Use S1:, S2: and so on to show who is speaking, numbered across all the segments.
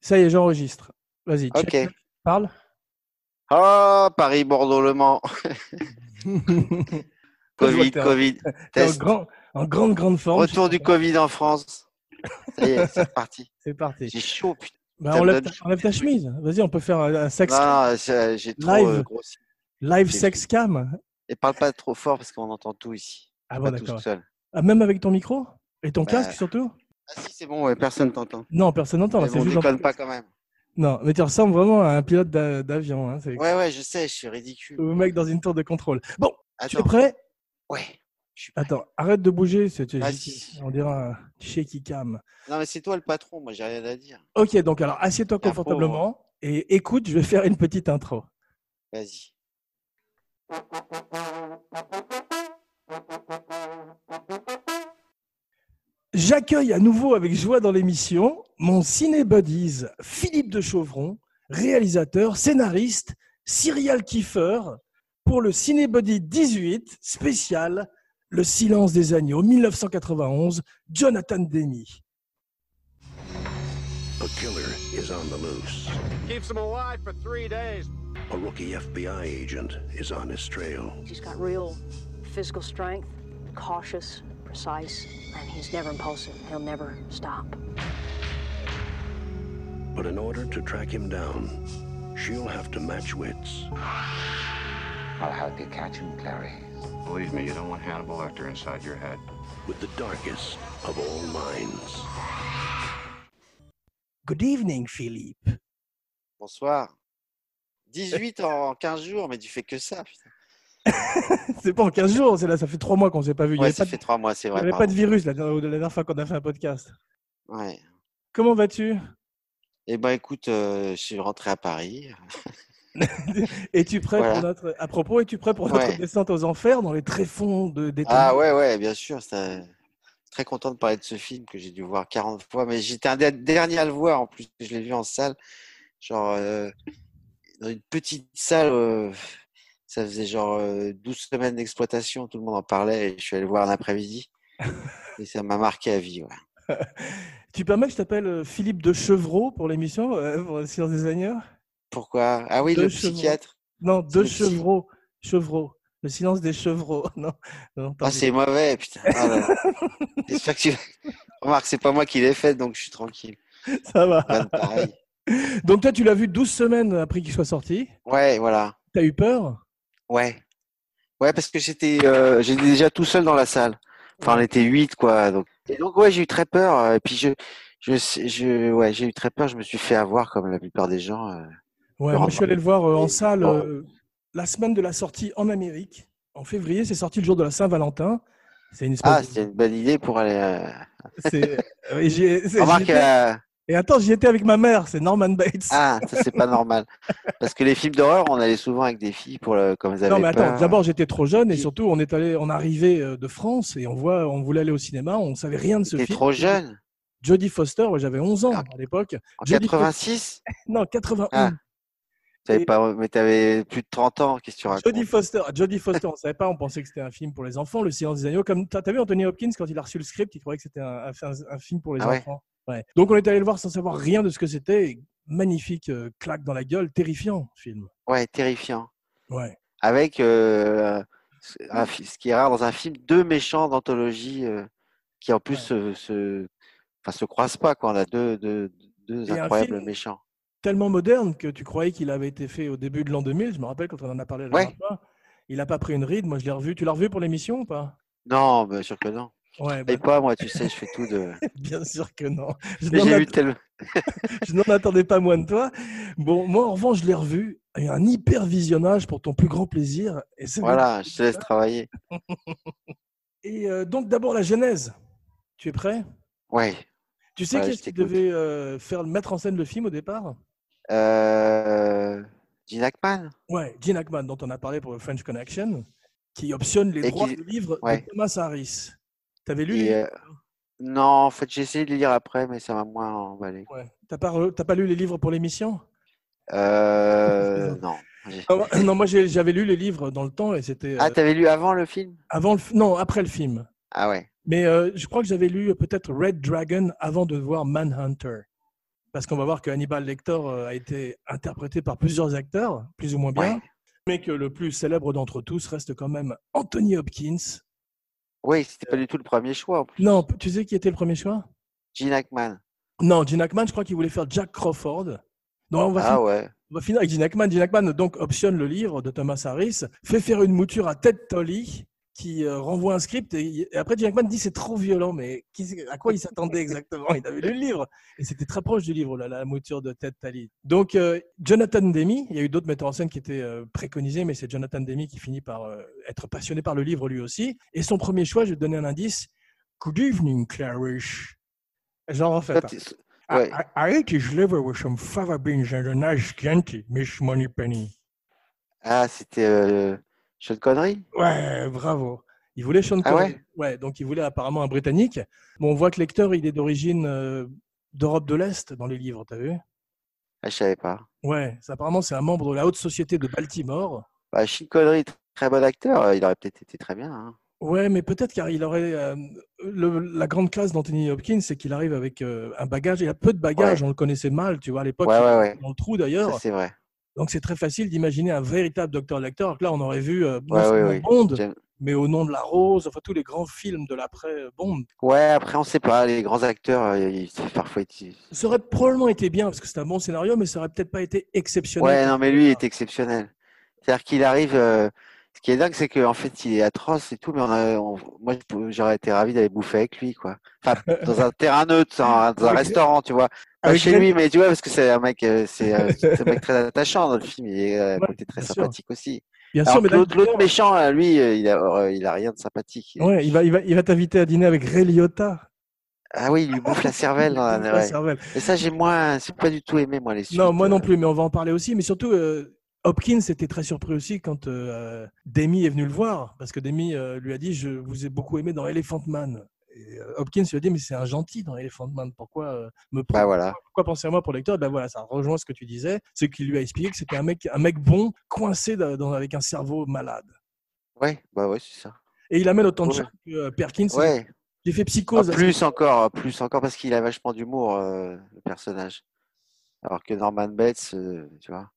S1: Ça y est, j'enregistre. Vas-y, check.
S2: Ok.
S1: parle.
S2: Ah, Paris, Bordeaux, Le Mans. Covid,
S1: T'es en-
S2: Covid.
S1: t'es en,
S2: Test.
S1: grand- hein. en grande, grande forme.
S2: Retour du Covid en France. Ça y est, c'est parti.
S1: C'est parti.
S2: J'ai chaud, putain.
S1: Bah,
S2: ça me
S1: enlève,
S2: donne Bah,
S1: ta, enlève ta chemise. Vas-y, on peut faire un, un sex
S2: Non, non, j'ai j'ai trop
S1: Live.
S2: euh, grossi.
S1: live
S2: j'ai-
S1: sex cam.
S2: Et parle pas trop fort parce qu'on entend tout ici.
S1: Ah bon,
S2: pas tout
S1: d'accord.
S2: seul.
S1: Ah, même avec ton micro et ton
S2: Bah,
S1: casque surtout
S2: Ah si, c'est bon, ouais, personne t'entend.
S1: Non, personne n'entend. là,
S2: Mais
S1: c'est
S2: bon,
S1: juste dans-
S2: déconne pas quand même.
S1: Non, mais tu ressembles vraiment à un pilote d'a- d'avion. Hein. C'est
S2: Ouais, ouais, je sais, je suis ridicule.
S1: le mec dans une tour de contrôle. Bon, tu es
S2: Attends,
S1: prêt
S2: ouais. je suis-
S1: Attends, arrête de bouger. c'est-
S2: Ah, si, si.
S1: On dirait un shaky cam.
S2: Non, mais c'est toi le patron, moi j'ai rien à dire.
S1: Ok, donc alors assieds-toi
S2: Ah, pauvre.
S1: confortablement et écoute, je vais faire une petite intro.
S2: Vas-y.
S1: J'accueille à nouveau avec joie dans l'émission mon ciné-buddies Philippe de Chauvron, réalisateur, scénariste, serial kiffer, pour le ciné-buddy 18 spécial Le silence des agneaux 1991, Jonathan Demi.
S3: A killer is on the loose.
S4: Keeps them alive for three days.
S3: A rookie FBI agent is on his trail.
S5: He's got real physical strength, cautious, precise, and he's never impulsive. He'll never stop.
S3: But in order to track him down, she'll have to match wits
S6: I'll help you catch him, Clary.
S7: Believe me, you don't want Hannibal Lecter inside your head.
S3: with the darkest of all minds.
S1: Good evening, Philippe.
S2: Bonsoir. 18 en 15 jours, mais tu fais que ça. Putain.
S1: C'est pas en 15 jours, c'est là, ça fait 3 mois qu'on s'est pas vu. Il n'y
S2: Ouais,
S1: avait, pas
S2: ça
S1: de,
S2: fait 3 mois, c'est
S1: il y
S2: vrai.
S1: avait pas de
S2: pardon.
S1: virus la, dernière- la dernière fois qu'on a fait un podcast.
S2: Ouais.
S1: Comment vas-tu
S2: Eh ben écoute, euh, je suis rentré à Paris.
S1: Es-tu prêt
S2: Voilà.
S1: pour notre à propos Es-tu prêt pour notre
S2: Ouais.
S1: descente aux enfers dans les tréfonds de des
S2: Ah
S1: ténèbres
S2: ouais, ouais, bien sûr. Ça... Très content de parler de ce film que j'ai dû voir 40 fois, mais j'étais un des dernier à le voir en plus. Je l'ai vu en salle, genre euh, dans une petite salle. euh, ça faisait genre euh, 12 semaines d'exploitation, tout le monde en parlait et je suis allé le voir un après-midi. Et ça m'a marqué à vie. ouais.
S1: Tu permets que je t'appelle euh, Philippe de Chevreau pour l'émission, euh, pour le Silence des Agneaux
S2: Pourquoi Ah oui,
S1: Deux
S2: le
S1: chevaux.
S2: psychiatre.
S1: Non, de
S2: le psy.
S1: Chevreau. Chevreau. Le silence des chevreaux. Non, non
S2: Ah,
S1: pardon.
S2: c'est mauvais, putain. Ah, là, là. J'espère que tu. Remarque, c'est pas moi qui l'ai fait, donc je suis tranquille.
S1: ça va.
S2: Pas de pareil.
S1: Donc toi, tu l'as vu 12 semaines après qu'il soit sorti.
S2: Ouais, voilà.
S1: T'as eu peur
S2: Ouais. Ouais, parce que j'étais euh, j'étais déjà tout seul dans la salle. Enfin, on était huit, quoi. Donc... Et donc, ouais, j'ai eu très peur. euh, Et puis, je, je, sais- je, ouais, j'ai eu très peur. Je me suis fait avoir, comme la plupart des gens. euh.
S1: Ouais,
S2: Non,
S1: moi, je suis allé le voir euh, en
S2: Et-
S1: salle euh, la semaine de la sortie en Amérique. En février, c'est sorti le jour de la Saint-Valentin. C'est une
S2: Ah,
S1: espèce
S2: c'était une bonne idée pour aller. euh,
S1: de- c'est- euh, et j'y ai- c'est- j'y
S2: Remarque,
S1: étais-
S2: euh,
S1: Et attends, j'y étais avec ma mère, c'est Norman Bates.
S2: ah, ça, c'est pas normal. Parce que les films d'horreur, on allait souvent avec des filles pour le, comme elles avaient
S1: Non, mais attends,
S2: peur.
S1: d'abord j'étais trop jeune et
S2: Qui-
S1: surtout on est allé, on arrivait euh, de France et on voit, on voulait aller au cinéma, on savait rien de ce
S2: T'es
S1: film.
S2: trop jeune.
S1: Jodie Foster, ouais, j'avais 11 ans
S2: Ah.
S1: à l'époque.
S2: En
S1: Jodie
S2: 86,
S1: Non, 81.
S2: Ah, t'avais
S1: Et-
S2: pas, mais t'avais plus de 30 ans. Qu'est-ce que tu racontes?
S1: Jodie Foster, Jodie Foster, on savait pas, on pensait que c'était un film pour les enfants, Le Silence des Agneaux. Comme t'as t'as vu Anthony Hopkins quand il a reçu le script, il trouvait que c'était un, un- un film pour les
S2: Ah ouais.
S1: enfants. Ouais. Donc on est allé le voir sans savoir rien de ce que c'était. et Magnifique euh, claque dans la gueule, terrifiant film.
S2: Ouais, terrifiant.
S1: Ouais.
S2: avec euh, un fi- ce qui est rare dans un film, deux méchants d'anthologie euh, qui en plus se, se, enfin, se croisent pas. Quoi. On a deux, deux, deux
S1: Et un
S2: incroyables
S1: film-
S2: méchants.
S1: Tellement moderne que tu croyais qu'il avait été fait au début de l'an 2000. Je me rappelle quand on en a parlé la
S2: Ouais.
S1: dernière fois. Il n'a pas pris une ride. Moi, je l'ai revu. Tu l'as revu pour l'émission ou pas
S2: Non, bien sûr que non.
S1: Ouais, bah,
S2: Et pas moi, tu sais, je fais tout de.
S1: bien sûr que non. Je
S2: Mais
S1: n'en
S2: J'ai
S1: att-
S2: vu tellement.
S1: je n'en attendais pas moins de toi. Bon, moi, en revanche, je l'ai revu. Il y a un hyper visionnage pour ton plus grand plaisir. Et c'est
S2: Voilà, je te laisse travailler.
S1: Et euh, donc d'abord la genèse. Tu es prêt
S2: Ouais.
S1: Tu sais
S2: Ouais,
S1: qu'est-ce
S2: je
S1: qui
S2: t'écoute.
S1: devait euh, faire mettre en scène le film au départ
S2: Euh... Gene Hackman
S1: Ouais, Gene Hackman dont on a parlé pour le French Connection, qui optionne les
S2: Et
S1: droits
S2: qui-
S1: du livre
S2: ouais.
S1: de Thomas Harris. T'avais lu le
S2: Et,
S1: livre
S2: euh, Non, en fait, j'ai essayé de lire après, mais ça m'a moins emballé.
S1: Ouais. T'as pas, re- t'as pas lu les livres pour l'émission
S2: Euh... Non. J'ai-
S1: Non, moi- Non, moi j'ai- j'avais lu les livres dans le temps et c'était Ah euh,
S2: Ah, t'avais lu avant le film
S1: avant le, f- non après le film.
S2: Ah ouais.
S1: Mais euh, je crois que j'avais lu euh, peut-être Red Dragon avant de voir Manhunter. parce qu'on va voir que Hannibal Lecter euh, a été interprété par plusieurs acteurs, plus ou moins bien,
S2: Ouais.
S1: mais que le plus célèbre d'entre tous reste quand même Anthony Hopkins.
S2: Oui, c'était pas du tout le premier choix. en plus.
S1: Non, p- tu sais qui était le premier choix
S2: Gene Hackman.
S1: Non, Gene Hackman, je crois qu'il voulait faire Jack Crawford. Non, on va,
S2: Ah ouais.
S1: On va finir avec Gene Hackman. Gene Hackman donc optionne le livre de Thomas Harris, fait faire une mouture à Ted Tolley qui euh, renvoie un script et, et après Gene Hackman dit c'est trop violent mais qui- à quoi il s'attendait exactement Il avait lu le livre et c'était très proche du livre là, la mouture de Ted Tolley. Donc euh, Jonathan Demi, il y a eu d'autres metteurs en scène qui étaient euh, préconisés mais c'est Jonathan Demi qui finit par euh, être passionné par le livre lui aussi et son premier choix, je vais te donner un indice, Good evening Clarice. Genre en fait.
S2: Toi, t'es- Ouais.
S1: I, I, I ate his liver with some fava beans and a nice Chianti, Miss Moneypenny.
S2: Ah, c'était euh, Sean Connery
S1: Ouais, bravo. Il voulait Sean
S2: Ah
S1: Connery. ouais, donc il voulait apparemment un Britannique. Bon, on voit que l'acteur, il est d'origine euh, d'Europe de l'Est dans les livres, t'as vu
S2: ah, Je savais pas.
S1: Ouais, c'est- apparemment c'est un membre de la haute société de Baltimore.
S2: Bah, Sean Connery, tr- très bon acteur. euh, Il aurait peut-être été très bien. hein.
S1: Ouais, mais peut-être car il aurait euh, le- la grande classe d'Anthony Hopkins, c'est qu'il arrive avec euh, un bagage. Il a peu de bagage, on le connaissait mal, tu vois, à l'époque.
S2: Ouais,
S1: il
S2: ouais,
S1: était
S2: ouais.
S1: Dans le trou
S2: Ça,
S1: d'ailleurs.
S2: c'est vrai.
S1: Donc c'est très facile d'imaginer un véritable Docteur Lecteur. Alors que là, on aurait vu euh, non
S2: Ouais, ouais,
S1: seulement
S2: ouais.
S1: Bond,
S2: J'aime-
S1: mais au nom de la rose, enfin tous les grands films de l'après euh, Bond.
S2: Ouais, après, on sait pas. Les grands acteurs, euh, ils- c'est- parfois, ils...
S1: Ça aurait probablement été bien parce que c'est un bon scénario, mais ça aurait peut-être pas été exceptionnel.
S2: Ouais, non, mais lui, il est exceptionnel. C'est-à-dire qu'il arrive. euh, Ce qui est dingue, c'est qu'en fait, il est atroce et tout, mais on a- on- moi, je pou- j'aurais été ravi d'aller bouffer avec lui, quoi. Enfin, dans un terrain neutre, dans un, dans un
S1: Avec-
S2: restaurant, tu vois. Pas
S1: Avec
S2: Bah, chez
S1: Red-
S2: lui, mais tu vois, parce que c'est un mec, euh, c'est euh, c'est un mec très attachant dans le film. Il est euh,
S1: Ouais,
S2: côté très
S1: bien sûr.
S2: sympathique aussi.
S1: Bien
S2: Alors
S1: sûr, mais
S2: que l'autre l'autre
S1: là,
S2: méchant, euh, lui, euh, il a, euh, il a rien de sympathique. Il-
S1: ouais, il va, il va, il va t'inviter à dîner avec Ray Liotta.
S2: Ah oui, il lui bouffe la cervelle. dans la-
S1: Sa
S2: ouais.
S1: cervelle.
S2: Et ça, j'ai moins, c'est pas du tout aimé, moi, les suites.
S1: Non, moi non
S2: euh.
S1: plus, mais on va en parler aussi. Mais surtout, euh, Hopkins était très surpris aussi quand euh, Demi est venu le voir, parce que Demi euh, lui a dit Je vous ai beaucoup aimé dans Elephant Man. Et, euh, Hopkins lui a dit Mais c'est un gentil dans Elephant Man, pourquoi euh, me prendre
S2: Bah voilà.
S1: pourquoi penser à moi pour le lecteur Ben voilà, ça rejoint ce que tu disais, c'est qu'il lui a expliqué que c'était un mec, un mec bon, coincé dans- dans- avec un cerveau malade.
S2: Ouais, bah ouais, c'est ça.
S1: Et il amène autant de
S2: Ouais.
S1: choses que euh, Perkins.
S2: Ouais.
S1: J'ai fait
S2: Ah,
S1: psychose. à
S2: plus encore, plus encore, parce qu'il a vachement d'humour, euh, le personnage. Alors que Norman Bates, euh, tu vois,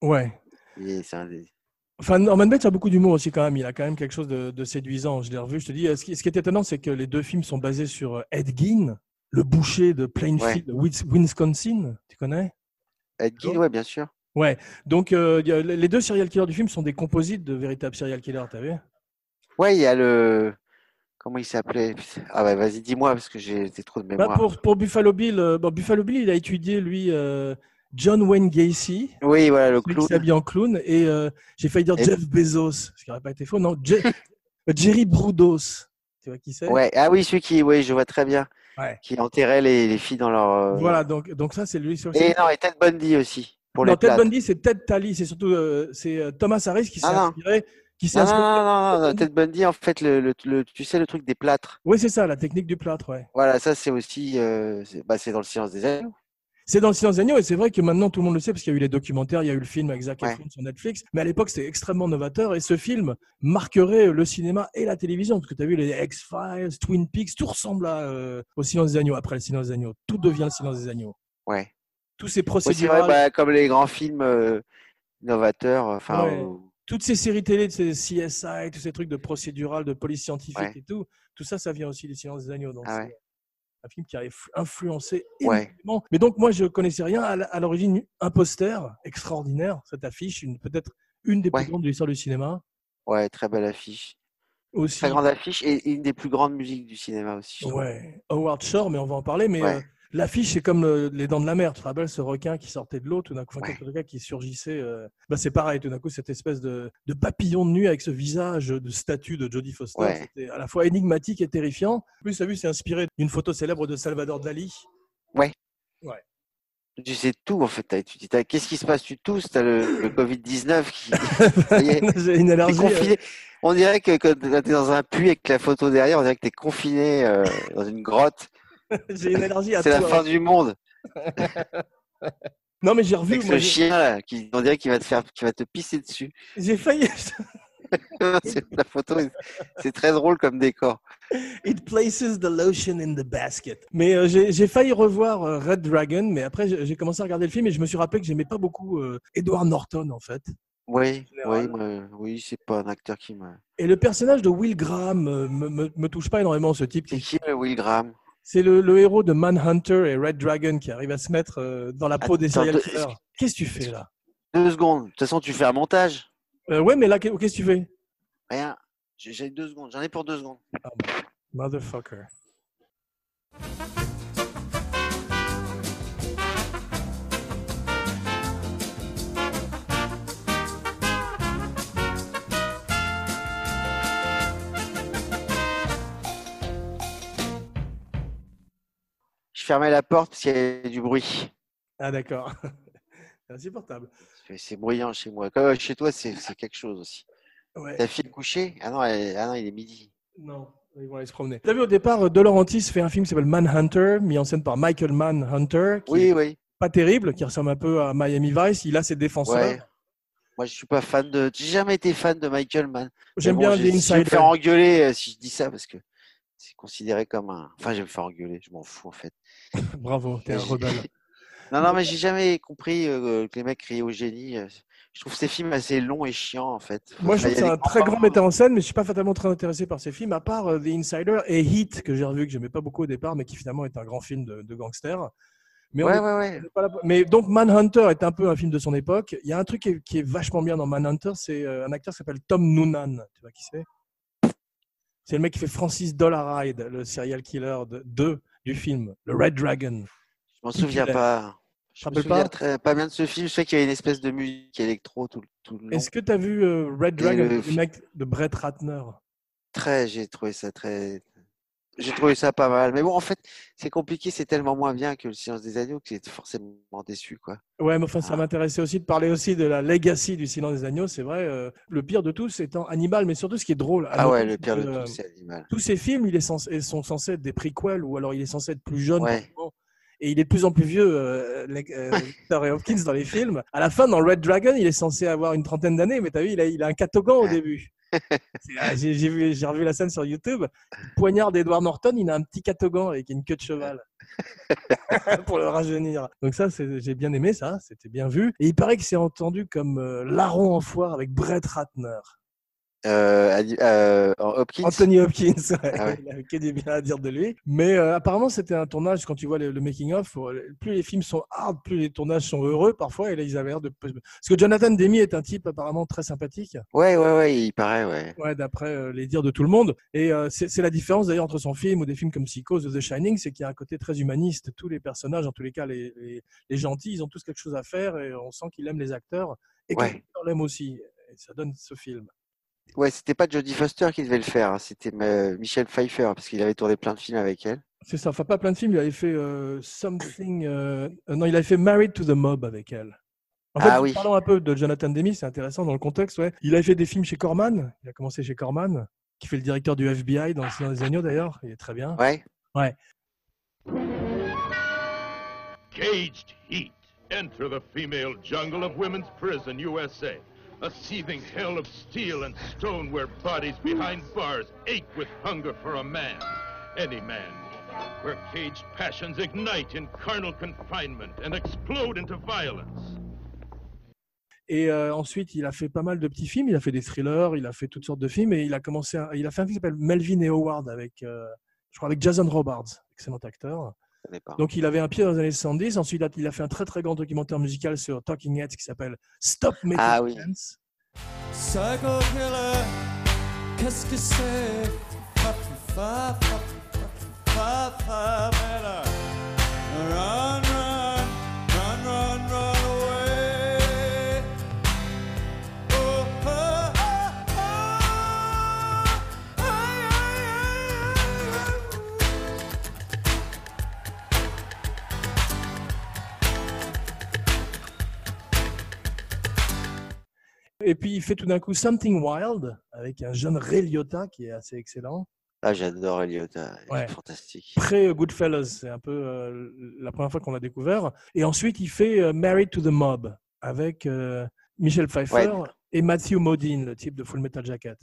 S1: ce- Ouais.
S2: il est- c'est un des-
S1: Enfin, Norman Bates a beaucoup d'humour aussi quand même. Il a quand même quelque chose de, de séduisant. Je l'ai revu. Je te dis, euh, ce qui, ce qui est étonnant, c'est que les deux films sont basés sur euh, Ed Gein, le boucher de Plainfield, Wis- Wisconsin. Tu connais
S2: Ed Gein,
S1: Allô
S2: ouais, bien sûr.
S1: Donc, euh, il y a- les deux serial killers du film sont des composites de véritables serial killers. T'as vu
S2: Ouais, il y a le. Comment il s'appelait Putain. Ah bah vas-y, dis-moi, parce que j'ai des trous de
S1: Bah,
S2: mémoire.
S1: pour, pour Buffalo Bill, euh, bon, Buffalo Bill, il a étudié, lui, euh, John Wayne Gacy,
S2: Oui, voilà, le
S1: celui qui
S2: clown.
S1: s'habille en clown, et euh, j'ai failli dire
S2: Et-
S1: Jeff Bezos, ce qui n'aurait pas été faux, non, Je- euh, Jerry Brudos. Tu vois qui c'est
S2: Ouais. Ah oui, celui qui, oui, je vois très bien.
S1: Ouais.
S2: Qui enterrait les, les filles dans leur. euh,
S1: Voilà, donc, donc ça, c'est lui. sur-
S2: Et non, et Ted Bundy aussi, pour
S1: non,
S2: les
S1: Ted
S2: plates.
S1: Bundy, c'est Ted Talley, c'est surtout euh, c'est euh, Thomas Harris qui s'est
S2: Ah, non.
S1: inspiré. Qui s'est
S2: Non, non,
S1: inspiré-
S2: non, non, non, non, Ted Bundy, en fait, le, le- le- tu sais, le truc des plâtres.
S1: Oui, c'est ça, la technique du plâtre, ouais.
S2: Voilà, ça, c'est aussi. euh, c'est bah, c'est dans le silence des ailes.
S1: C'est dans le silence des agneaux et c'est vrai que maintenant tout le monde le sait parce qu'il y a eu les documentaires, il y a eu le film avec Zac
S2: Ouais.
S1: Efron sur Netflix, mais à l'époque c'était extrêmement novateur et ce film marquerait le cinéma et la télévision parce que tu as vu les X-Files, Twin Peaks, tout ressemble à, euh, au silence des agneaux après le silence des agneaux, tout devient le silence des agneaux.
S2: Ouais.
S1: Tous ces
S2: Oui, c'est vrai,
S1: procédurales,
S2: bah, comme les grands films euh, novateurs, enfin,
S1: Ouais.
S2: ou-
S1: toutes ces séries télé, ces CSI, tous ces trucs de procédurales, de police scientifique
S2: Ouais.
S1: et tout, tout ça ça vient aussi du silence des agneaux donc
S2: Ah
S1: c'est
S2: ouais.
S1: un film qui a eff- influencé
S2: Ouais.
S1: Bon, Mais donc, moi, je connaissais rien. À la- à l'origine, un poster extraordinaire, cette affiche, une- peut-être une des
S2: Ouais.
S1: plus grandes de l'histoire du cinéma.
S2: ouais, très belle affiche.
S1: Aussi,
S2: Très grande affiche et une des plus grandes musiques du cinéma aussi. je trouve.
S1: ouais, Howard Shore, mais on va en parler. Mais
S2: Ouais.
S1: euh, l'affiche, c'est comme euh, les dents de la mer. Tu te rappelles ce requin qui sortait de l'eau, tout d'un coup, enfin,
S2: Ouais.
S1: quelque chose qui surgissait. euh, bah, c'est pareil, tout d'un coup, cette espèce de, de papillon de nuit avec ce visage de statue de Jodie Foster.
S2: Ouais.
S1: C'était à la fois énigmatique et terrifiant. En plus, tu as vu, c'est inspiré d'une photo célèbre de Salvador Dali.
S2: Tu sais tout en fait. t'as- tu dis, t'as- Qu'est-ce qui se passe Tu tousses, t'as le, le Covid-19 qui. ça y est, t'es
S1: J'ai une allergie. euh,
S2: confiné. On dirait que quand t'es dans un puits avec la photo derrière, on dirait que t'es confiné euh, dans une grotte.
S1: euh, J'ai une allergie à
S2: C'est la
S1: tout,
S2: fin
S1: hein.
S2: du monde.
S1: Non, mais j'ai revu.
S2: Avec
S1: moi,
S2: ce
S1: j'ai-
S2: chien là, qui, on dirait qu'il va te faire, qui va te pisser dessus.
S1: J'ai failli.
S2: C'est- la photo, est- c'est très drôle comme décor.
S1: It places the lotion in the basket. Mais euh, j'ai j'ai failli revoir euh, Red Dragon, mais après j'ai j'ai commencé à regarder le film et je me suis rappelé que j'aimais pas beaucoup euh, Edward Norton en fait.
S2: Oui,
S1: général.
S2: oui, moi, oui, c'est pas un acteur qui me.
S1: Et le personnage de Will Graham euh, me, me- me touche pas énormément ce type.
S2: C'est qui le Will Graham
S1: C'est le, le héros de Manhunter et Red Dragon qui arrive à se mettre euh, dans la peau des
S2: Attends,
S1: serial
S2: deux-
S1: killers. Qu'est-ce que tu fais là
S2: Deux secondes. De toute façon, tu fais un montage.
S1: Euh, Ouais, mais là, qu'est- qu'est-ce que tu fais
S2: Rien. J'ai j'ai deux secondes. J'en ai pour deux secondes.
S1: Motherfucker.
S2: Je fermais la porte parce qu'il y avait du bruit.
S1: Ah d'accord. C'est insupportable.
S2: C'est- C'est bruyant chez moi. Comme euh, chez toi, c'est c'est quelque chose aussi.
S1: Ouais.
S2: Ta fille est couchée Ah non, elle- ah non, il est midi.
S1: Non, ils vont aller se promener. T'as vu au départ, De Laurentiis fait un film qui s'appelle Manhunter, mis en scène par Michael Manhunter, qui
S2: Oui,
S1: est
S2: oui.
S1: pas terrible, qui ressemble un peu à Miami Vice. Il a ses défenseurs.
S2: Ouais. Moi, je suis pas fan de. J'ai jamais été fan de Michael Mann.
S1: J'aime
S2: Mais bon,
S1: bien les
S2: j'ai- Je vais me
S1: Insider.
S2: faire engueuler euh, si je dis ça parce que c'est considéré comme un. Enfin, je vais me faire engueuler. Je m'en fous en fait.
S1: Bravo, t'es un
S2: J'ai-
S1: rebelle.
S2: Non, non, mais j'ai jamais compris euh, que les mecs criaient au génie. euh, Je trouve ces films assez longs et chiants, en fait.
S1: Moi, je trouve
S2: Enfin, Bah, il
S1: que
S2: y a
S1: c'est
S2: des
S1: un très
S2: grands
S1: grand metteur en scène, mais je suis pas fatalement très intéressé par ces films, à part euh, The Insider et Heat, que j'ai revu, que j'aimais pas beaucoup au départ, mais qui finalement est un grand film de, de gangster. Mais on
S2: Ouais,
S1: est-
S2: ouais, ouais.
S1: on est pas là pour- Mais donc Manhunter est un peu un film de son époque. Il y a un truc qui est, qui est vachement bien dans Manhunter, c'est euh, un acteur qui s'appelle Tom Noonan. Tu vois qui c'est C'est le mec qui fait Francis Dollaride, le serial killer de, de- du film, le Red Dragon.
S2: Je m'en souviens
S1: Hitler.
S2: pas. Je me
S1: rappelles
S2: souviens
S1: pas
S2: très- pas bien de ce film. Je sais qu'il y avait une espèce de musique électro tout, le- tout le long.
S1: Est-ce que tu as vu euh, Red
S2: Et
S1: Dragon,
S2: le
S1: le
S2: fi-
S1: mec de Brett Ratner
S2: Très, j'ai trouvé ça très. J'ai trouvé ça pas mal. Mais bon, en fait, c'est compliqué. C'est tellement moins bien que Le Silence des Agneaux que c'est forcément déçu, quoi.
S1: Ouais, mais enfin, ça
S2: Ah.
S1: m'intéressait aussi de parler aussi de la legacy du Silence des Agneaux. C'est vrai, euh, le pire de tous étant Animal, mais surtout ce qui est drôle.
S2: Ah ouais,
S1: Animal,
S2: le
S1: c'est
S2: pire
S1: que,
S2: de
S1: euh,
S2: tout, c'est Animal.
S1: tous ces films, il est censé- ils sont censés être des préquels ou alors il est censé être plus jeune.
S2: Ouais.
S1: forcément. Et il est de plus en plus vieux, euh, Lec- euh, Lecter et Hopkins dans les films. À la fin, dans Red Dragon, il est censé avoir une trentaine d'années, mais t'as vu, il a, il a un catogan au
S2: Ouais.
S1: début. C'est- ah, J'ai j'ai vu- j'ai revu la scène sur YouTube. Le Poignard d'Edward Norton, il a un petit catogan avec une queue de cheval pour le rajeunir. Donc ça, c'est- j'ai bien aimé ça, c'était bien vu. Et il paraît que c'est entendu comme euh, larron en foire avec Brett Ratner.
S2: Euh, Ani- euh, Hopkins.
S1: Anthony Hopkins, ouais.
S2: Ah ouais.
S1: il avait que des bien à dire de lui. Mais euh, apparemment, c'était un tournage, quand tu vois le, making-of, plus les films sont hard, plus les tournages sont heureux parfois. Et là, ils avaient l'air de. Parce que Jonathan Demi est un type apparemment très sympathique,
S2: Ouais, ouais, ouais, il paraît, ouais.
S1: ouais, d'après euh, les dires de tout le monde. Et euh, c'est c'est la différence d'ailleurs entre son film ou des films comme Psychose ou The Shining, c'est qu'il y a un côté très humaniste. Tous les personnages, en tous les cas, les, les- les gentils, ils ont tous quelque chose à faire et on sent qu'il aime les acteurs et que
S2: Ouais.
S1: les acteurs l'aiment aussi. Et ça donne ce film.
S2: Ouais, c'était pas Jodie Foster qui devait le faire, hein, c'était euh, Michel Pfeiffer, parce qu'il avait tourné plein de films avec elle.
S1: C'est ça, enfin pas plein de films. Il avait fait euh, Something. euh, euh, non, il avait fait Married to the Mob avec elle. En fait,
S2: Ah oui.
S1: parlant un peu de Jonathan Demi, c'est intéressant dans le contexte. Ouais. Il avait fait des films chez Corman. Il a commencé chez Corman, qui fait le directeur du FBI dans Le Seigneur des Agneaux d'ailleurs. Il est très bien.
S2: Ouais.
S8: Caged Heat. Enter the female jungle of Women's Prison, USA. A seething hell of steel and stone where bodies behind bars ache with hunger for a man. Any man. Where caged passions ignite in carnal confinement and explode into violence.
S1: Et euh, ensuite, il a fait pas mal de petits films. Il a fait des thrillers, il a fait toutes sortes de films. Et il a commencé. à- il a fait un film qui s'appelle Melvin et Howard avec, euh, je crois, avec Jason Robards, excellent acteur.
S2: je connais pas.
S1: Donc il avait un pied dans les années 70. Ensuite, il a- il a fait un très très grand documentaire musical sur Talking Heads qui s'appelle Stop Making
S2: Ah oui.
S1: Sense.
S9: Psycho killer, qu'est-ce que c'est Papi, fa, papi, fa, fa, bella. Run, run, run, run, run away. Oh, oh, oh, oh. Ay, ay, ay, ay, ay.
S1: Et puis il fait tout d'un coup Something Wild avec un jeune Ray Liotta qui est assez excellent.
S2: Ah, j'adore Elliot, hein, il est
S1: Ouais.
S2: fantastique.
S1: Pré Goodfellas, c'est un peu euh, la première fois qu'on l'a découvert. Et ensuite il fait euh, Married to the Mob avec euh, Michel Pfeiffer.
S2: Ouais.
S1: et Matthew Modine, le type de Full Metal Jacket.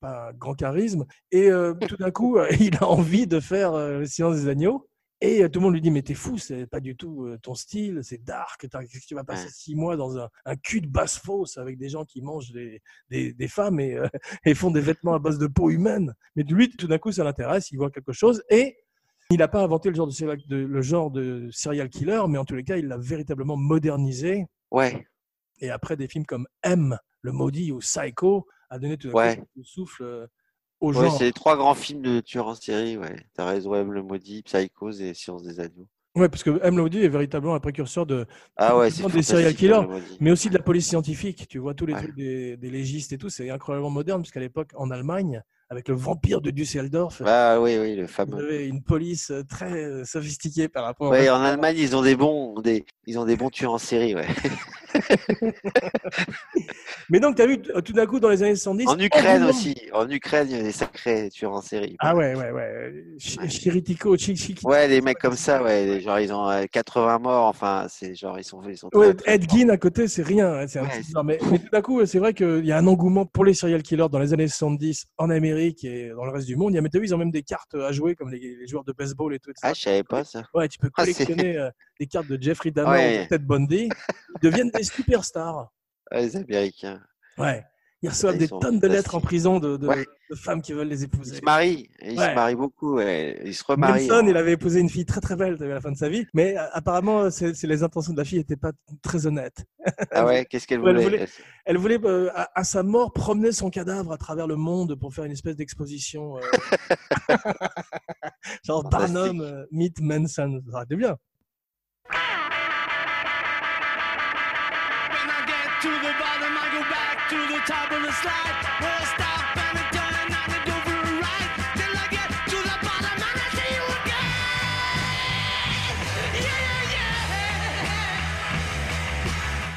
S1: Pas un grand charisme. Et euh, tout d'un coup, euh, il a envie de faire euh, Le Silence des Agneaux. Et euh, tout le monde lui dit, mais t'es fou, c'est pas du tout euh, ton style, c'est dark, t'as- qu'est-ce que tu vas passer
S2: Ouais.
S1: six mois dans un, un cul de basse fosse avec des gens qui mangent des, des, des femmes et, euh, et font des vêtements à base de peau humaine. Mais lui, tout d'un coup, ça l'intéresse, il voit quelque chose et il n'a pas inventé le genre de, serial- de- le genre de serial killer, mais en tous les cas, il l'a véritablement modernisé.
S2: Ouais,
S1: Et après, des films comme M, Le Maudit ou Psycho, a donné tout d'un
S2: Ouais.
S1: coup le souffle euh, au
S2: ouais
S1: genre.
S2: c'est les trois grands films de tueurs en série. Ouais. T'as raison, M, le maudit, Psychose et Science des agneaux.
S1: Ouais, parce que M, Le Maudit est véritablement un précurseur de,
S2: Ah ouais, c'est
S1: Des
S2: fantastique,
S1: serial killers,
S2: M, le maudit.
S1: mais aussi de la police scientifique. Tu vois tous les
S2: Ouais.
S1: trucs des, des légistes et tout, c'est incroyablement moderne, puisqu'à l'époque, en Allemagne, avec le vampire de Düsseldorf,
S2: Ah oui, oui, le
S1: vous
S2: fameux.
S1: avez une police euh, très euh, sophistiquée par rapport
S2: Ouais,
S1: à...
S2: en Allemagne, ils ont des bons, des, ils ont des bons tueurs en série, ouais.
S1: Mais donc, tu as vu t- euh, tout d'un coup dans les années 70...
S2: En Ukraine
S1: Ambulance.
S2: aussi. En Ukraine, il y a des sacrés tueurs en série.
S1: Ah ouais, ouais, ouais. Ch- Chiritiko, Chik Chik-
S2: Ouais, les mecs comme ça, ouais, les- genre ils ont euh, 80 morts, enfin, c'est genre ils sont, ils sont
S1: Ouais,
S2: très, très
S1: Ed
S2: forts.
S1: Gein à côté, c'est rien. hein, c'est un
S2: Ouais,
S1: petit
S2: c'est-
S1: bizarre. mais, mais tout d'un coup, c'est vrai qu'il y a un engouement pour les serial killers dans les années 70 en Amérique et dans le reste du monde. Il y a, mais t'as vu, ils ont même des cartes euh, à jouer comme les, les joueurs de baseball et tout. etc.
S2: Ah, je savais pas ça.
S1: Ouais, tu peux
S2: Ah, c'est-
S1: collectionner euh, des cartes de Jeffrey Dahmer
S2: Ouais.
S1: ou de Ted Bundy. Ils deviennent des superstars.
S2: Ah, les Américains.
S1: Ouais. Ils reçoivent
S2: Ils
S1: des
S2: sont
S1: tonnes de lettres en
S2: fantastiques.
S1: prison de, de-
S2: Ouais.
S1: de femmes qui veulent les
S2: Ils
S1: épouser.
S2: se marient, et ils
S1: Ouais.
S2: se marient beaucoup, ouais. ils se remarient.
S1: Nelson,
S2: hein.
S1: il avait épousé une fille très très belle t'as vu, à la fin de sa vie, mais euh, apparemment, c'est c'est- les intentions de la fille n'étaient pas très honnêtes.
S2: Ah ouais, qu'est-ce qu'elle
S1: Ouais, elle
S2: voulait,
S1: voulait- Elle voulait, euh, à, à sa mort, promener son cadavre à travers le monde pour faire une espèce d'exposition. euh, Genre
S2: Fantastique.
S1: Barnum, euh, meet Manson. Ça aurait été bien.
S9: When I get to the bottom, I go back to the top of the slide. Won't stop and I turn and I go for a ride. Till I get to the bottom and I see you again. Yeah, yeah, yeah.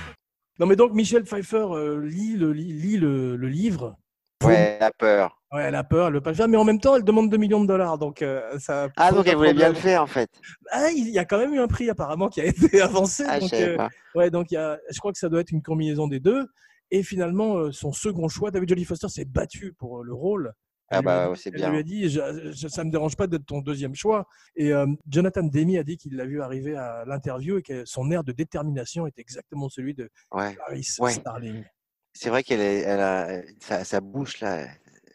S1: Non, mais donc, Michel Pfeiffer euh, lit, le, lit, lit le, le livre.
S2: Ouais, la peur.
S1: Ouais, elle a peur, elle veut pas le faire, mais en même temps, elle demande 2 millions de dollars. Donc, euh, ça
S2: Ah,
S1: pose
S2: donc
S1: un
S2: elle voulait bien le
S1: problème.
S2: faire en fait.
S1: Ah, il y a quand même eu un prix apparemment qui a été avancé.
S2: Ah, je
S1: donc,
S2: savais
S1: euh,
S2: pas.
S1: ouais, donc il y a, je crois que ça doit être une combinaison des deux. Et finalement, euh, son second choix, David Jodie Foster s'est battu pour euh, le rôle.
S2: Ah
S1: Elle lui a
S2: bah,
S1: dit-
S2: ouais, c'est
S1: Elle
S2: bien.
S1: lui a dit, je, je- ça me dérange pas d'être ton deuxième choix. Et euh, Jonathan Demi a dit qu'il l'a vu arriver à l'interview et que son air de détermination était exactement celui de
S2: Ouais.
S1: Paris
S2: Ouais.
S1: Starling.
S2: C'est vrai qu'elle est- elle a, sa, sa bouche là,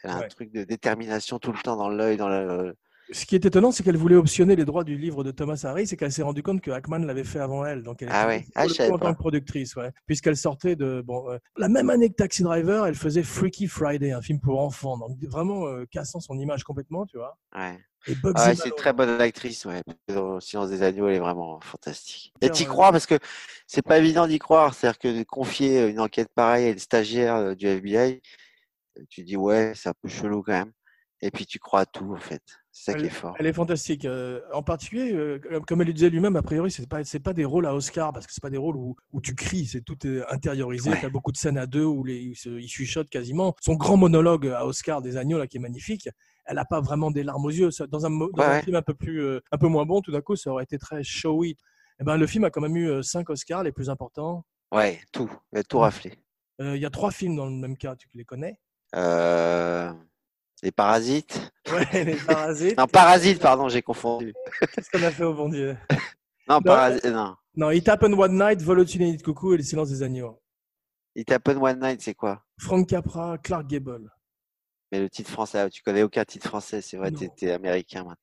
S2: elle a
S1: Ouais.
S2: un truc de détermination tout le temps dans l'œil, dans le.
S1: Ce qui est étonnant, c'est qu'elle voulait optionner les droits du livre de Thomas Harris et qu'elle s'est rendue compte que Hackman l'avait fait avant elle. Donc elle
S2: Ah
S1: était
S2: ouais.
S1: sur
S2: Ah,
S1: le
S2: je
S1: coup
S2: savais
S1: en
S2: pas.
S1: tant que productrice, ouais. puisqu'elle sortait de bon euh, la même année que Taxi Driver, elle faisait Freaky Friday, un film pour enfants, donc vraiment euh, cassant son image complètement, tu vois.
S2: Ouais.
S1: Et Bugsy
S2: Ah ouais, c'est
S1: Malone.
S2: une très bonne actrice, ouais. Dans Silence des agneaux, elle est vraiment fantastique. Et
S1: Tiens,
S2: t'y
S1: euh,
S2: crois parce que c'est pas évident d'y croire. C'est-à-dire que de confier euh, une enquête pareille à une stagiaire euh, du FBI, euh, tu dis ouais, c'est un peu chelou quand même. Et puis tu crois à tout en fait. C'est ça qui est fort.
S1: Elle est fantastique. Euh, en particulier, euh, comme- comme elle le disait lui-même, a priori, c'est pas c'est pas des rôles à Oscar parce que c'est pas des rôles où, où tu cries, c'est tout est intériorisé.
S2: Ouais.
S1: T'as beaucoup de scènes à deux où les où ils se- ils chuchotent quasiment. Son grand monologue à Oscar des agneaux là qui est magnifique. Elle n'a pas vraiment des larmes aux yeux. Ça, dans un, mo- dans
S2: Ouais,
S1: un
S2: ouais.
S1: film un peu plus euh, un peu moins bon, tout d'un coup, ça aurait été très showy. Eh ben, le film a quand même eu euh, cinq Oscars les plus importants.
S2: Ouais, tout. Elle a tout raflé.
S1: Euh, Il y a trois films dans le même cas, tu les connais
S2: Euh... Les parasites.
S1: Ouais, les Parasites.
S2: Non, parasites, pardon, j'ai confondu.
S1: Qu'est-ce qu'on a fait au bon Dieu
S2: Non, parasites, non.
S1: Non, It Happened One Night, Vol au-dessus des nids de coucou et Le silence des agneaux.
S2: It Happened One Night, c'est quoi
S1: Frank Capra, Clark Gable.
S2: Mais le titre français, ah, tu connais aucun titre français, c'est vrai,
S1: Non.
S2: t'es t'es américain maintenant.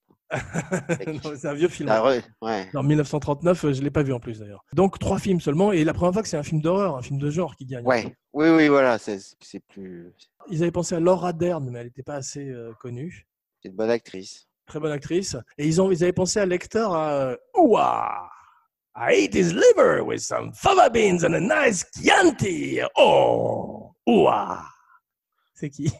S1: Non, mais c'est un vieux film. hein.
S2: Ah, re- ouais.
S1: En 1939, euh, je ne l'ai pas vu en plus d'ailleurs. Donc trois films seulement, et la première fois que c'est un film d'horreur, un film de genre qui gagne.
S2: Ouais, oui, oui, voilà, c'est c'est plus.
S1: Ils avaient pensé à Laura Dern, mais elle n'était pas assez euh, connue.
S2: C'est une bonne actrice.
S1: Très bonne actrice. Et ils, ont, ils avaient pensé à Lecter à euh, Ouah, I ate his liver with some fava beans and a nice Chianti. Oh, ouah. C'est qui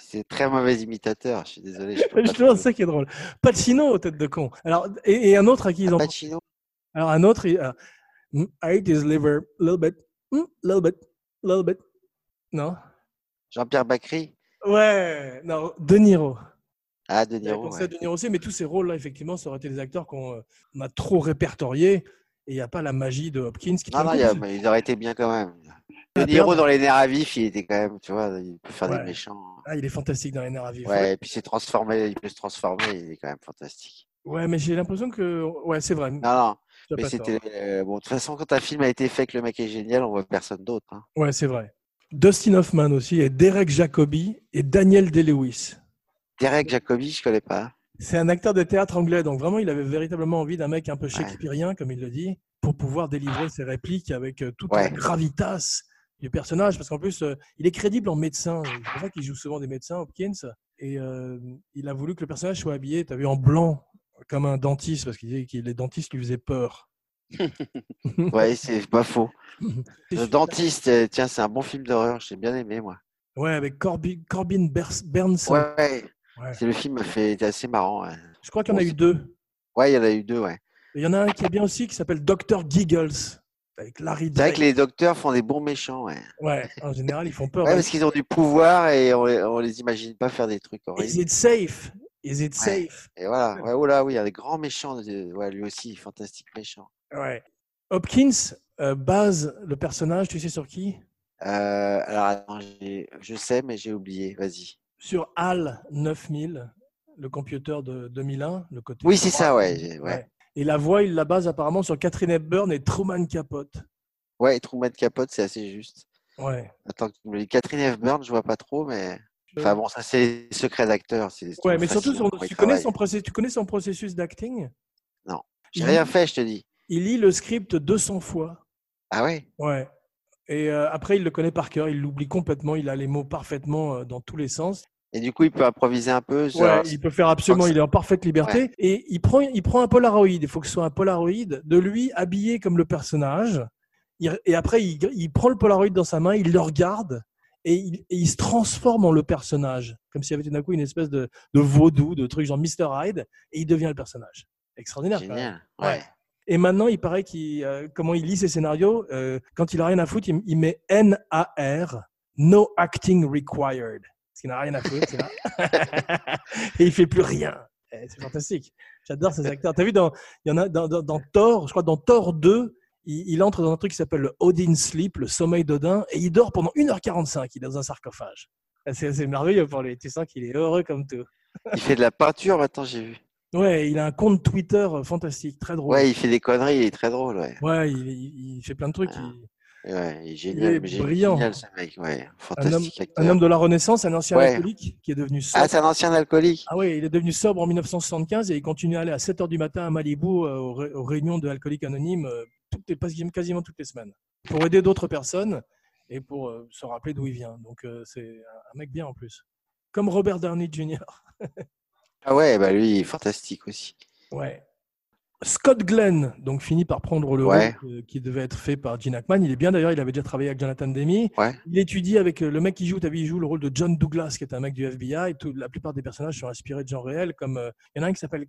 S2: C'est très mauvais imitateur, je suis désolé. Je peux pas
S1: Je trouve
S2: trouver.
S1: ça qui est drôle. Pacino, tête de con. Alors, et, et un autre à qui ils ont
S2: Ah, Pacino
S1: Alors un autre, il- euh, Mm, I ate his liver a little bit, a little bit, little bit. Non
S2: Jean-Pierre Bacry
S1: Ouais, non, De Niro.
S2: Ah, De
S1: J'avais
S2: Niro.
S1: pensé
S2: ouais.
S1: à De Niro aussi, mais tous ces rôles-là, effectivement, ça aurait été des acteurs qu'on euh, on a trop répertoriés. et il n'y a pas la magie de Hopkins qui
S2: Non, non,
S1: te
S2: Ah, il, y a-
S1: pousse.
S2: mais il aurait été bien quand même.
S1: Ah,
S2: Le Niro
S1: pardon.
S2: dans les nerfs à vif, il était quand même, tu vois, il peut faire
S1: Ouais.
S2: des méchants.
S1: Ah, il est fantastique dans les nerfs à vif.
S2: Ouais, et puis c'est transformé, il peut se transformer, il est quand même fantastique.
S1: Ouais, mais j'ai l'impression que. Ouais, c'est vrai.
S2: Non, non,
S1: tu as
S2: Ah, mais
S1: pas
S2: c'était. euh, bon, de toute façon, quand un film a été fait que le mec est génial, on voit personne d'autre. hein.
S1: tort. Ouais, c'est vrai. Dustin Hoffman aussi, et Derek Jacobi, et Daniel Day-Lewis.
S2: Derek Jacobi, je connais pas.
S1: C'est un acteur de théâtre anglais, donc vraiment, il avait véritablement envie d'un mec un peu
S2: Ouais.
S1: shakespearien, comme il le dit, pour pouvoir délivrer ses répliques avec euh, toute la
S2: Ouais.
S1: gravitas du personnage. Parce qu'en plus, euh, il est crédible en médecin. C'est pour ça qu'il joue souvent des médecins, Hopkins. Et euh, il a voulu que le personnage soit habillé, tu as vu, en blanc, comme un dentiste, parce qu'il disait que les dentistes lui faisaient peur.
S2: hein. Ouais, c'est pas faux.
S1: C'est
S2: Le
S1: super.
S2: Dentiste, euh, tiens, c'est un bon film d'horreur, j'ai bien aimé, moi.
S1: Ouais, avec Corby- Corbin Bers- Bernson.
S2: Ouais, ouais.
S1: Ouais.
S2: C'est le film fait était assez marrant. Ouais.
S1: Je crois qu'il y en a
S2: Bon,
S1: eu
S2: c'est-
S1: deux.
S2: Ouais, il y en a eu deux, ouais.
S1: Et Il y en a un qui est bien aussi, qui s'appelle Dr. Giggles, avec Larry
S2: C'est vrai que
S1: Drake.
S2: les docteurs font des bons méchants, ouais.
S1: Ouais, en général, ils font peur.
S2: Ouais,
S1: aux
S2: parce qu'ils ont du pouvoir et on les, on les imagine pas faire des trucs
S1: Is
S2: horribles.
S1: it safe? Is it
S2: Ouais.
S1: safe?
S2: Et voilà, ouais, oh là, oui, il y a des grands méchants. de- Ouais, lui aussi, fantastique méchant.
S1: Ouais. Hopkins euh, base le personnage, tu sais sur qui?
S2: Euh, alors, attends, j'ai- je sais, mais j'ai oublié. Vas-y.
S1: Sur HAL 9000, le computer de 2001, le côté.
S2: Oui, c'est ça,
S1: droit.
S2: ouais. j'ai- Ouais,
S1: Ouais. Et la voix, il la base apparemment sur Catherine Hepburn et Truman Capote.
S2: ouais et Truman Capote, c'est assez juste.
S1: Ouais.
S2: Attends, que tu me le dis. Catherine Hepburn, je vois pas trop, mais. Enfin bon, ça, c'est les secrets d'acteurs. c'est- c'est
S1: Euh.
S2: hein,
S1: Ouais, mais surtout,
S2: fascinant
S1: son-
S2: comment ils
S1: tu, connais
S2: travaillent.
S1: son procé- tu connais son processus d'acting?
S2: Non. J'ai
S1: Il,
S2: rien fait, je te dis.
S1: il lit le script 200 fois.
S2: Ah ouais
S1: Ouais. Et euh, après, il le connaît par cœur, il l'oublie complètement, il a les mots parfaitement euh, dans tous les sens.
S2: Et du coup, il peut improviser un peu.
S1: Ouais,
S2: genre,
S1: il peut faire absolument,
S2: que ça-
S1: il est en parfaite liberté. Et il prend, il prend un Polaroid. Il faut que ce soit un Polaroid de lui habillé comme le personnage. Il- et après, il, il prend le Polaroid dans sa main, il le regarde et il, et il se transforme en le personnage. Comme s'il y avait tout d'un coup une espèce de, de vaudou, de truc genre Mr. Hyde. Et il devient le personnage. Extraordinaire. quand même.
S2: Génial.
S1: Ouais.
S2: Ouais.
S1: Et maintenant, il paraît qu'il, euh, comment il lit ses scénarios. euh, quand il a rien à foutre, il, il met NAR, No Acting Required. Parce qu'il n'a rien à foutre. c'est là. Et il fait plus rien. Eh, C'est fantastique. J'adore ces acteurs. T'as vu dans, il y en a dans, dans, dans Thor, je crois dans Thor 2, il, il entre dans un truc qui s'appelle le Odin Sleep, le sommeil d'Odin, et il dort pendant 1h45. Il est dans un sarcophage. Eh, C'est c'est merveilleux pour lui. Tu sens qu'il est heureux comme tout.
S2: Il fait de la peinture maintenant, j'ai vu.
S1: Ouais, il a un compte Twitter euh, fantastique, très drôle.
S2: Ouais, il fait des conneries, il est très drôle, ouais.
S1: Ouais, il, il- il fait plein de trucs.
S2: Ah.
S1: il-
S2: Ouais, il est génial,
S1: est
S2: mais j'ai-
S1: brillant.
S2: génial ce mec, ouais. Fantastique acteur.
S1: Un homme de la Renaissance, un ancien
S2: Ouais.
S1: alcoolique qui est devenu sobre.
S2: Ah, c'est un ancien alcoolique.
S1: Ah oui, il est devenu sobre en 1975 et il continue à aller à 7 heures du matin à Malibu euh, aux, ré- aux réunions de Alcooliques Anonymes euh, toutes les- pas- quasiment toutes les semaines pour aider d'autres personnes et pour euh, se rappeler d'où il vient. Donc euh, c'est un mec bien en plus. Comme Robert Downey Jr.
S2: Ah ouais, bah lui, il est fantastique aussi.
S1: Ouais. Scott Glenn, donc finit par prendre le
S2: Ouais.
S1: rôle euh, qui devait être fait par Gene Hackman. Il est bien d'ailleurs, il avait déjà travaillé avec Jonathan Demi.
S2: Ouais.
S1: Il étudie avec euh, le mec qui joue, t'as vu, il joue le rôle de John Douglas, qui est un mec du FBI. Tout- la plupart des personnages sont inspirés de gens réels, comme euh, il y en a un qui s'appelle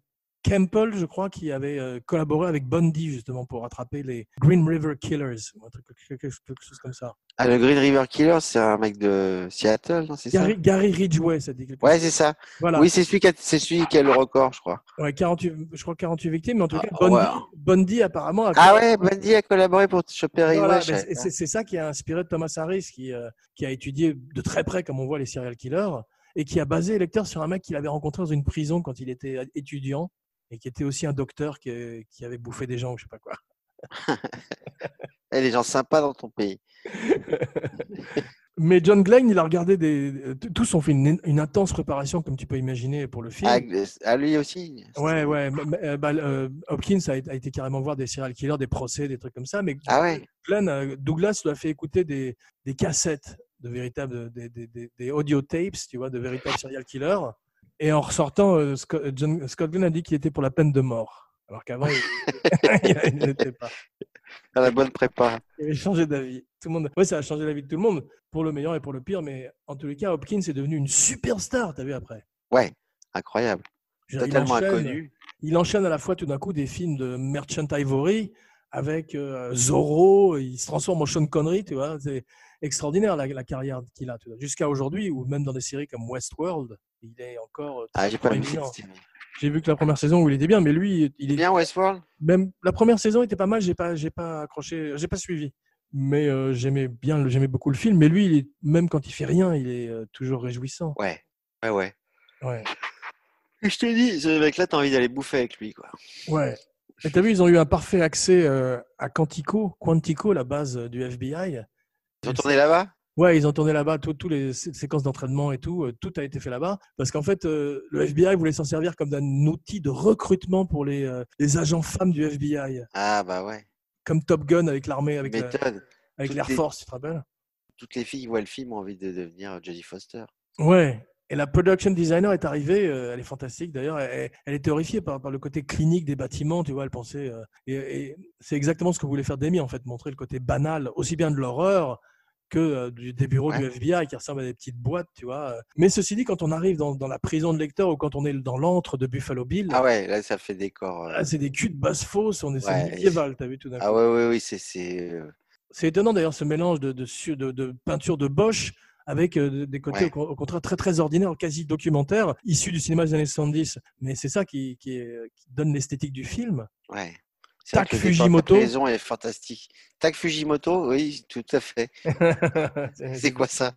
S1: Campbell, je crois, qui avait euh, collaboré avec Bundy justement pour attraper les Green River Killers, ou un truc, quelque, quelque- quelque chose comme ça.
S2: Ah, le Green River Killer, c'est un mec de Seattle, non, c'est ça?
S1: Gary, Gary Ridgway, ça te dit quelque
S2: Ouais,
S1: chose.
S2: c'est ça.
S1: Voilà.
S2: Oui, c'est celui qui a, c'est celui qui a le record, je crois.
S1: Ouais, 48, je crois 48 victimes, mais en tout
S2: Ah,
S1: cas, Bundy,
S2: ouais.
S1: Bundy apparemment a
S2: Ah ouais, Bundy a collaboré pour choper Ray
S1: Voilà,
S2: Welch.
S1: ben, c'est- c'est c'est ça qui a inspiré Thomas Harris, qui, euh, qui a étudié de très près, comme on voit, les serial killers, et qui a basé les lecteurs sur un mec qu'il avait rencontré dans une prison quand il était euh, étudiant, et qui était aussi un docteur qui, euh, qui avait bouffé des gens, ou je sais pas quoi.
S2: Eh, les gens sympas dans ton pays.
S1: Mais John Glenn, il a regardé des, euh, t- tous ont fait une, une intense préparation, comme tu peux imaginer, pour le film.
S2: Ah, ah, lui aussi.
S1: Ouais, ouais. mais- mais, euh, bah, euh, Hopkins a, a été carrément voir des serial killers, des procès, des trucs comme ça. Mais
S2: Ah ouais.
S1: Glenn, euh, Douglas lui a fait écouter des, des cassettes, de véritables, des, des, des, des audio tapes, tu vois, de véritables serial killers. Et en ressortant, euh, Scott, euh, John- Scott Glenn a dit qu'il était pour la peine de mort. Alors qu'avant, il il n'était pas.
S2: Dans la bonne prépa.
S1: Il avait changé d'avis. Tout le monde. Ouais, ça a changé la vie de tout le monde, pour le meilleur et pour le pire. Mais en tous les cas, Hopkins est devenu une superstar, t'as vu après.
S2: Ouais, incroyable.
S1: Je veux dire, il
S2: Totalement
S1: enchaîne-
S2: inconnu.
S1: il enchaîne à la fois tout d'un coup des films de Merchant Ivory avec euh, Zorro, il se transforme en Sean Connery, tu vois. C'est extraordinaire la, la carrière qu'il a, tu vois. jusqu'à aujourd'hui, ou même dans des séries comme Westworld, il est encore. euh,
S2: Ah, j'ai pas vu
S1: proéminent.
S2: cette série.
S1: J'ai vu que la première saison où il était bien, mais lui, il est
S2: Bien Westworld
S1: même la première saison était pas mal, j'ai pas j'ai pas accroché, j'ai pas suivi. Mais euh, j'aimais bien, le- j'aimais beaucoup le film. Mais lui, il est, même quand il fait rien, il est euh, toujours réjouissant.
S2: Ouais. Ouais, ouais.
S1: Ouais,
S2: Et Je te dis, ce mec-là, t'as envie d'aller bouffer avec lui, quoi.
S1: ouais. Et t'as vu, ils ont eu un parfait accès euh, à Quantico, Quantico, la base euh, du FBI.
S2: Ils ont tourné là-bas
S1: Ouais, ils ont tourné là-bas, tout- tous les sé- séquences d'entraînement et tout, euh, tout a été fait là-bas. Parce qu'en fait, euh, le FBI voulait s'en servir comme un outil de recrutement pour les, euh, les agents femmes du FBI,
S2: Ah, bah ouais.
S1: comme Top Gun avec l'armée, avec euh, la-
S2: Méthode.
S1: avec
S2: Toutes
S1: l'Air
S2: les-
S1: Force, tu te rappelles
S2: Toutes les filles qui voient le film ont envie de devenir Jodie Foster.
S1: Ouais. Et la production designer est arrivée, euh, elle est fantastique d'ailleurs, elle, elle est horrifiée par, par le côté clinique des bâtiments, tu vois, elle pensait, euh, et, et c'est exactement ce que voulait faire Demi en fait, montrer le côté banal, aussi bien de l'horreur que euh, du- des bureaux du
S2: Ouais.
S1: FBI qui ressemblent à des petites boîtes, tu vois. euh. Mais ceci dit, quand on arrive dans, dans la prison de lecteur ou quand on est dans l'antre de Buffalo Bill,
S2: Ah ouais, là, ça fait décor. euh.
S1: là, Ah, c'est des culs de basse fosse, on est c'est
S2: Ouais.
S1: médiéval, t'as vu tout d'un coup.
S2: Ah ouais, ouais, oui, c'est. c'est, euh,
S1: C'est étonnant d'ailleurs ce mélange de, de, su- de- de peinture de Bosch avec euh, de- des côtés
S2: Ouais.
S1: au, con- au contraire très très ordinaires, quasi documentaires, issus du cinéma des années 70. Mais c'est ça qui, qui, est- qui donne l'esthétique du film.
S2: Ouais. C'est vrai
S1: Tac
S2: que le décor de
S1: Fujimoto.
S2: La prison est fantastique. Tac Fujimoto, oui, tout à fait. C'est quoi ça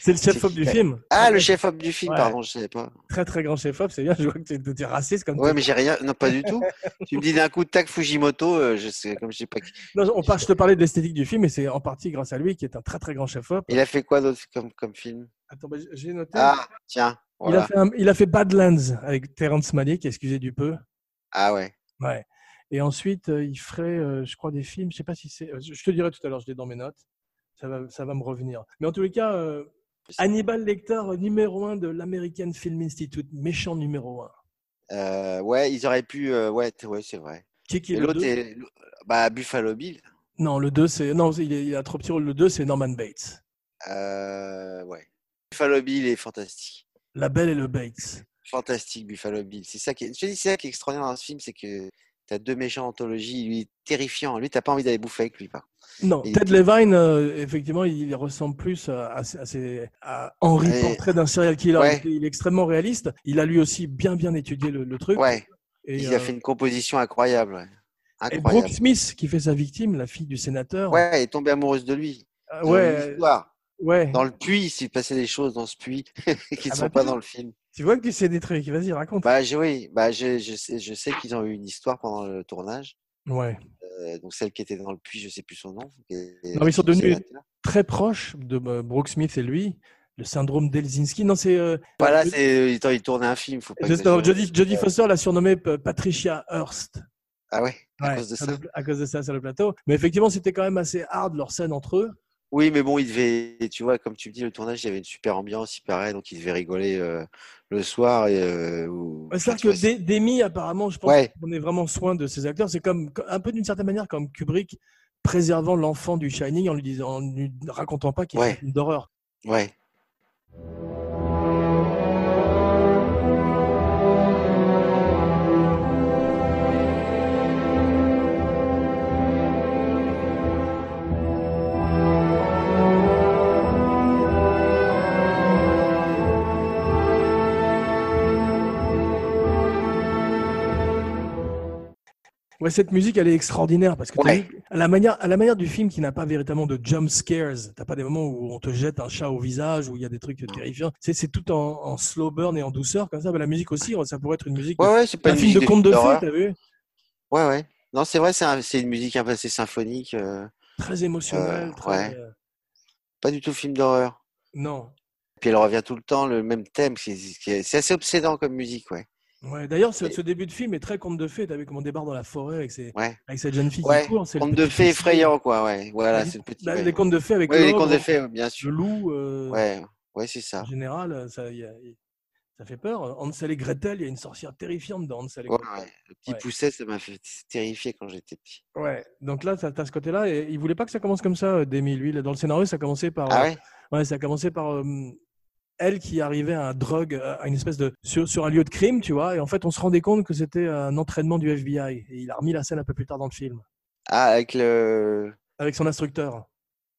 S1: C'est le chef-op
S2: qui,
S1: du
S2: tac
S1: film.
S2: Ah, le chef-op du film,
S1: Ouais.
S2: pardon, je savais pas.
S1: Très très grand chef-op, c'est bien, je vois que tu es, raciste comme
S2: Ouais,
S1: t'es-
S2: mais j'ai rien. Non, pas du tout. tu me dis d'un coup, tac Fujimoto, euh, je sais, comme je sais pas. qui-
S1: Non, on part, je te parlais de l'esthétique du film et c'est en partie grâce à lui qui est un très très grand chef-op.
S2: Il a fait quoi d'autre comme, comme film
S1: Attends, bah, j'ai noté.
S2: Ah, tiens,
S1: il, a
S2: voilà.
S1: fait un- il a fait Badlands avec Terrence Malick, excusez du peu.
S2: Ah ouais.
S1: Ouais. Et ensuite, euh, il ferait, euh, je crois, des films. Je sais pas si c'est. euh, Je je te dirai tout à l'heure. Je l'ai dans mes notes. Ça va, ça va me revenir. Mais en tous les cas, euh, Hannibal Lecter, euh, numéro un de l'American Film Institute, méchant numéro un.
S2: Euh, ouais, ils auraient pu. euh, ouais, t- ouais c'est vrai.
S1: Qui est, qui est
S2: Et
S1: le
S2: l'autre,
S1: deux
S2: est- bah, Buffalo Bill.
S1: Non, le 2, c'est non, il, est- il a trop petit rôle. Le 2, c'est Norman Bates.
S2: Euh, ouais. Buffalo Bill est fantastique.
S1: La Belle et le Bates.
S2: Fantastique, Buffalo Bill. C'est ça qui est, je te dis, c'est ça qui est extraordinaire dans ce film, c'est que t'as deux méchants anthologie, lui terrifiant. Lui, t'as pas envie d'aller bouffer avec lui, par contre.
S1: Non,
S2: Il-
S1: Ted Levine, euh, effectivement, il ressemble plus à, à, ses- à ses- à Henri
S2: Ouais.
S1: Portrait d'un serial killer.
S2: Ouais.
S1: Il est extrêmement réaliste. Il a lui aussi bien bien étudié le, le truc.
S2: Ouais,
S1: Et,
S2: il
S1: euh,
S2: a fait une composition incroyable. ouais.
S1: Et
S2: Incroyable.
S1: Brooke Smith, qui fait sa victime, la fille du sénateur.
S2: Ouais, elle est tombée amoureuse de lui.
S1: Ah,
S2: Dans
S1: ouais,
S2: l'histoire.
S1: ouais.
S2: Dans le puits, il s'est passé des choses dans ce puits qui ne
S1: Ah
S2: sont
S1: bah,
S2: pas
S1: putain.
S2: dans le film.
S1: Tu vois que tu sais des trucs. Vas-y, raconte.
S2: Bah, je- oui, bah, je, je sais, je sais qu'ils ont eu une histoire pendant le tournage.
S1: Ouais.
S2: Euh, donc, celle qui était dans le puits, je sais plus son nom. et- et-
S1: Non, mais ils sont
S2: du
S1: devenus-
S2: sénateur.
S1: Très proche de euh, Brooke Smith et lui, le syndrome d'Helsinki. Non, c'est. euh,
S2: Voilà,
S1: Je-
S2: Bah, c'est attends, il tournait un film, faut pas
S1: justement,
S2: exagérer.
S1: Jodie, Jodie Foster l'a surnommée P- Patricia Hearst.
S2: Ah ouais, à
S1: Ouais,
S2: cause de
S1: sur
S2: ça.
S1: le pla- à cause de ça sur le plateau. Mais effectivement, c'était quand même assez hard leur scène entre eux.
S2: Oui, mais bon, il devait, et tu vois, comme tu me dis, le tournage, il y avait une super ambiance, il paraît, donc il devait rigoler euh, le soir. Et, euh, ou-
S1: Ouais,
S2: enfin,
S1: C'est-à-dire
S2: tu
S1: que
S2: vois,
S1: Dé- Demi, apparemment, je pense
S2: Ouais.
S1: qu'on est vraiment soin de ces acteurs. C'est comme co- un peu d'une certaine manière comme Kubrick préservant l'enfant du Shining en lui disant, en lui racontant pas qu'il est
S2: Ouais.
S1: un film d'horreur.
S2: Ouais.
S1: Ouais, cette musique, elle est extraordinaire parce que t'as
S2: Ouais.
S1: vu, à la manière, à la manière du film qui n'a pas véritablement de jump scares, t'as pas des moments où on te jette un chat au visage, où il y a des
S2: Mm.
S1: trucs terrifiants. C'est, c'est tout en, en slow burn et en douceur comme ça. Bah, la musique aussi, ça pourrait être une musique,
S2: Ouais, ouais, c'est pas
S1: un
S2: une
S1: film de
S2: musique
S1: conte de fées,
S2: d'horreur.
S1: t'as vu
S2: Ouais, ouais. Non, c'est vrai, c'est un- c'est une musique un peu assez symphonique. euh,
S1: Très émotionnel.
S2: Euh,
S1: très-
S2: ouais. pas du tout film d'horreur.
S1: Non.
S2: Puis elle revient tout le temps, le même thème. c'est- C'est c'est assez obsédant comme musique, ouais.
S1: Ouais, d'ailleurs, ce,
S2: Et-
S1: ce début de film est très conte de fées. T'as vu comment on débarque dans la forêt avec, ces-
S2: Ouais.
S1: avec cette jeune fille
S2: Ouais,
S1: qui court. c'est le
S2: Conte de
S1: petit
S2: fées
S1: garçon.
S2: effrayant, quoi, ouais. Voilà,
S1: Bah,
S2: c'est le petit.
S1: Là,
S2: ouais.
S1: Les contes de fées avec
S2: Ouais,
S1: le
S2: les
S1: ogre,
S2: contes de fées, bien
S1: le
S2: sûr.
S1: loup. euh,
S2: Ouais, ouais, c'est ça.
S1: En général, ça, y a- y- ça fait peur. Hansel et Gretel, il y a une sorcière terrifiante dans Hansel et
S2: Ouais,
S1: Gretel.
S2: ouais. Le petit
S1: Ouais.
S2: pousset, ça m'a fait terrifier quand j'étais petit.
S1: Ouais. Donc là, tu as ce côté-là. Et il voulait pas que ça commence comme ça, euh, Demi. Lui, là, dans le scénario, ça commençait par.
S2: Ah
S1: euh,
S2: ouais
S1: ouais, ça commençait par. euh, elle qui arrivait à un drogue, à à une espèce de sur, sur un lieu de crime, tu vois, et en fait on se rendait compte que c'était un entraînement du FBI. Et il a remis la scène un peu plus tard dans le film.
S2: Ah, avec le.
S1: avec son instructeur.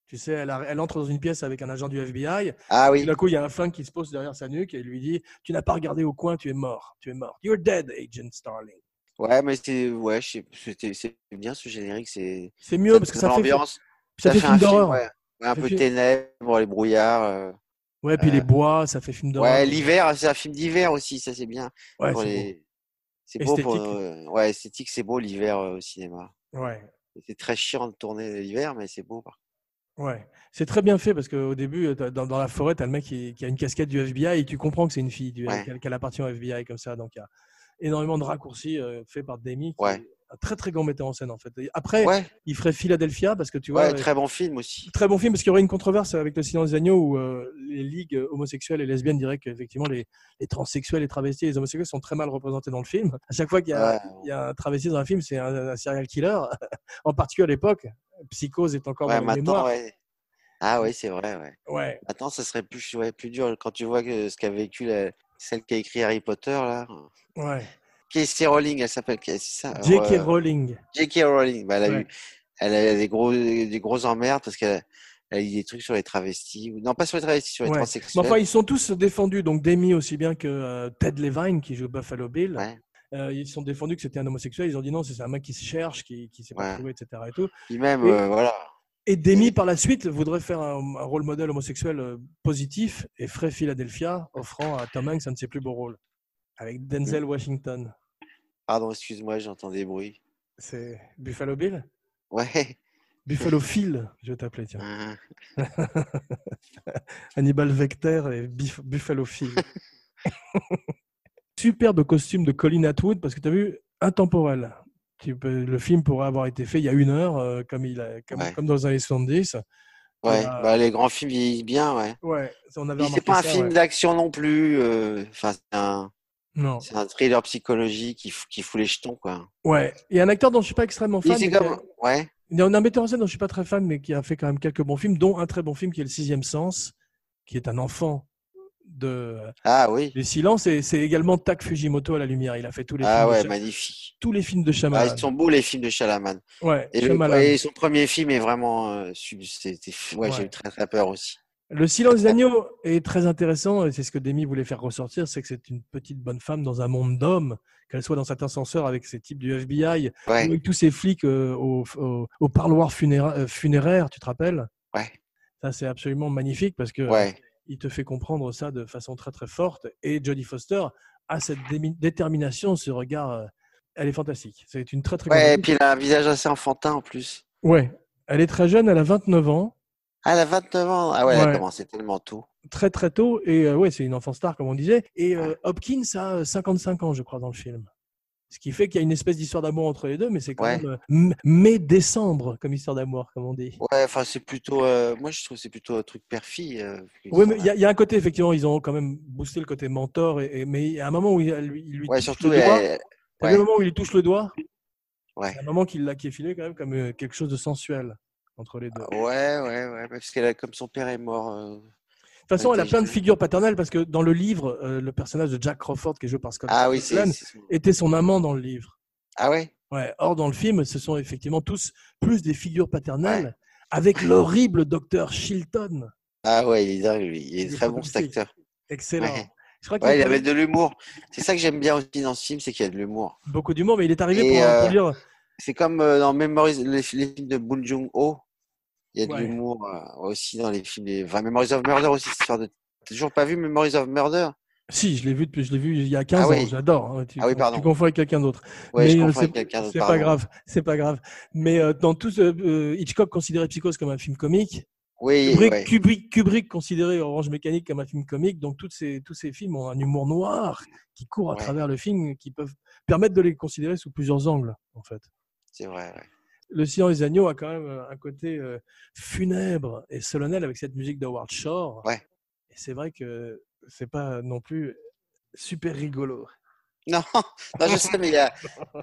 S1: Tu sais, elle, a- elle entre dans une pièce avec un agent du FBI.
S2: Ah
S1: Tout
S2: oui.
S1: d'un coup, il y a un flingue qui se pose derrière sa nuque et il lui dit Tu n'as pas regardé au coin, tu es mort. Tu es mort. You're dead, Agent Starling.
S2: Ouais, mais c'est ouais, je sais- c'était c'est bien ce générique, c'est
S1: C'est mieux parce que ça fait,
S2: l'ambiance,
S1: ça fait film d'horreur.
S2: ouais. Ouais, un
S1: Ça
S2: peu
S1: fait-
S2: ténèbres, les brouillards. euh.
S1: Ouais, puis
S2: Euh,
S1: les bois, ça fait film d'horreur.
S2: Ouais, l'hiver, c'est un film d'hiver aussi, ça c'est bien.
S1: Ouais,
S2: Pour
S1: c'est
S2: les- C'est beau pour
S1: Esthétique.
S2: euh, ouais, esthétique, c'est beau l'hiver euh, au cinéma.
S1: beau. Ouais,
S2: C'est très chiant de tourner l'hiver, mais c'est beau. par-
S1: ouais. C'est très bien fait parce qu'au début, euh, t'as- dans, dans la forêt, tu as le mec qui, qui a une casquette du FBI et tu comprends que c'est une fille, du-
S2: Ouais.
S1: qu'elle qu'elle appartient au FBI comme ça. Donc il y a énormément de raccourcis euh, faits par Demi, qui
S2: Ouais.
S1: est un très très grand metteur en scène en fait. Et après,
S2: Ouais,
S1: il ferait Philadelphia parce que tu vois,
S2: ouais,
S1: euh,
S2: très bon film aussi.
S1: Très bon film parce qu'il y aurait une controverse avec Le Silence des Agneaux où euh, les ligues homosexuelles et lesbiennes diraient qu'effectivement les, les transsexuels, les travestis et les homosexuels sont très mal représentés dans le film. À chaque fois qu'il y a,
S2: Ouais.
S1: il y a un travesti dans un film, c'est un, un serial killer, en particulier à l'époque. Psychose est encore
S2: Ouais,
S1: dans les
S2: maintenant,
S1: mémoires.
S2: ouais. Ah oui, c'est vrai, ouais.
S1: Ouais.
S2: Maintenant, ça serait plus, ouais, plus dur quand tu vois que ce qu'a vécu la- celle qui a écrit Harry Potter, là.
S1: ouais.
S2: Casey Rowling, elle s'appelle, c'est ça
S1: J.K.
S2: euh,
S1: Rowling.
S2: J.K. Rowling, bah, elle, a
S1: Ouais.
S2: eu, elle a eu des gros, des gros emmerdes parce qu'elle a, elle a eu des trucs sur les travestis. ou- Non, pas sur les travestis, sur les
S1: Ouais. Mais
S2: transsexuels.
S1: enfin, ils sont tous défendus, donc Demi aussi bien que euh, Ted Levine qui joue Buffalo Bill.
S2: Ouais.
S1: Euh, ils sont défendus que c'était un homosexuel. Ils ont dit non, c'est un mec qui se cherche, qui, qui s'est pas
S2: Ouais.
S1: trouvé, etc. Et tout.
S2: Puis même,
S1: Oui.
S2: euh, voilà.
S1: Et Demi, par la suite, voudrait faire un, un rôle modèle homosexuel euh, positif et ferait Philadelphia, offrant à Tom Hanks un de ses plus beaux rôles, avec Denzel Washington.
S2: Pardon, excuse-moi, j'entends des bruits.
S1: C'est Buffalo Bill
S2: Ouais.
S1: Buffalo Phil, je vais t'appeler, tiens.
S2: hein.
S1: Hannibal Vecter et Bif- Buffalo Phil. Superbe costume de Colin Atwood, parce que tu as vu, intemporel. Tu peux- le film pourrait avoir été fait il y a une heure, euh, comme, il a, comme,
S2: Ouais.
S1: comme dans les années 70.
S2: Ouais.
S1: Euh,
S2: Bah, les grands films vieillissent bien, ouais.
S1: Ouais, on avait
S2: Puis
S1: remarqué
S2: C'est pas un
S1: ça,
S2: film
S1: ouais.
S2: d'action non plus. euh, Enfin, c'est un,
S1: Non.
S2: c'est un thriller psychologique qui, fout- qui fout les jetons, quoi.
S1: Ouais. Et un acteur dont je suis pas extrêmement
S2: Mais
S1: fan.
S2: c'est
S1: mais qui a-
S2: comme, ouais.
S1: Il y en a un metteur en scène dont je suis pas très fan, mais qui a fait quand même quelques bons films, dont un très bon film qui est Le Sixième Sens, qui est un enfant de
S2: Ah oui.
S1: Les Silences, et c'est également Tak Fujimoto à la lumière. Il a fait tous les
S2: Ah
S1: films,
S2: ouais,
S1: de, Sha-
S2: magnifique.
S1: tous les films de
S2: Ah,
S1: Shyamalan.
S2: ils sont beaux les films de Shalaman.
S1: Ouais,
S2: Et, le-
S1: Shyamalan.
S2: et son premier film est vraiment. euh, sub- c'était- ouais, j'ai
S1: Ouais.
S2: eu très très peur aussi.
S1: Le Silence des Agneaux est très intéressant, et c'est ce que Demi voulait faire ressortir, c'est que c'est une petite bonne femme dans un monde d'hommes, qu'elle soit dans cet ascenseur avec ces types du FBI,
S2: Ouais,
S1: ou avec tous ces flics euh, au, au- au parloir funéra- euh, funéraire, tu te rappelles
S2: Ouais.
S1: Ça, c'est absolument magnifique parce que
S2: ouais,
S1: il te fait comprendre ça de façon très très forte. Et Jodie Foster a cette démi- détermination, ce regard, euh, elle est fantastique. C'est une très très grande
S2: ouais. Et
S1: actrice.
S2: puis il a un visage assez enfantin en plus.
S1: Ouais. Elle est très jeune, elle a 29 ans,
S2: Ah, elle a 29 ans. Ah ouais, elle
S1: Ouais.
S2: a commencé tellement tôt.
S1: très très tôt, et euh, ouais, c'est une enfant star comme on disait. Et euh, Hopkins a euh, 55 ans, je crois, dans le film. Ce qui fait qu'il y a une espèce d'histoire d'amour entre les deux, mais c'est quand
S2: Ouais.
S1: même euh, m- mai-décembre comme histoire d'amour, comme on dit.
S2: Ouais, enfin c'est plutôt. euh, moi je trouve que c'est plutôt un truc euh, perfide.
S1: Oui, mais il y, a- il y a un côté, effectivement, ils ont quand même boosté le côté mentor, et, et- mais il y a un moment où il, elle lui- il lui
S2: hein. Ouais,
S1: touche
S2: surtout.
S1: le doigt.
S2: elle-
S1: T'as
S2: Ouais.
S1: vu le moment où il lui touche le doigt
S2: Ouais.
S1: Il y a un moment qui l'a qui est filmé quand même comme euh, quelque chose de sensuel entre les deux. De
S2: Ouais, ouais, ouais. Parce qu'elle a comme son père est mort. euh,
S1: toute façon, elle a
S2: t'as-
S1: plein de figures paternelles parce que dans le livre, euh, le personnage de Jack Crawford, qui est joué par Scott
S2: Ah oui, c'est.
S1: Copland,
S2: c'est-
S1: était son amant dans le livre.
S2: Ah ouais.
S1: Ouais. Or, dans le film, ce sont effectivement tous plus des figures paternelles avec l'horrible docteur Shilton.
S2: Ah ouais, il est dingue, lui. Il est
S1: Il est
S2: très bon cet
S1: fantastique.
S2: acteur.
S1: Excellent.
S2: Ouais.
S1: Je crois qu'il
S2: Ouais, il
S1: a
S2: avait de l'humour. C'est ça que j'aime bien aussi dans ce film, c'est qu'il y a de l'humour.
S1: beaucoup d'humour, mais il est arrivé
S2: Et,
S1: pour
S2: euh,
S1: introduire
S2: C'est comme euh, dans Memories, les, les films de Boon Joon-ho. Il y a de
S1: Ouais.
S2: l'humour euh, aussi dans les films. des- Enfin, Memories of Murder aussi, cette histoire de. T'as toujours pas vu Memories of Murder
S1: Si, je l'ai vu depuis, je l'ai vu il y a 15
S2: Ah
S1: ans,
S2: oui.
S1: j'adore. hein. Tu,
S2: Ah oui,
S1: tu
S2: pardon.
S1: confonds avec quelqu'un d'autre.
S2: Ouais, je
S1: Mais, euh,
S2: confonds
S1: c'est-
S2: avec quelqu'un d'autre.
S1: C'est pas
S2: pardon.
S1: grave, c'est pas grave. Mais euh, dans tout ce, euh, Hitchcock considérait Psychose comme un film comique,
S2: Oui,
S1: Kubrick,
S2: ouais.
S1: Kubrick, Kubrick considérait Orange Mécanique comme un film comique. Donc toutes ces, tous ces films ont un humour noir qui court à
S2: Ouais.
S1: travers le film, qui peuvent permettre de les considérer sous plusieurs angles, en fait.
S2: c'est vrai. ouais.
S1: Le Silence des Agneaux a quand même euh, un côté euh, funèbre et solennel avec cette musique d'Howard Shore.
S2: Ouais.
S1: Et c'est vrai que c'est pas non plus super rigolo.
S2: Non, non, je sais, mais il y a,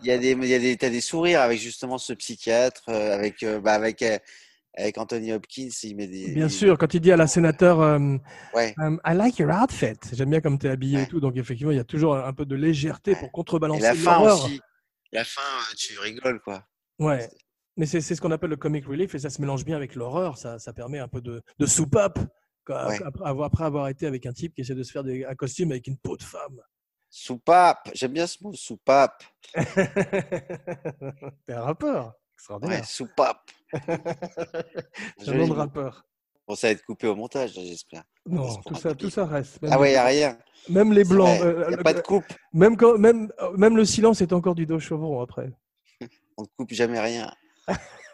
S2: il y a des, il y a des, t'as des sourires avec justement ce psychiatre, euh, avec, euh, bah, avec, euh, avec Anthony Hopkins, il met des.
S1: Bien
S2: il-
S1: sûr, quand il dit à la sénateur euh,
S2: Ouais.
S1: Um, I like your outfit. J'aime bien comme tu es habillé et
S2: Ouais.
S1: tout. Donc, effectivement, il y a toujours un peu de légèreté
S2: Ouais.
S1: pour
S2: Et
S1: contrebalancer
S2: la fin
S1: l'horreur.
S2: aussi. La fin, euh, tu rigoles, quoi.
S1: Ouais. Mais c'est c'est ce qu'on appelle le comic relief et ça se mélange bien avec l'horreur. Ça, ça permet un peu de, de soupape quoi,
S2: Ouais.
S1: après, avoir, après avoir été avec un type qui essaie de se faire des, un costume avec une peau de femme.
S2: Soupape, j'aime bien ce mot, soupape.
S1: T'es un rappeur. Extraordinaire.
S2: Ouais, soupape.
S1: C'est un nom
S2: Joli
S1: de
S2: mot.
S1: rappeur.
S2: Bon, ça va être coupé au montage, là, j'espère.
S1: Non,
S2: se
S1: tout
S2: prend
S1: ça,
S2: un
S1: tout
S2: pied.
S1: ça reste. Même,
S2: Ah ouais, il n'y a rien.
S1: même les blancs.
S2: Il
S1: euh,
S2: n'y
S1: le-
S2: a pas de coupe.
S1: même, quand, même, même le silence est encore du dos chevron après.
S2: On ne coupe jamais rien.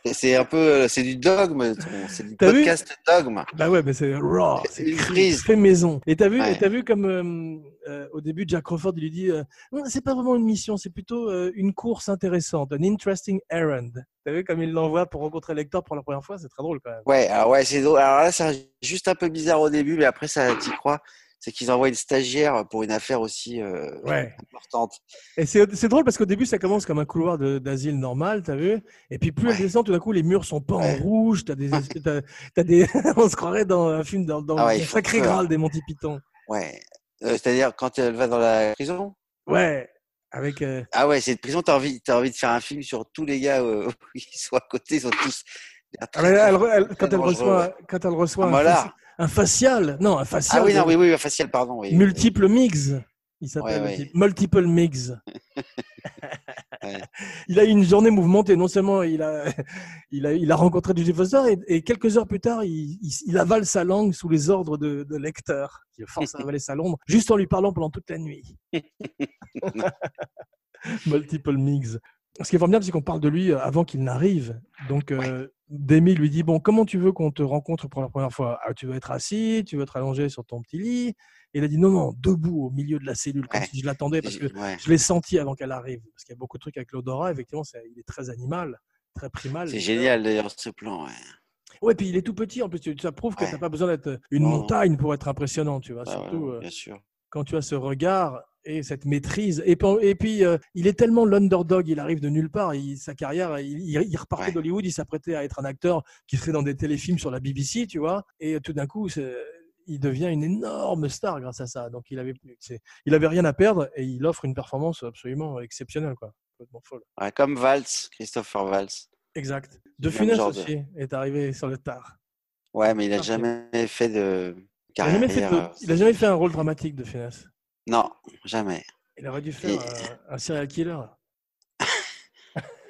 S2: Et C'est un peu, euh, c'est du dogme, ton- c'est du
S1: T'as vu
S2: podcast dogme.
S1: Bah ouais, mais c'est raw,
S2: C'est
S1: c'est
S2: une
S1: cru,
S2: prise.
S1: fait maison. Et t'as vu,
S2: Ouais.
S1: et t'as vu comme euh, euh, au début, Jack Crawford, il lui dit, euh, Non, c'est pas vraiment une mission, c'est plutôt euh, une course intéressante, an interesting errand. T'as vu comme il l'envoie pour rencontrer Lector pour la première fois, c'est très drôle quand même.
S2: Ouais, alors ouais, c'est drôle. Alors là, c'est un- juste un peu bizarre au début, mais après, ça, t'y crois. C'est qu'ils envoient une stagiaire pour une affaire aussi euh,
S1: Ouais.
S2: importante.
S1: Et c'est c'est drôle parce qu'au début, ça commence comme un couloir de- d'asile normal, t'as vu Et puis plus elle
S2: Ouais.
S1: descend, tout d'un coup, les murs sont peints en
S2: Ouais.
S1: rouge, t'as des, t'as- t'as des, on se croirait dans un film dans, dans
S2: Ah ouais,
S1: le
S2: ils font
S1: sacré
S2: peur.
S1: Graal des Monty Python.
S2: Ouais. Euh, C'est-à-dire quand elle va dans la prison.
S1: Ouais, avec. euh,
S2: Ah ouais, c'est une prison. T'as envie, t'as envie de faire un film sur tous les gars euh, qui sont à côté. Ils sont tous.
S1: Ah, mais là, elle re- elle- quand,
S2: très
S1: elle
S2: dangereux,
S1: reçoit, quand elle reçoit
S2: Ah,
S1: un,
S2: voilà.
S1: faci- un facial, non, un facial,
S2: Ah oui, non,
S1: de-
S2: oui, oui, facial, pardon. Oui, oui, oui.
S1: multiple mix, il s'appelle
S2: Ouais,
S1: le
S2: ouais.
S1: type. multiple mix. Il a eu une journée mouvementée. Non seulement il a, il a, il a rencontré du défenseur et, et quelques heures plus tard, il, il- il avale sa langue sous les ordres de, de lecteur, qui le force à avaler sa langue, juste en lui parlant pendant toute la nuit. Multiple mix. Ce qui est formidable, c'est qu'on parle de lui euh, avant qu'il n'arrive. Donc, euh, Demi lui dit Bon, comment tu veux qu'on te rencontre pour la première fois Ah, Tu veux être assis Tu veux te rallonger sur ton petit lit Et il a dit Non, non, debout au milieu de la cellule, comme
S2: Ouais.
S1: si je l'attendais, parce que
S2: Ouais.
S1: je l'ai senti avant qu'elle arrive, parce qu'il y a beaucoup de trucs avec l'odorat. Effectivement, c'est- il est très animal, très primal.
S2: C'est génial d'ailleurs ce plan. Ouais.
S1: Ah, Ouais, puis il est tout petit. En plus, tu- ça prouve que
S2: Ouais.
S1: t'as pas besoin d'être euh, une
S2: Non, non.
S1: montagne pour être impressionnant, tu vois.
S2: Ah ouais,
S1: surtout euh,
S2: bien sûr.
S1: quand tu as ce regard et cette maîtrise. Et puis, et puis, euh, il est tellement l'underdog, il arrive de nulle part. Il- sa carrière, il, il- il repartait
S2: Ouais.
S1: d'Hollywood, il s'apprêtait à être un acteur qui serait dans des téléfilms sur la BBC, tu vois. Et euh, tout d'un coup, c'est- il devient une énorme star grâce à ça. Donc, il avait, c'est- il avait rien à perdre et il offre une performance absolument exceptionnelle, quoi. Complètement folle.
S2: Ouais, comme Valls, Christopher Valls.
S1: Exact. De
S2: Même
S1: Funès
S2: genre de-
S1: aussi est arrivé sur le tard.
S2: Ouais, mais il a
S1: Parfait.
S2: jamais fait de
S1: Il n'a
S2: carrière.
S1: jamais, fait de-
S2: euh,
S1: il a jamais fait un rôle dramatique de Funès.
S2: Non, jamais.
S1: Il aurait dû faire
S2: Et-
S1: euh, un, serial killer.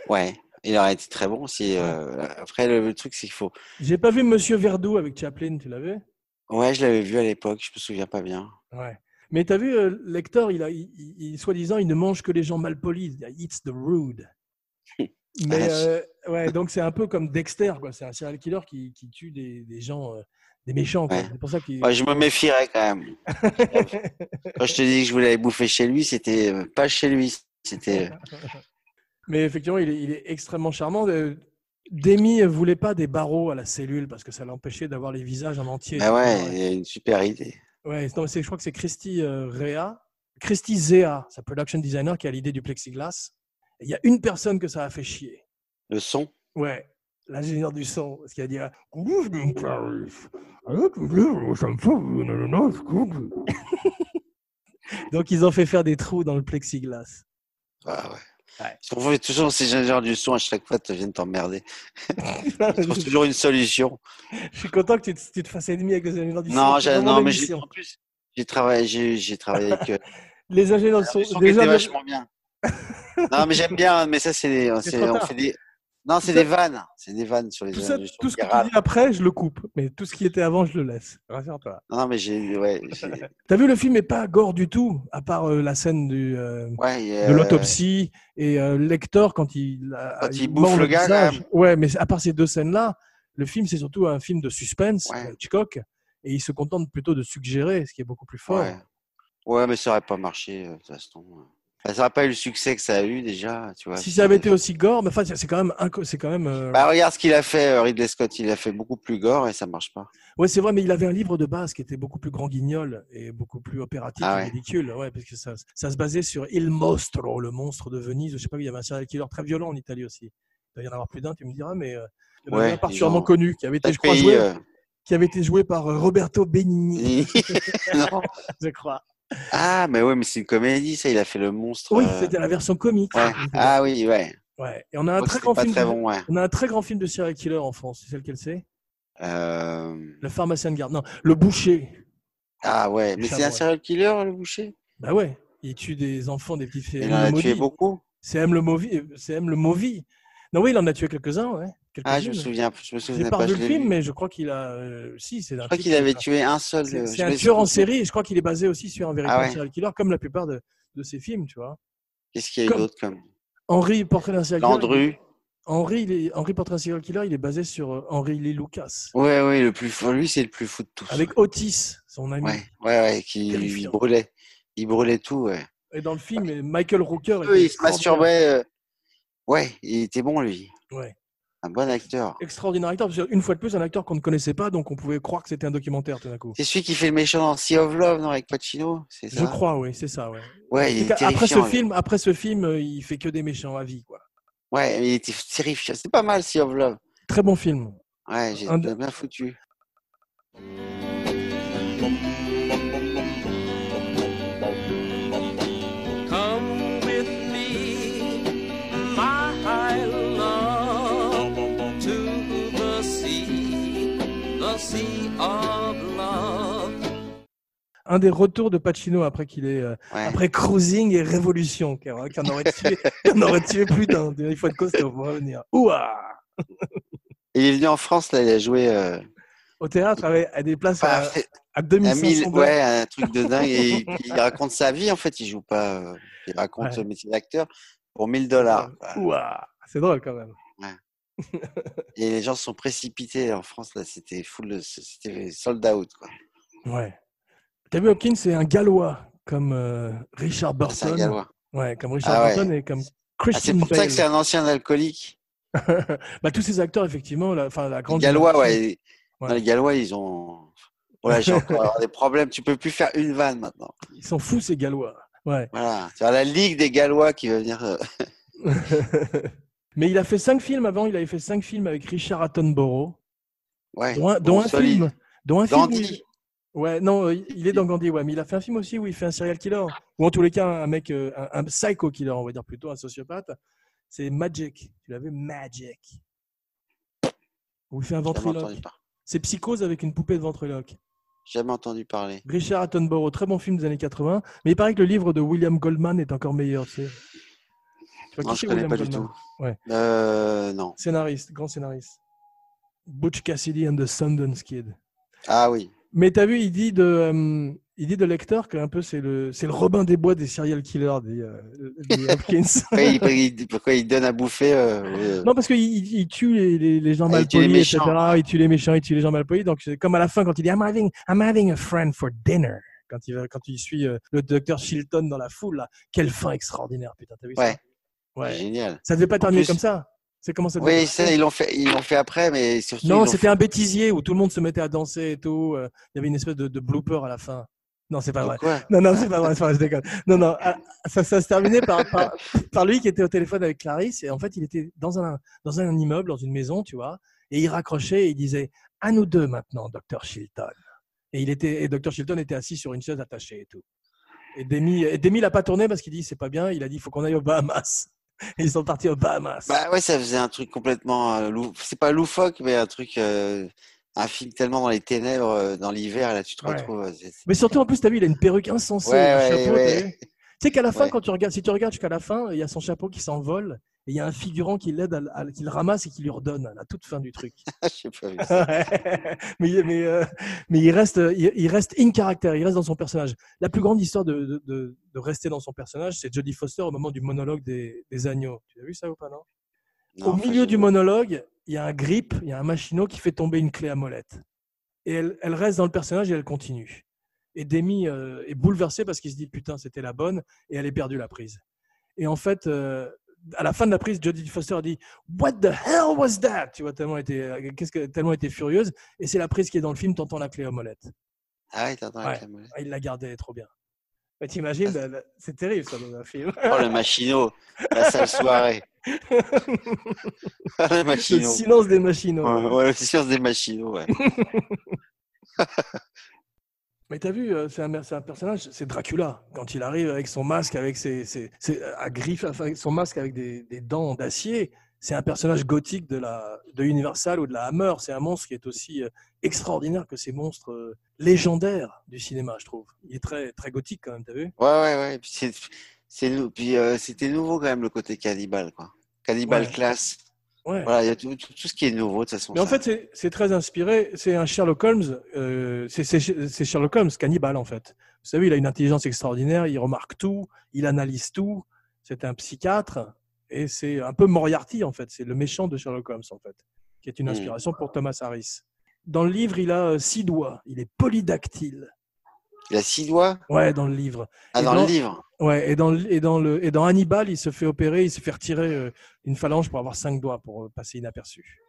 S2: Ouais, il aurait été très bon si. euh, Après, le, le truc, c'est qu'il faut.
S1: J'ai pas vu Monsieur Verdoux avec Chaplin, tu l'as vu
S2: Ouais, je l'avais vu à l'époque, je me souviens pas bien.
S1: Ouais. Mais t'as vu, euh, Lector, il a, il, il- il- soi-disant, il ne mange que les gens mal polis. Il a It's the rude. Mais
S2: Ah,
S1: euh, ouais, donc c'est un peu comme Dexter, quoi. C'est un serial killer qui, qui tue des, des gens, euh, des méchants. quoi.
S2: Ouais.
S1: C'est pour ça qu'il.
S2: Ouais, je me méfierais quand même. Quand je te dis que je voulais aller bouffer chez lui, c'était euh, pas chez lui. C'était. euh,
S1: Mais effectivement, il est, il est extrêmement charmant. Euh, Demi voulait pas des barreaux à la cellule parce que ça l'empêchait d'avoir les visages en entier.
S2: Bah ouais, il y a une super idée.
S1: Ouais, non, mais c'est- je crois que c'est Christy euh, Rea, Christy Zea, sa production designer, qui a l'idée du plexiglas. Et Il y a une personne que ça a fait chier.
S2: Le son.
S1: Ouais, l'ingénieur du son, parce qu'il a dit. ah, Coucou, je me clarifie. Alors, tu sais, ça me fait une ananas, coucou. Donc ils ont fait faire des trous dans le plexiglas.
S2: Ah ouais. Parce qu'on fait toujours ces ingénieurs du son à chaque fois te viennent t'emmerder. Ils trouvent toujours une solution.
S1: Je suis content que tu te, tu te fasses ennemi avec les ingénieurs du son.
S2: Non,
S1: C'est
S2: j'ai-
S1: vraiment
S2: non, mais j'ai
S1: l'émission.
S2: en plus, j'ai travaillé, j'ai j'ai travaillé avec euh,
S1: Les ingénieurs du
S2: J'ai Ah,
S1: son.
S2: l'impression qu'elle
S1: Déjà,
S2: était
S1: le-
S2: vachement bien. non, mais j'aime bien, mais ça, c'est des,
S1: C'est
S2: c'est-
S1: trop
S2: on
S1: tard.
S2: fait des. Non, c'est des vannes. C'est des vannes sur les
S1: tout, ça,
S2: sur
S1: tout ce que
S2: les
S1: tu
S2: râles.
S1: dis après, je le coupe. Mais tout ce qui était avant, je le laisse. Rassure-toi.
S2: Non, non, mais j'ai. Ouais, j'ai-
S1: T'as vu, le film est pas gore du tout, à part euh, la scène du, euh,
S2: ouais, il y a-
S1: de l'autopsie et euh, Lector quand il, a-
S2: Quand il
S1: mord
S2: bouffe le gars,
S1: visage.
S2: là.
S1: Ouais, mais à part ces deux scènes-là, le film c'est surtout un film de suspense,
S2: Ouais.
S1: de Hitchcock, et il se contente plutôt de suggérer, ce qui est beaucoup plus fort.
S2: Ouais. Ouais, mais ça aurait pas marché, euh, de toute façon. Enfin, ça aurait pas eu le succès que ça a eu déjà, tu vois.
S1: Si ça avait été aussi gore, mais enfin c'est c'est quand même, inco- c'est quand même. euh,
S2: Bah, regarde ce qu'il a fait, euh, Ridley Scott. Il a fait beaucoup plus gore et ça marche pas.
S1: Ouais, c'est vrai, mais il avait un livre de base qui était beaucoup plus grand guignol et beaucoup plus opératif et
S2: Ah ouais.
S1: ridicule. Ouais, parce que ça, ça se basait sur Il Mostro, le monstre de Venise. Je sais pas, il y avait un serial killer très violent en Italie aussi. Il doit y en avoir plus d'un, tu me diras, mais euh, il y en avait
S2: Ouais,
S1: un
S2: ils
S1: particulièrement
S2: ont-
S1: connu qui avait été, je
S2: Chaque
S1: crois,
S2: pays.
S1: joué,
S2: euh,
S1: qui avait été joué par euh, Roberto Benigni,
S2: non.
S1: je crois.
S2: Ah, mais ouais, mais c'est une comédie, ça. Il a fait le monstre.
S1: Oui,
S2: euh,
S1: c'était la version comique.
S2: ouais. Ah oui, ouais.
S1: Ouais. Et on a un
S2: L'autre,
S1: très
S2: c'était
S1: grand
S2: pas
S1: film.
S2: très
S1: de-
S2: bon, ouais.
S1: On a un très grand film de serial killer en France. C'est celle qu'elle sait
S2: Euh,
S1: Le pharmacien de garde. Non, le boucher.
S2: Ah ouais, mais c'est un
S1: Chabrol.
S2: serial killer, le boucher
S1: Bah ouais. Il tue des enfants, des petites filles.
S2: Il en a tué beaucoup
S1: C'est M le Movie. C'est M le Movie. Non, oui, il en a tué quelques-uns, ouais.
S2: Ah, je me
S1: Quelques-unes.
S2: souviens, je me
S1: J'ai
S2: souvenais
S1: pas
S2: pas,
S1: vu
S2: je
S1: le
S2: l'ai
S1: film,
S2: vu.
S1: mais je crois qu'il a. euh, si, c'est un
S2: Je crois
S1: type
S2: qu'il
S1: qui-
S2: avait tué un seul.
S1: C'est
S2: euh,
S1: c'est
S2: je
S1: un
S2: me
S1: tueur en
S2: souviens.
S1: série. et Je crois qu'il est basé aussi sur un véritable
S2: Ah ouais.
S1: serial killer, comme la plupart de, de ses films, tu vois.
S2: Qu'est-ce qu'il y a eu
S1: Comme-
S2: d'autre comme
S1: Henri, portrait d'un serial killer.
S2: Landru
S1: Henri, il est- Henri Portrait d'un serial killer, il est basé sur euh, Henri Lee Lucas.
S2: Ouais, ouais, le plus fou. Lui, c'est le plus fou de tous.
S1: Avec Otis, son ami.
S2: Ouais, ouais, ouais, qui il
S1: Terrifiant.
S2: brûlait. Il brûlait tout, ouais.
S1: Et dans le film, et Michael Rooker.
S2: Eux,
S1: était
S2: il se masturbait. euh, Ouais, il était bon, lui.
S1: Ouais.
S2: Un bon acteur.
S1: Extraordinaire acteur, parce que, une fois de plus, un acteur qu'on ne connaissait pas, donc on pouvait croire que c'était un documentaire tout d'un coup.
S2: C'est celui qui fait le méchant dans Sea of Love, non, avec Pacino C'est ça
S1: Je crois, oui, c'est ça, ouais.
S2: Ouais, il
S1: C'est
S2: est
S1: qu'après après ce
S2: terrifiant. hein. lui.
S1: film, après ce film, euh, il fait que des méchants à vie, quoi.
S2: Ouais, mais il était terrifiant. C'était pas mal, Sea of Love.
S1: Très bon film.
S2: Ouais, j'ai
S1: Un de-
S2: bien foutu.
S9: Come with me, my love, to the sea, the sea of love.
S1: Un des retours de Pacino après qu'il est
S2: Ouais.
S1: Après Cruising et Révolution, qui aura- qui en aurait tué, qui en aurait tué plus d'un. Il faut être costaud pour revenir. Ouah
S2: Et il est venu en France, là, il a joué euh,
S1: Au théâtre, avec, à des places à,
S2: pas-
S1: à
S2: à 1000,
S1: 2500 dollars.
S2: ouais, un truc de dingue. Et il, il raconte sa vie, en fait, il joue pas. euh, il raconte
S1: Ouais.
S2: le métier d'acteur pour 1000 dollars. Bah, quoi.
S1: Ouah C'est drôle quand même.
S2: Et les gens se sont précipités en France, là, c'était full, c'était sold out, quoi.
S1: Ouais. David Hopkins, c'est un gallois, comme euh, Richard
S2: Ah, C'est un
S1: Burton.
S2: gallois.
S1: Ouais, comme Richard
S2: Ah ouais.
S1: Burton et comme
S2: Ah, c'est
S1: Christian
S2: pour ça que c'est
S1: Bale.
S2: un ancien alcoolique.
S1: bah, tous ces acteurs, effectivement, la, enfin, la
S2: Les
S1: grande.
S2: Gallois, ouais.
S1: génération.
S2: Non,
S1: Ouais.
S2: les Gallois, ils ont. Voilà, j'ai encore avoir des problèmes. Tu peux plus faire une vanne maintenant.
S1: Ils sont fous, ces gallois. Ouais.
S2: Voilà. Tu as la Ligue des Gallois qui va venir. euh,
S1: Mais il a fait cinq films avant. Il avait fait cinq films avec Richard Attenborough,
S2: Ouais.
S1: dont un,
S2: bon,
S1: dont un
S2: solide.
S1: film. Dont un film où il-
S2: Dandy.
S1: Ouais, non, euh, il est dans Gandhi, ouais, mais il a fait un film aussi où il fait un serial killer, ou en tous les cas un mec, euh, un, un psycho killer, on va dire plutôt, un sociopathe. C'est Magic. Tu l'as vu, Magic. Où il fait un
S2: Jamais entendu,
S1: ventriloque.
S2: par-
S1: C'est Psychose avec une poupée de ventriloque.
S2: jamais entendu parler.
S1: Richard Attenborough, très bon film des années 80, mais il paraît que le livre de William Goldman est encore meilleur. Tu sais. Tu vois Bah,
S2: Non,
S1: qui
S2: je
S1: c'est
S2: connais
S1: William
S2: pas du
S1: Goldman
S2: tout.
S1: Ouais.
S2: Euh, non.
S1: Scénariste, grand scénariste. Butch Cassidy and the Sundance Kid.
S2: Ah oui.
S1: Mais t'as vu, il dit de, euh, il dit de Lecter que un peu c'est le, c'est le Robin des Bois des serial killers, dit, euh, dit Hopkins.
S2: Pourquoi il, il- pourquoi il donne à bouffer euh, euh,
S1: non, parce qu'il il il tue les, les, les gens
S2: Ah, il tue les
S1: malpolis, etc.
S2: méchants.
S1: Il tue les méchants, il tue les gens malpolis. Donc, c'est comme à la fin, quand il dit I'm having, I'm having a friend for dinner. Quand il, va- quand il suit euh, le docteur Shilton dans la foule, là. Quelle fin extraordinaire, putain, t'as vu
S2: Ouais.
S1: ça Ouais.
S2: euh, Génial.
S1: Ça devait pas terminer
S2: plus-
S1: comme ça. C'est comment ça devait terminer
S2: Oui, ça, ils l'ont fait, ils l'ont fait après, mais surtout. ils
S1: Non,
S2: l'ont
S1: c'était un bêtisier où tout le monde se mettait à danser et tout. euh, Il y avait une espèce de, de blooper à la fin. Non, c'est pas
S2: fait-
S1: vrai.
S2: Quoi
S1: Non, non, c'est pas vrai, c'est pas vrai, je déconne. Non, non, ah, ça, ça se terminait par, par, par lui qui était au téléphone avec Clarisse et en fait, il était dans un, dans un immeuble, dans une maison, tu vois, et il raccrochait et il disait À nous deux maintenant, docteur Shilton. Et, il était, et Dr. Shilton était assis sur une chaise attachée et tout. Et Demi, et Demi l'a pas tourné parce qu'il dit C'est pas bien, il a dit Il faut qu'on aille aux Bahamas. Et ils sont partis aux Bahamas.
S2: Bah ouais, ça faisait un truc complètement. euh, lou- C'est pas loufoque, mais un truc. euh, Un film tellement dans les ténèbres, euh, dans l'hiver, là, tu te
S1: Ouais.
S2: retrouves. euh, c'est-
S1: Mais surtout, en plus, t'as vu, il a une perruque insensée,
S2: Ouais,
S1: un
S2: ouais,
S1: chapeau, t'as
S2: ouais.
S1: vu Tu sais qu'à la fin,
S2: Ouais.
S1: quand tu regardes, si tu regardes jusqu'à la fin, il y a son chapeau qui s'envole et il y a un figurant qui l'aide, à, à- qui le ramasse et qui lui redonne à la toute fin du truc.
S2: Je sais pas. mais-
S1: Ouais. mais, mais, euh, mais il reste, il, il reste in character, il reste dans son personnage. La plus grande histoire de, de, de- de rester dans son personnage, c'est Jodie Foster au moment du monologue des, des agneaux. Tu as vu ça ou pas, non,
S2: Non,
S1: Au
S2: enfin,
S1: milieu
S2: je-
S1: du monologue, il y a un grip, il y a un machinot qui fait tomber une clé à molette. Et elle, elle reste dans le personnage et elle continue. Et Demi euh, est bouleversée parce qu'il se dit putain, c'était la bonne et elle est perdue la prise. Et en fait, euh, à la fin de la prise, Jodie Foster dit What the hell was that Tu vois, tellement était, euh, qu'est-ce que, tellement était furieuse. Et c'est la prise qui est dans le film, t'entends la clé à molette.
S2: Ah ouais, t'entends la
S1: Ouais.
S2: clé à molette.
S1: Ah, il la gardait trop bien. Bah, T'imagines,
S2: Ah,
S1: la- la- c'est terrible ça dans un film.
S2: Oh, le machino, la sale soirée. Ah, le
S1: Le
S2: machino.
S1: silence des machines.
S2: Ouais, ouais, le silence des machinots, ouais.
S1: Mais t'as vu, euh, c'est un, c'est un personnage, c'est Dracula. Quand il arrive avec son masque, avec ses, ses- ses- euh, à griffes, enfin, avec son masque avec des, des dents d'acier, c'est un personnage gothique de, la, de Universal ou de la Hammer. C'est un monstre qui est aussi euh, extraordinaire que ces monstres euh, légendaires du cinéma, je trouve. Il est très, très gothique quand même, t'as vu
S2: Ouais, ouais, ouais. Et puis c'est, c'est nou- puis euh, c'était nouveau quand même le côté cannibale, quoi. Cannibale
S1: Ouais.
S2: classe.
S1: Ouais.
S2: Voilà, il y a tout, tout, tout ce qui est nouveau de toute façon.
S1: Mais en
S2: ça.
S1: fait, c'est- c'est très inspiré. C'est un Sherlock Holmes. euh, c'est- c'est c'est Sherlock Holmes, cannibale, en fait. Vous savez, il a une intelligence extraordinaire. Il remarque tout. Il analyse tout. C'est un psychiatre. Et c'est un peu Moriarty, en fait. C'est le méchant de Sherlock Holmes, en fait, qui est une
S2: Mm.
S1: inspiration pour Thomas Harris. Dans le livre, il a euh, six doigts. Il est polydactyle.
S2: il a six doigts.
S1: Ouais, dans le livre.
S2: Ah,
S1: Et
S2: dans
S1: dans-
S2: le livre.
S1: Ouais, et dans, le- et, dans le, et dans Hannibal, il se fait opérer, il se fait retirer euh, une phalange pour avoir cinq doigts, pour euh, passer inaperçu.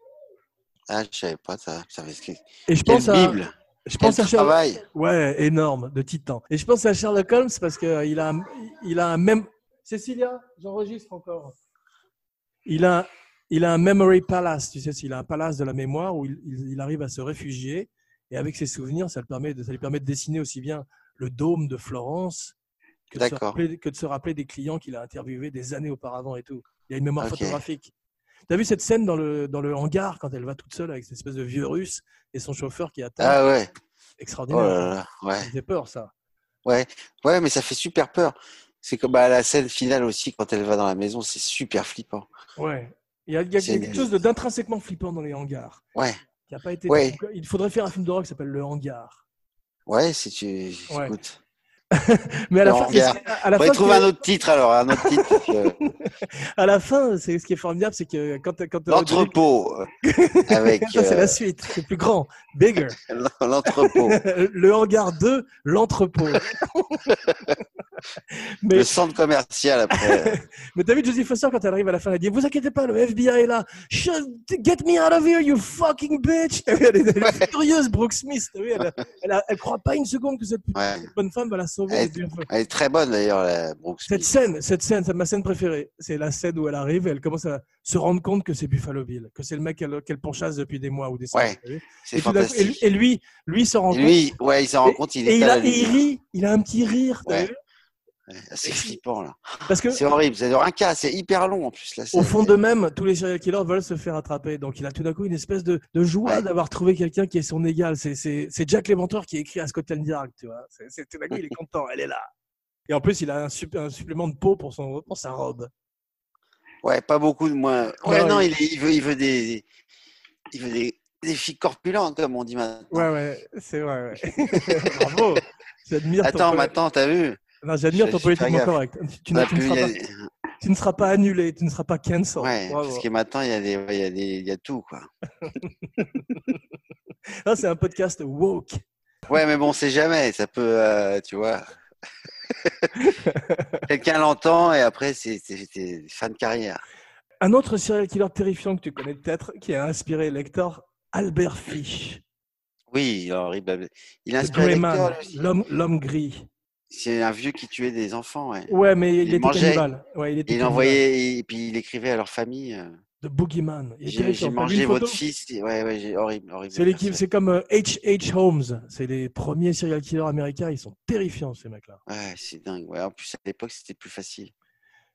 S2: Ah, je savais pas ça. ça fait... Quelle
S1: Et je pense à,
S2: Bible.
S1: je
S2: Quel
S1: pense à Sherlock,
S2: travail.
S1: Ouais, énorme, de titan. Et je pense à Sherlock Holmes parce qu'il a, un- il a un même. Cécilia, j'enregistre encore. Il a, il a un memory palace, tu sais, il a un palace de la mémoire où il, il- il arrive à se réfugier et avec ses souvenirs, ça, le permet de, ça lui permet de dessiner aussi bien le dôme de Florence que de, se
S2: D'accord.
S1: rappeler, que de se rappeler des clients qu'il a interviewés des années auparavant et tout. Il a une mémoire
S2: Ok.
S1: photographique. T'as vu cette scène dans le, dans le hangar quand elle va toute seule avec cette espèce de vieux russe et son chauffeur qui attend
S2: Ah ouais. Oh
S1: Extraordinaire.
S2: là là. Ouais.
S1: Ça faisait peur, ça.
S2: Ouais, mais ça fait super peur. C'est comme à la scène finale aussi, quand elle va dans la maison, c'est super flippant.
S1: Ouais. Il y a, il y a
S2: C'est
S1: quelque
S2: une-
S1: chose de- d'intrinsèquement flippant dans les hangars.
S2: Ouais,
S1: Qui a pas été...
S2: Ouais.
S1: Il faudrait faire un film d'horreur qui s'appelle Le Hangar.
S2: ouais, si tu
S1: Ouais.
S2: écoutes.
S1: Mais à la
S2: Le
S1: fin,
S2: Hangar.
S1: c'est- à la
S2: On va
S1: fin,
S2: trouver
S1: c'est-
S2: un autre titre alors, un autre titre. parce que- euh,
S1: à la fin, c'est ce qui est formidable, c'est que quand, quand
S2: L'entrepôt. euh, Avec
S1: ça c'est
S2: euh,
S1: la suite, c'est plus grand, bigger.
S2: l'entrepôt.
S1: le hangar 2, l'entrepôt. mais
S2: Le centre commercial après. euh,
S1: mais t'as vu Jodie Foster quand elle arrive à la fin, elle dit vous inquiétez pas, le FBI est là. Shut- get me out of here, you fucking bitch. T'as vu, elle est, elle est furieuse, Brooke Smith. T'as vu, elle, a- elle, a- elle croit pas une seconde que cette
S2: Ouais.
S1: bonne femme va la sauver.
S2: Elle-
S1: du feu.
S2: Elle est très bonne d'ailleurs, la Brooks.
S1: Cette scène, cette scène, c'est ma scène préférée. C'est la scène où elle arrive et elle commence à se rendre compte que c'est Buffalo Bill, que c'est le mec qu'elle qu'elle pourchasse depuis des mois ou des
S2: Ouais,
S1: semaines. t'as vu
S2: C'est
S1: Et, tout d'un coup- et lui-
S2: fantastique.
S1: et lui, lui s'en rend
S2: Et
S1: compte.
S2: lui, ouais, il s'en rend compte, il
S1: et
S2: est
S1: il,
S2: à
S1: a,
S2: la
S1: et il
S2: lumière.
S1: rit, il a un petit rire. t'as
S2: Ouais.
S1: vu
S2: C'est flippant là.
S1: Parce que
S2: C'est horrible. C'est un cas, c'est hyper long en plus. Là,
S1: au
S2: c'est-
S1: fond d'eux-mêmes, tous les serial killers veulent se faire attraper. Donc il a tout d'un coup une espèce de, de joie
S2: Ouais.
S1: d'avoir trouvé quelqu'un qui est son égal. C'est- C'est c'est Jack Léventeur qui a écrit à Scotland Yard, tu vois. C'est- c'est- tout d'un coup, il est content, elle est là. Et en plus, il a un, supp- un supplément de peau pour, son, pour sa robe.
S2: Ouais, pas beaucoup de moins. Ouais,
S1: Ouais,
S2: non,
S1: ouais.
S2: il, est- il veut, il veut des, il veut des, des filles corpulentes comme on dit maintenant.
S1: Ouais, ouais, c'est vrai. Ouais. Bravo. J'admire ton,
S2: Attends,
S1: poli-
S2: maintenant, t'as vu
S1: non, j'admire
S2: je-
S1: ton
S2: je fais
S1: politiquement
S2: gaffe.
S1: correct. Tu,
S2: On
S1: ne-
S2: a
S1: tu ne
S2: plus-
S1: seras
S2: il y a
S1: pas,
S2: des-
S1: tu ne seras pas annulé, tu ne seras pas cancel.
S2: Ouais,
S1: Bravo.
S2: parce que maintenant, il y a des, il y a des, il y a tout quoi.
S1: Là, c'est un podcast woke.
S2: Ouais, mais bon, c'est jamais. Ça peut, euh, tu vois. Quelqu'un l'entend et après, c'est c'est- c'est fin de carrière.
S1: Un autre serial killer terrifiant que tu connais peut-être, qui a inspiré Lector, Albert Fish.
S2: Oui, horrible. Il a
S1: Le
S2: inspiré
S1: Grey Man,
S2: Lecter, lui aussi.
S1: l'homme- l'homme gris.
S2: C'est un vieux qui tuait des enfants. Ouais.
S1: Ouais, mais il,
S2: Il
S1: était
S2: mangeait.
S1: cannibale. Ouais, il était
S2: Il
S1: cannibale.
S2: envoyait et puis il écrivait à leur famille. euh,
S1: The Boogeyman. Il est
S2: J'ai
S1: terrifiant.
S2: j'ai
S1: T'as vu
S2: mangé
S1: une photo
S2: votre fils. Ouais, ouais, j'ai- horrible, horrible.
S1: C'est l'équipe,
S2: personne.
S1: c'est comme euh, H.H. Holmes. C'est les premiers serial killers américains. Ils sont terrifiants, ces mecs-là.
S2: Ouais, c'est dingue. Ouais. En plus, à l'époque, c'était plus facile.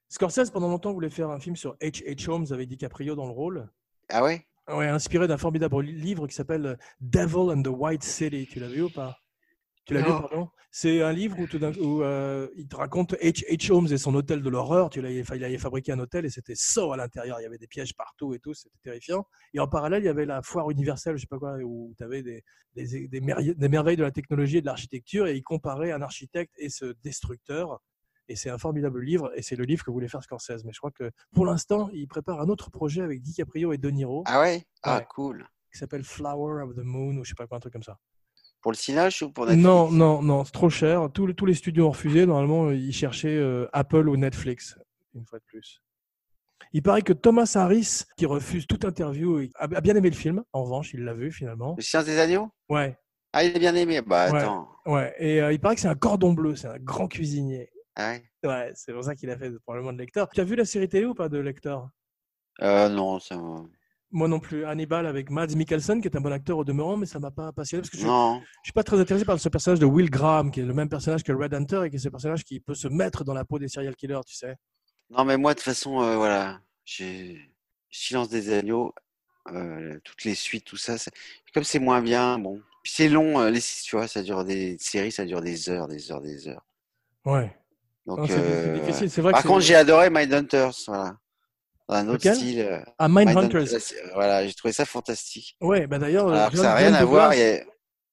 S1: Scorsese, pendant longtemps, voulait faire un film sur H.H. Holmes avec DiCaprio dans le rôle.
S2: Ah ouais
S1: Ouais, inspiré d'un formidable li- livre qui s'appelle euh, Devil and the White City. Tu l'as vu ou pas Tu l'as lu,
S2: Non.
S1: pardon C'est un livre où, tout d'un- où, euh, il te raconte H.H. Holmes et son hôtel de l'horreur. Tu l'as- Il avait fabriqué un hôtel et c'était saut à l'intérieur. Il y avait des pièges partout et tout. C'était terrifiant. Et en parallèle, il y avait la foire universelle, je sais pas quoi, où tu avais des, des- des merveilles- des merveilles de la technologie et de l'architecture. Et il comparait un architecte et ce destructeur. Et c'est un formidable livre. Et c'est le livre que voulait faire Scorsese. Mais je crois que pour l'instant, il prépare un autre projet avec DiCaprio et De Niro
S2: Ah ouais Ah,
S1: Ouais.
S2: cool.
S1: qui s'appelle Flower of the Moon ou je sais pas quoi, un truc comme ça.
S2: Pour le Cinoche ou pour Netflix
S1: Non, non, non, c'est trop cher. Tous, les- tous les studios ont refusé. Normalement, ils cherchaient euh, Apple ou Netflix, une fois de plus. Il paraît que Thomas Harris, qui refuse toute interview, il- a a bien aimé le film. En revanche, il l'a vu finalement.
S2: Le Silence des Agneaux
S1: Ouais,
S2: Ah, il est bien aimé. Bah,
S1: Ouais.
S2: attends.
S1: ouais. Et euh, il paraît que c'est un cordon bleu, c'est un grand cuisinier.
S2: Ah ouais
S1: Ouais, c'est pour ça qu'il a fait probablement de lecteur. Tu as vu la série télé ou pas de lecteur
S2: Euh, non, ça. me-
S1: Moi non plus. Hannibal avec Mads Mikkelsen, qui est un bon acteur au demeurant, mais ça m'a pas passionné parce que je,
S2: Non.
S1: je suis pas très intéressé par ce personnage de Will Graham, qui est le même personnage que Red Hunter et qui est ce personnage qui peut se mettre dans la peau des serial killers, tu sais.
S2: Non, mais moi, de toute façon, euh, voilà, j'ai Silence des agneaux, euh, toutes les suites, tout ça. c'est- Comme c'est moins bien, bon. Puis c'est long, euh, les tu vois, ça dure des séries, ça dure des heures, des heures, des heures.
S1: Ouais.
S2: Donc,
S1: Non, Ah, c'est- c'est
S2: euh,
S1: difficile. C'est vrai
S2: Par
S1: que
S2: contre,
S1: c'est-
S2: j'ai adoré Mindhunters, voilà. Dans un autre
S1: Lequel
S2: style. euh,
S1: Ah,
S2: Mindhunters,
S1: Mindhunters.
S2: c'est- voilà, j'ai trouvé ça fantastique.
S1: Ouais, bah d'ailleurs,
S2: Alors que
S1: John-
S2: ça n'a rien
S1: John
S2: à voir.
S1: Douglas,
S2: il y a-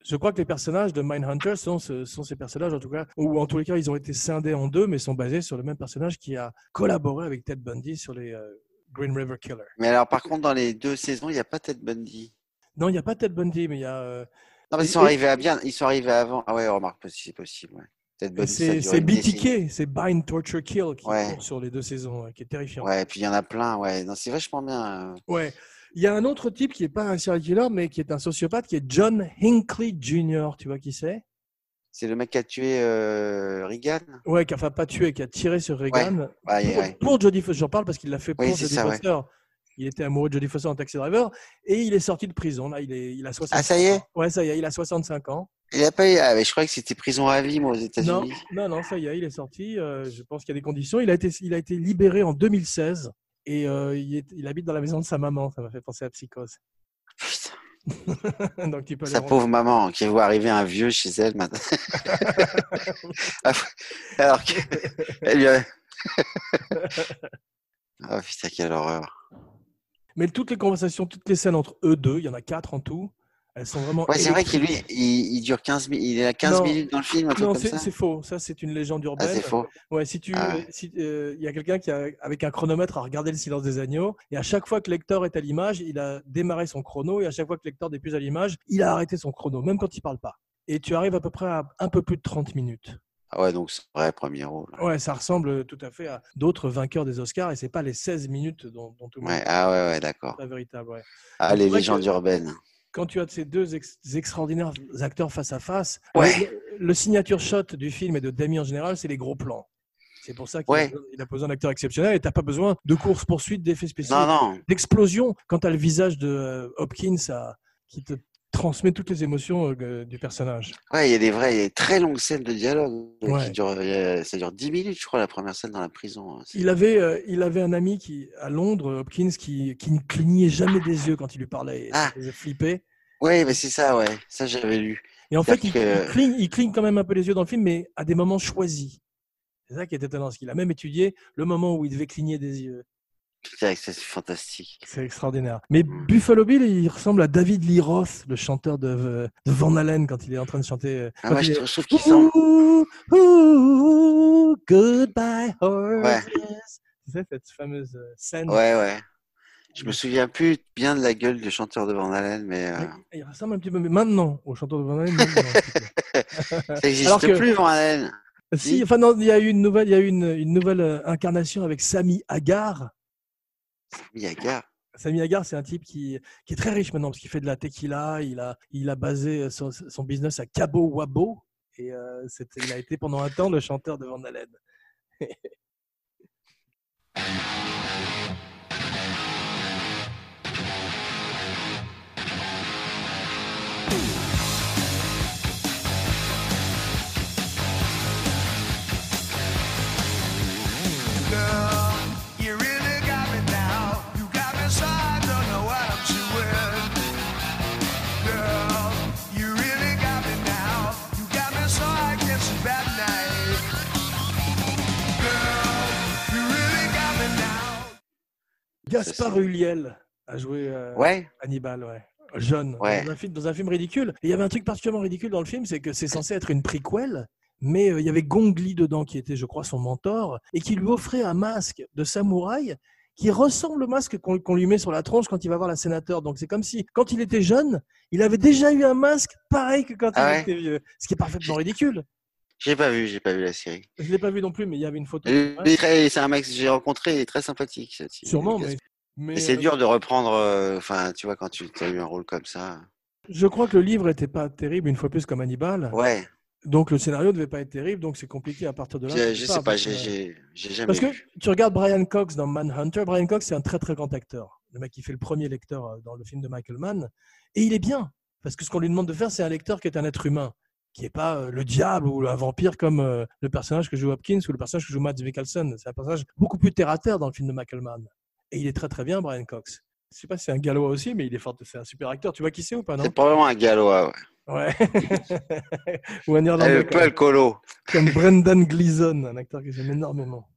S1: Je crois que les personnages de Mindhunter sont, ce- sont ces personnages, en tout cas, ou en tous les cas, ils ont été scindés en deux, mais sont basés sur le même personnage qui a collaboré avec Ted Bundy sur les euh, Green River Killer.
S2: Mais alors, par contre, dans les deux saisons, il n'y a pas Ted Bundy.
S1: Non, il n'y a pas Ted Bundy, mais il y a. euh,
S2: Non, mais ils sont
S1: Et- et-
S2: arrivés à bien, ils sont arrivés avant. Ah ouais, remarque, c'est possible. Ouais. Ted Bundy, ça
S1: c'est
S2: dure
S1: c'est
S2: une décennie.
S1: BTK, c'est Bind, Torture, Kill qui
S2: Ouais.
S1: court sur les deux saisons, ouais, qui est terrifiant.
S2: Ouais, et puis il y en a plein, ouais. Non, c'est vachement bien. euh.
S1: Ouais. Il y a un autre type qui n'est pas un serial killer, mais qui est un sociopathe, qui est John Hinckley Jr. Tu vois qui c'est
S2: C'est le mec qui a tué euh, Reagan.
S1: Ouais, qui a enfin, pas tué, qui a tiré sur Reagan.
S2: Ouais,
S1: pour,
S2: ouais.
S1: pour Jodie Foster. J'en parle parce qu'il l'a fait pour
S2: Oui, c'est
S1: Jodie
S2: ça, ouais.
S1: Foster. Il était amoureux de Jodie Foster en taxi driver et il est sorti de prison. Là, il, est, il a 65
S2: Ah, ça y est
S1: ans. Ouais, ça y est, il a 65 ans.
S2: Il a pas eu. Ah, mais je croyais que c'était prison à vie, moi, aux
S1: Non,
S2: États-Unis.
S1: non, non, ça y est, il est sorti. Euh, je pense qu'il y a des conditions. Il a été, il a été libéré en 2016 et euh, il, est- il habite dans la maison de sa maman. Ça m'a fait penser à Psychose.
S2: Putain,
S1: Donc, tu peux
S2: sa
S1: le-
S2: pauvre maman qui voit arriver un vieux chez elle maintenant. Alors que. elle lui a- Ah putain, quelle horreur.
S1: Mais toutes les conversations, toutes les scènes entre eux deux, il y en a quatre en tout, elles sont vraiment.
S2: Ouais, c'est vrai qu'il
S1: électriques.
S2: lui, il, il dure 15 minutes. Il est à 15
S1: Non.
S2: minutes dans le film, un truc
S1: Non,
S2: comme
S1: c'est
S2: ça.
S1: c'est faux. Ça, c'est une légende
S2: Ah,
S1: urbaine.
S2: c'est faux.
S1: Ouais, si tu,
S2: Ah.
S1: si, euh, il y a quelqu'un qui a, avec un chronomètre a regardé le silence des agneaux, et à chaque fois que Lecteur est à l'image, il a démarré son chrono, et à chaque fois que Lecteur n'est plus à l'image, il a arrêté son chrono, même quand il parle pas. Et tu arrives à peu près à un peu plus de 30 minutes.
S2: Ah ouais, donc c'est vrai, premier rôle.
S1: Ouais, ça ressemble tout à fait à d'autres vainqueurs des Oscars, et c'est pas les 16 minutes dont, dont tout le monde
S2: Ouais, ah ouais, ouais, d'accord.
S1: la véritable. ouais.
S2: Ah, les
S1: C'est vrai
S2: légendes
S1: que-
S2: urbaines.
S1: Quand tu as ces deux ex- extraordinaires acteurs face à face,
S2: Ouais.
S1: le, le signature shot du film et de Dami en général, c'est les gros plans. C'est pour ça qu'il
S2: Ouais.
S1: a besoin- il a besoin d'acteurs exceptionnels et t'as pas besoin de course-poursuite, d'effets spéciaux.
S2: Non, non.
S1: d'explosion quand tu as le visage de euh, Hopkins à- qui te transmet toutes les émotions euh, du personnage.
S2: Ouais, il y a des vraies, il y a des très longues scènes de dialogue. euh,
S1: Ouais.
S2: Qui durent, euh, ça dure 10 minutes, je crois, la première scène dans la prison. hein. C'est-
S1: Il avait, euh, il avait un ami qui, à Londres, Hopkins, qui, qui ne clignait jamais des yeux quand il lui parlait. Et ça
S2: Ah.
S1: faisait flipper.
S2: Ouais, mais c'est ça, ouais. Ça, j'avais lu.
S1: Et en fait, il,
S2: C'est-à-dire
S1: il
S2: que-
S1: cligne, il cligne quand même un peu les yeux dans le film, mais à des moments choisis. C'est ça qui est étonnant, parce qu'il a même étudié le moment où il devait cligner des yeux.
S2: Putain, ça, c'est fantastique.
S1: C'est extraordinaire. Mais
S2: Mm.
S1: Buffalo Bill, il ressemble à David Lee Roth, le chanteur de, euh, de Van Halen, quand il est en train de chanter. euh,
S2: Ah,
S1: quand
S2: moi,
S1: il
S2: je
S1: est-
S2: trouve je trouve qu'il sent.
S1: Ooh, ooh, goodbye horses.
S2: Ouais.
S1: Tu sais, cette fameuse euh, scène.
S2: Ouais, ouais. Je me souviens plus bien de la gueule du chanteur de Van Halen, mais euh,
S1: Il il ressemble un petit peu mais maintenant au chanteur de Van Halen. maintenant, s'il te plaît.
S2: ça
S1: Alors
S2: n'existe
S1: que-
S2: plus, Van Halen.
S1: si,
S2: Si.
S1: enfin non, il y a eu une nouvelle, il y a eu une, une nouvelle euh, incarnation avec Sami Hagar.
S2: Yaga.
S1: Sami Hagar, c'est un type qui, qui est très riche maintenant parce qu'il fait de la tequila. Il a, il a basé euh, son, son business à Cabo Wabo et euh, c'était- il a été pendant un temps le chanteur de Van Halen.
S9: Girl, you really got me now. You got me so I don't know what I'm doing. Girl, you really got me now. You got me so I get some bad night. Girl, you really got me now.
S1: Gaspard
S2: c'est-
S1: Huliel a joué euh,
S2: Ouais,
S1: Hannibal, ouais. Jeune,
S2: Mmh. Ouais.
S1: dans, un film, dans un film ridicule. Et il y avait un truc particulièrement ridicule dans le film, c'est que c'est censé être une prequel, mais euh, il y avait Gong Li dedans, qui était, je crois, son mentor, et qui lui offrait un masque de samouraï qui ressemble au masque qu'on qu'on lui met sur la tronche quand il va voir la sénateur. Donc c'est comme si, quand il était jeune, il avait déjà eu un masque pareil que quand il
S2: Ah ouais.
S1: était vieux. Ce qui est parfaitement ridicule.
S2: j'ai pas vu, j'ai pas vu la série. Euh,
S1: Je ne l'ai pas vu non plus, mais il y avait une photo.
S2: Il est très- C'est un mec que j'ai rencontré, il est très sympathique. ce type.
S1: Sûrement,
S2: Gaspard.
S1: mais... mais,
S2: Mais c'est
S1: euh,
S2: dur de reprendre, euh, enfin, tu vois, quand tu as eu un rôle comme ça.
S1: Je crois que le livre n'était pas terrible, une fois plus comme Hannibal.
S2: Ouais,
S1: Donc le scénario devait pas être terrible, donc c'est compliqué à partir de là.
S2: je,
S1: tu
S2: je
S1: pars,
S2: sais pas,
S1: parce que-
S2: j'ai j'ai- j'ai jamais
S1: Parce que
S2: vu.
S1: tu regardes Brian Cox dans Manhunter, Brian Cox c'est un très très grand acteur. le mec qui fait le premier lecteur euh, dans le film de Michael Mann. Et il est bien, parce que ce qu'on lui demande de faire, c'est un lecteur qui est un être humain, qui n'est pas euh, le diable ou un vampire comme euh, le personnage que joue Hopkins ou le personnage que joue Matt Mikkelsen. C'est un personnage beaucoup plus terre à terre dans le film de Michael Mann. Et il est très très bien, Brian Cox. Je sais pas si c'est un gallois aussi, mais il est fort, c'est un super acteur. Tu vois qui c'est ou pas, non
S2: C'est probablement un gallois. Ouais.
S1: Ouais. ou un
S2: Eh,
S1: irlandais.
S2: le Paul Colo.
S1: comme Brendan Gleeson, un acteur que j'aime énormément.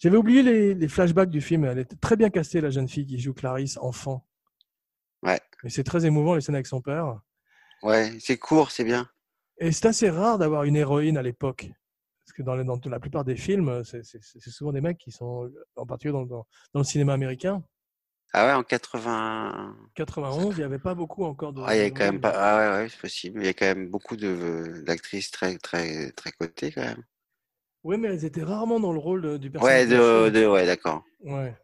S1: J'avais oublié les, les flashbacks du film. Elle était très bien castée, la jeune fille qui joue Clarisse, enfant.
S2: Ouais.
S1: Mais c'est très émouvant, les scènes avec son père.
S2: Ouais, c'est court, c'est bien.
S1: Et c'est assez rare d'avoir une héroïne à l'époque. Parce que dans, les- dans la plupart des films, c'est c'est- c'est souvent des mecs qui sont, en particulier dans, dans- dans le cinéma américain.
S2: Ah ouais, en 80.
S1: 91, il n'y avait pas beaucoup encore de.
S2: Ah, il y a quand même pas. Ah ouais, ouais, c'est possible. Il y a quand même beaucoup de d'actrices très très très cotées quand même.
S1: Oui, mais elles étaient rarement dans le rôle de- du
S2: Ouais,
S1: personnage.
S2: de, de ouais, d'accord.
S1: Ouais.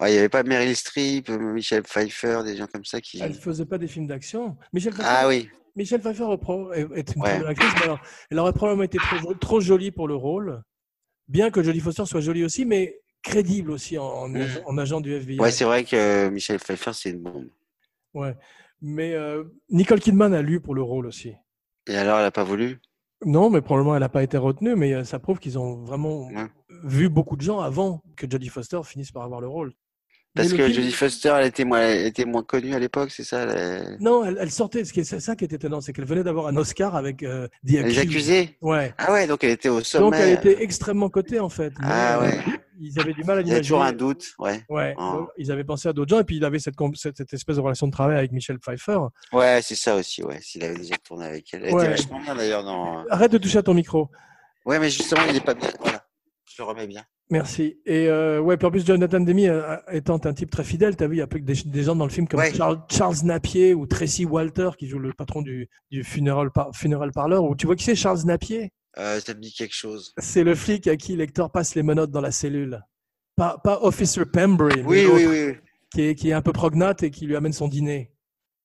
S2: Ouais, il n'y avait pas Meryl Streep, Michel Pfeiffer, des gens comme ça qui.
S1: Elles ne faisaient pas des films d'action. Michel Pfeiffer,
S2: Ah oui.
S1: Michel Pfeiffer est pro- est est une
S2: Ouais.
S1: très bonne actrice, mais alors, elle aurait probablement été trop, jo- trop jolie pour le rôle, bien que Jodie Foster soit jolie aussi, mais crédible aussi en, en
S2: Mm.
S1: agent- en agent du FBI.
S2: Ouais, c'est vrai que euh, Michel Pfeiffer, c'est une bombe.
S1: Ouais. Mais euh, Nicole Kidman a lu pour le rôle aussi.
S2: Et alors, elle n'a pas voulu
S1: Non, mais probablement elle n'a pas été retenue, mais euh, ça prouve qu'ils ont vraiment
S2: Ouais.
S1: vu beaucoup de gens avant que Jodie Foster finisse par avoir le rôle. Mais
S2: Parce
S1: le
S2: que
S1: film-
S2: Jodie Foster, elle était, moins, elle était moins connue à l'époque, c'est ça elle-
S1: Non, elle, elle sortait. Ce qui est- C'est ça qui était étonnant, c'est qu'elle venait d'avoir un Oscar avec euh, The
S2: Les
S1: Accused.
S2: accusés
S1: Ouais.
S2: Ah ouais, donc elle était au sommet.
S1: Donc elle était extrêmement cotée en fait. mais,
S2: Ah
S1: euh,
S2: ouais.
S1: Ils avaient du mal à
S2: Il y a
S1: l'imaginer.
S2: toujours un doute, ouais.
S1: Ouais,
S2: Ah.
S1: donc, ils avaient pensé à d'autres gens et puis il avait cette, com- cette, cette espèce de relation de travail avec Michel Pfeiffer.
S2: Ouais, c'est ça aussi, ouais. S'il avait déjà tourné avec elle. Elle
S1: Ouais.
S2: était vachement bien d'ailleurs dans.
S1: Arrête de toucher à ton micro.
S2: Ouais, mais justement, il n'est pas bien. Voilà. Je le remets bien.
S1: Merci. Et euh, ouais, puis en plus, Jonathan Demi euh, étant un type très fidèle, t'as vu, il y a plus que des, des gens dans le film comme
S2: Ouais.
S1: Charles, Charles Napier ou Tracy Walter qui joue le patron du, du funeral, par, funeral parlor. Ou tu vois qui c'est Charles Napier
S2: Euh, ça me dit quelque chose.
S1: C'est le flic à qui Lecter passe les menottes dans la cellule. Pas, pas Officer Pembry, mais
S2: Oui,
S1: l'autre
S2: oui, oui.
S1: qui, est, qui est un peu prognate et qui lui amène son dîner.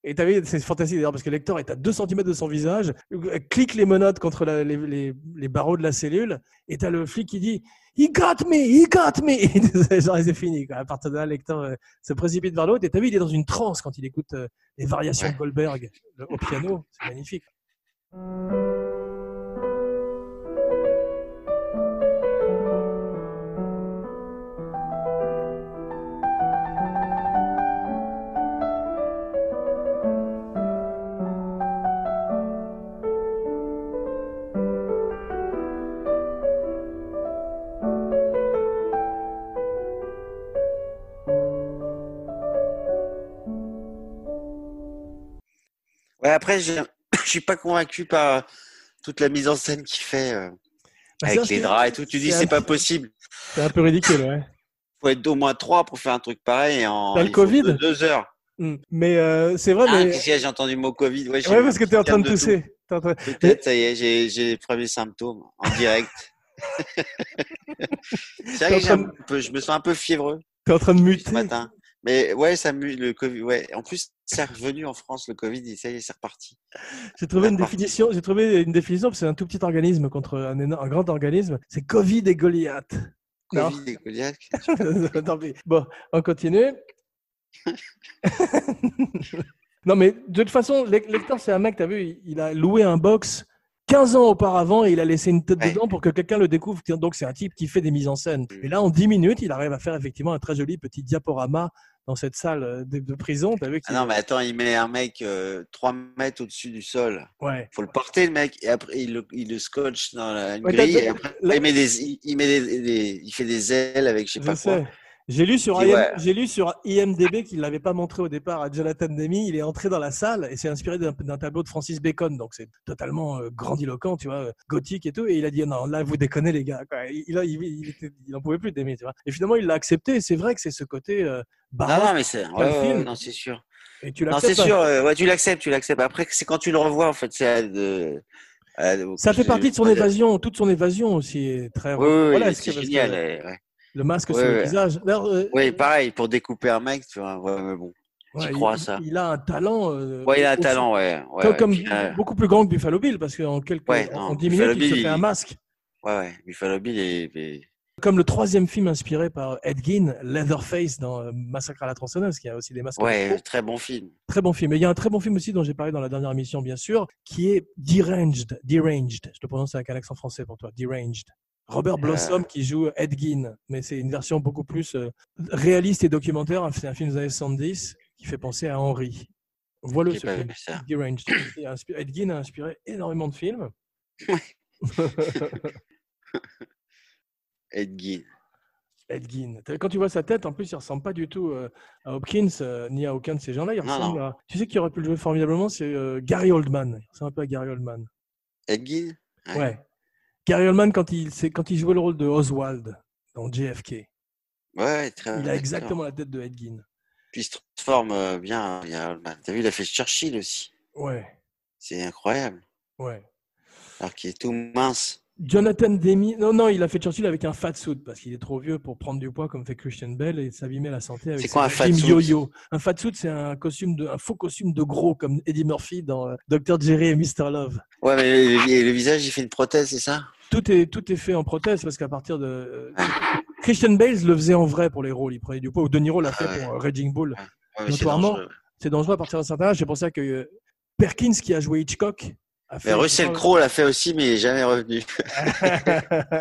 S1: Et t'as vu, c'est fantastique d'ailleurs, parce que Lector est à 2 cm de son visage, euh, clique les menottes contre la- les, les- les barreaux de la cellule, et t'as le flic qui dit He got me, he got me Genre, c'est fini. Quoi. À partir de là, Lector euh, se précipite vers l'autre, et t'as vu, il est dans une transe quand il écoute euh, les variations de Goldberg le- au piano. C'est magnifique.
S2: Ouais, après, je je suis pas convaincu par euh, toute la mise en scène qu'il fait euh,
S1: Bah,
S2: avec
S1: ça,
S2: les
S1: c'est-
S2: draps et tout. Tu dis,
S1: c'est un-
S2: c'est pas possible.
S1: C'est un peu ridicule, ouais.
S2: faut être au moins trois pour faire un truc pareil et en
S1: T'as le
S2: il faut
S1: Covid
S2: deux, deux heures.
S1: Mm. Mais euh, c'est vrai,
S2: Ah,
S1: mais.
S2: qu'est-ce qu'il y a J'ai entendu le mot Covid. Ouais, j'ai
S1: Ouais,
S2: eu
S1: parce
S2: un
S1: que t'es en
S2: petit
S1: train de
S2: terme tout.
S1: tousser. T'es en train-
S2: Peut-être, ça y est, j'ai j'ai les premiers symptômes en direct. C'est
S1: T'es en
S2: vrai que j'ai un
S1: train
S2: peu- je me sens un peu fiévreux
S1: t'es en train de
S2: ce
S1: muter.
S2: matin. Mais ouais, ça mue, le Covid. Ouais. En plus, c'est revenu en France, le Covid. et Ça y est, c'est reparti.
S1: J'ai trouvé une
S2: D'accord.
S1: définition. J'ai trouvé une définition. parce que C'est un tout petit organisme contre un, éno- un grand organisme. C'est Covid et Goliath. Non.
S2: Covid et Goliath.
S1: Tant pis. Bon, on continue. non, mais de toute façon, Lec- Lecter, c'est un mec. T'as vu, il- il a loué un box 15 ans auparavant et il a laissé une tête
S2: Ouais. Mm.
S1: dedans pour que quelqu'un le découvre. Donc c'est un type qui fait des mises en scène. Et là, en 10 minutes, il arrive à faire effectivement un très joli petit diaporama dans cette salle euh, de, de prison. T'as vu
S2: Ah
S1: qu'il-
S2: non, mais attends, il met un mec euh, 3 mètres au-dessus du sol.
S1: Ouais.
S2: Faut le porter, le mec. Et après, il le, il le scotche dans la une
S1: Ouais, t'as-
S2: grille.
S1: t'as-
S2: Et après,
S1: là-
S2: il, met des, il, il met des, des- il fait des ailes avec je sais
S1: Je
S2: pas quoi.
S1: sais. J'ai lu, sur
S2: Dis,
S1: IM
S2: ouais.
S1: j'ai lu sur IMDB qu'il ne l'avait pas montré au départ à Jonathan Demi. Il est entré dans la salle et c'est inspiré d'un d'un tableau de Francis Bacon. Donc c'est totalement euh, grandiloquent, tu vois, euh, gothique et tout. Et il a dit non, là vous déconnez les gars. quoi. Il n'en il, il était- il en pouvait plus Demi, tu vois. Et finalement il l'a accepté. Et C'est vrai que c'est ce côté euh,
S2: Non, non,
S1: baroque.
S2: mais c'est.
S1: Pas le
S2: ouais, ouais,
S1: film.
S2: non, c'est sûr.
S1: et tu
S2: Non, c'est
S1: l'acceptes. hein.
S2: sûr. euh, ouais, tu l'acceptes, tu l'acceptes. Après, c'est quand tu le revois, en fait, c'est à de- à de-
S1: Ça fait
S2: je-
S1: partie de son
S2: je-
S1: évasion, toute son évasion aussi. est Très
S2: Oui, oui, oui,
S1: voilà,
S2: mais
S1: ce qui
S2: c'est
S1: est- parce que
S2: génial. euh, ouais.
S1: Le masque
S2: Ouais,
S1: sur le
S2: ouais.
S1: visage. D'ailleurs, euh,
S2: Oui, pareil, pour découper un mec, tu vois. Ouais, mais bon.
S1: ouais,
S2: j'y
S1: il-
S2: crois, ça.
S1: Il a un talent. euh,
S2: Ouais, il a un
S1: au- au-
S2: talent, ouais. ouais,
S1: Comme,
S2: ouais.
S1: comme
S2: Puis, euh,
S1: beaucoup plus grand que Buffalo Bill, parce qu'en quelques,
S2: Ouais,
S1: en
S2: non,
S1: 10
S2: Buffalo
S1: minutes, il se
S2: Bill,
S1: fait un
S2: il-
S1: masque.
S2: ouais, ouais. Buffalo Bill est. est-
S1: Comme le troisième film inspiré par Ed Gein, Leatherface dans euh, Massacre à la tronçonneuse, qui a aussi des masques.
S2: Ouais, très bon film.
S1: Très bon film. Et il y a un très bon film aussi dont j'ai parlé dans la dernière émission, bien sûr, qui est Deranged. Deranged. Je te prononce avec un accent français pour toi. Deranged.
S2: Euh.
S1: Robert Blossom qui joue Ed Gein, mais c'est une version beaucoup plus euh, réaliste et documentaire. C'est un film des années 70 qui fait penser à Henry. Voilà
S2: J'ai
S1: ce
S2: pas
S1: film.
S2: vu ça.
S1: Deranged. Et inspi- Ed Gein a inspiré énormément de films.
S2: Ed Gein.
S1: Ed Gein. T'as- Quand tu vois sa tête, en plus, il ressemble pas du tout euh, à Hopkins euh, ni à aucun de ces gens-là. Il
S2: Non,
S1: ressemble
S2: non.
S1: à. Tu sais qui aurait pu le jouer formidablement, c'est euh, Gary Oldman. Il ressemble un peu à Gary Oldman.
S2: Ed Gein
S1: Ouais. Gary Oldman quand il c'est quand il jouait le rôle de Oswald dans JFK.
S2: Ouais, très
S1: Il a
S2: Ah, d'accord.
S1: exactement la tête de Ed Gein.
S2: Puis il se transforme euh, bien. il y a Oldman. T'as vu, il a fait Churchill aussi.
S1: Ouais,
S2: C'est incroyable.
S1: ouais.
S2: Alors qu'il est tout mince.
S1: Jonathan Demi. Non, non, il a fait Churchill avec un fat suit parce qu'il est trop vieux pour prendre du poids comme fait Christian Bell et s'abîmer la santé avec
S2: C'est quoi
S1: ses
S2: un fat
S1: régimes
S2: suit
S1: yo-yo. Un fat suit, c'est un costume de, un faux costume de gros comme Eddie Murphy dans euh, Dr Jerry et Mr Love.
S2: Ouais, mais le, le- le visage, il fait une prothèse, c'est ça
S1: Tout est tout est fait en prothèse parce qu'à partir de euh, Christian Bale le faisait en vrai pour les rôles, il prenait du poids. Ou De Niro l'a fait
S2: Ah ouais.
S1: pour euh, Raging Bull.
S2: Ouais, mais c'est
S1: Notoirement.
S2: dangereux.
S1: c'est dangereux à partir d'un certain âge. C'est pour ça que euh, Perkins, qui a joué Hitchcock, a
S2: Mais Russell Crowe l'a fait aussi, mais il n'est jamais revenu.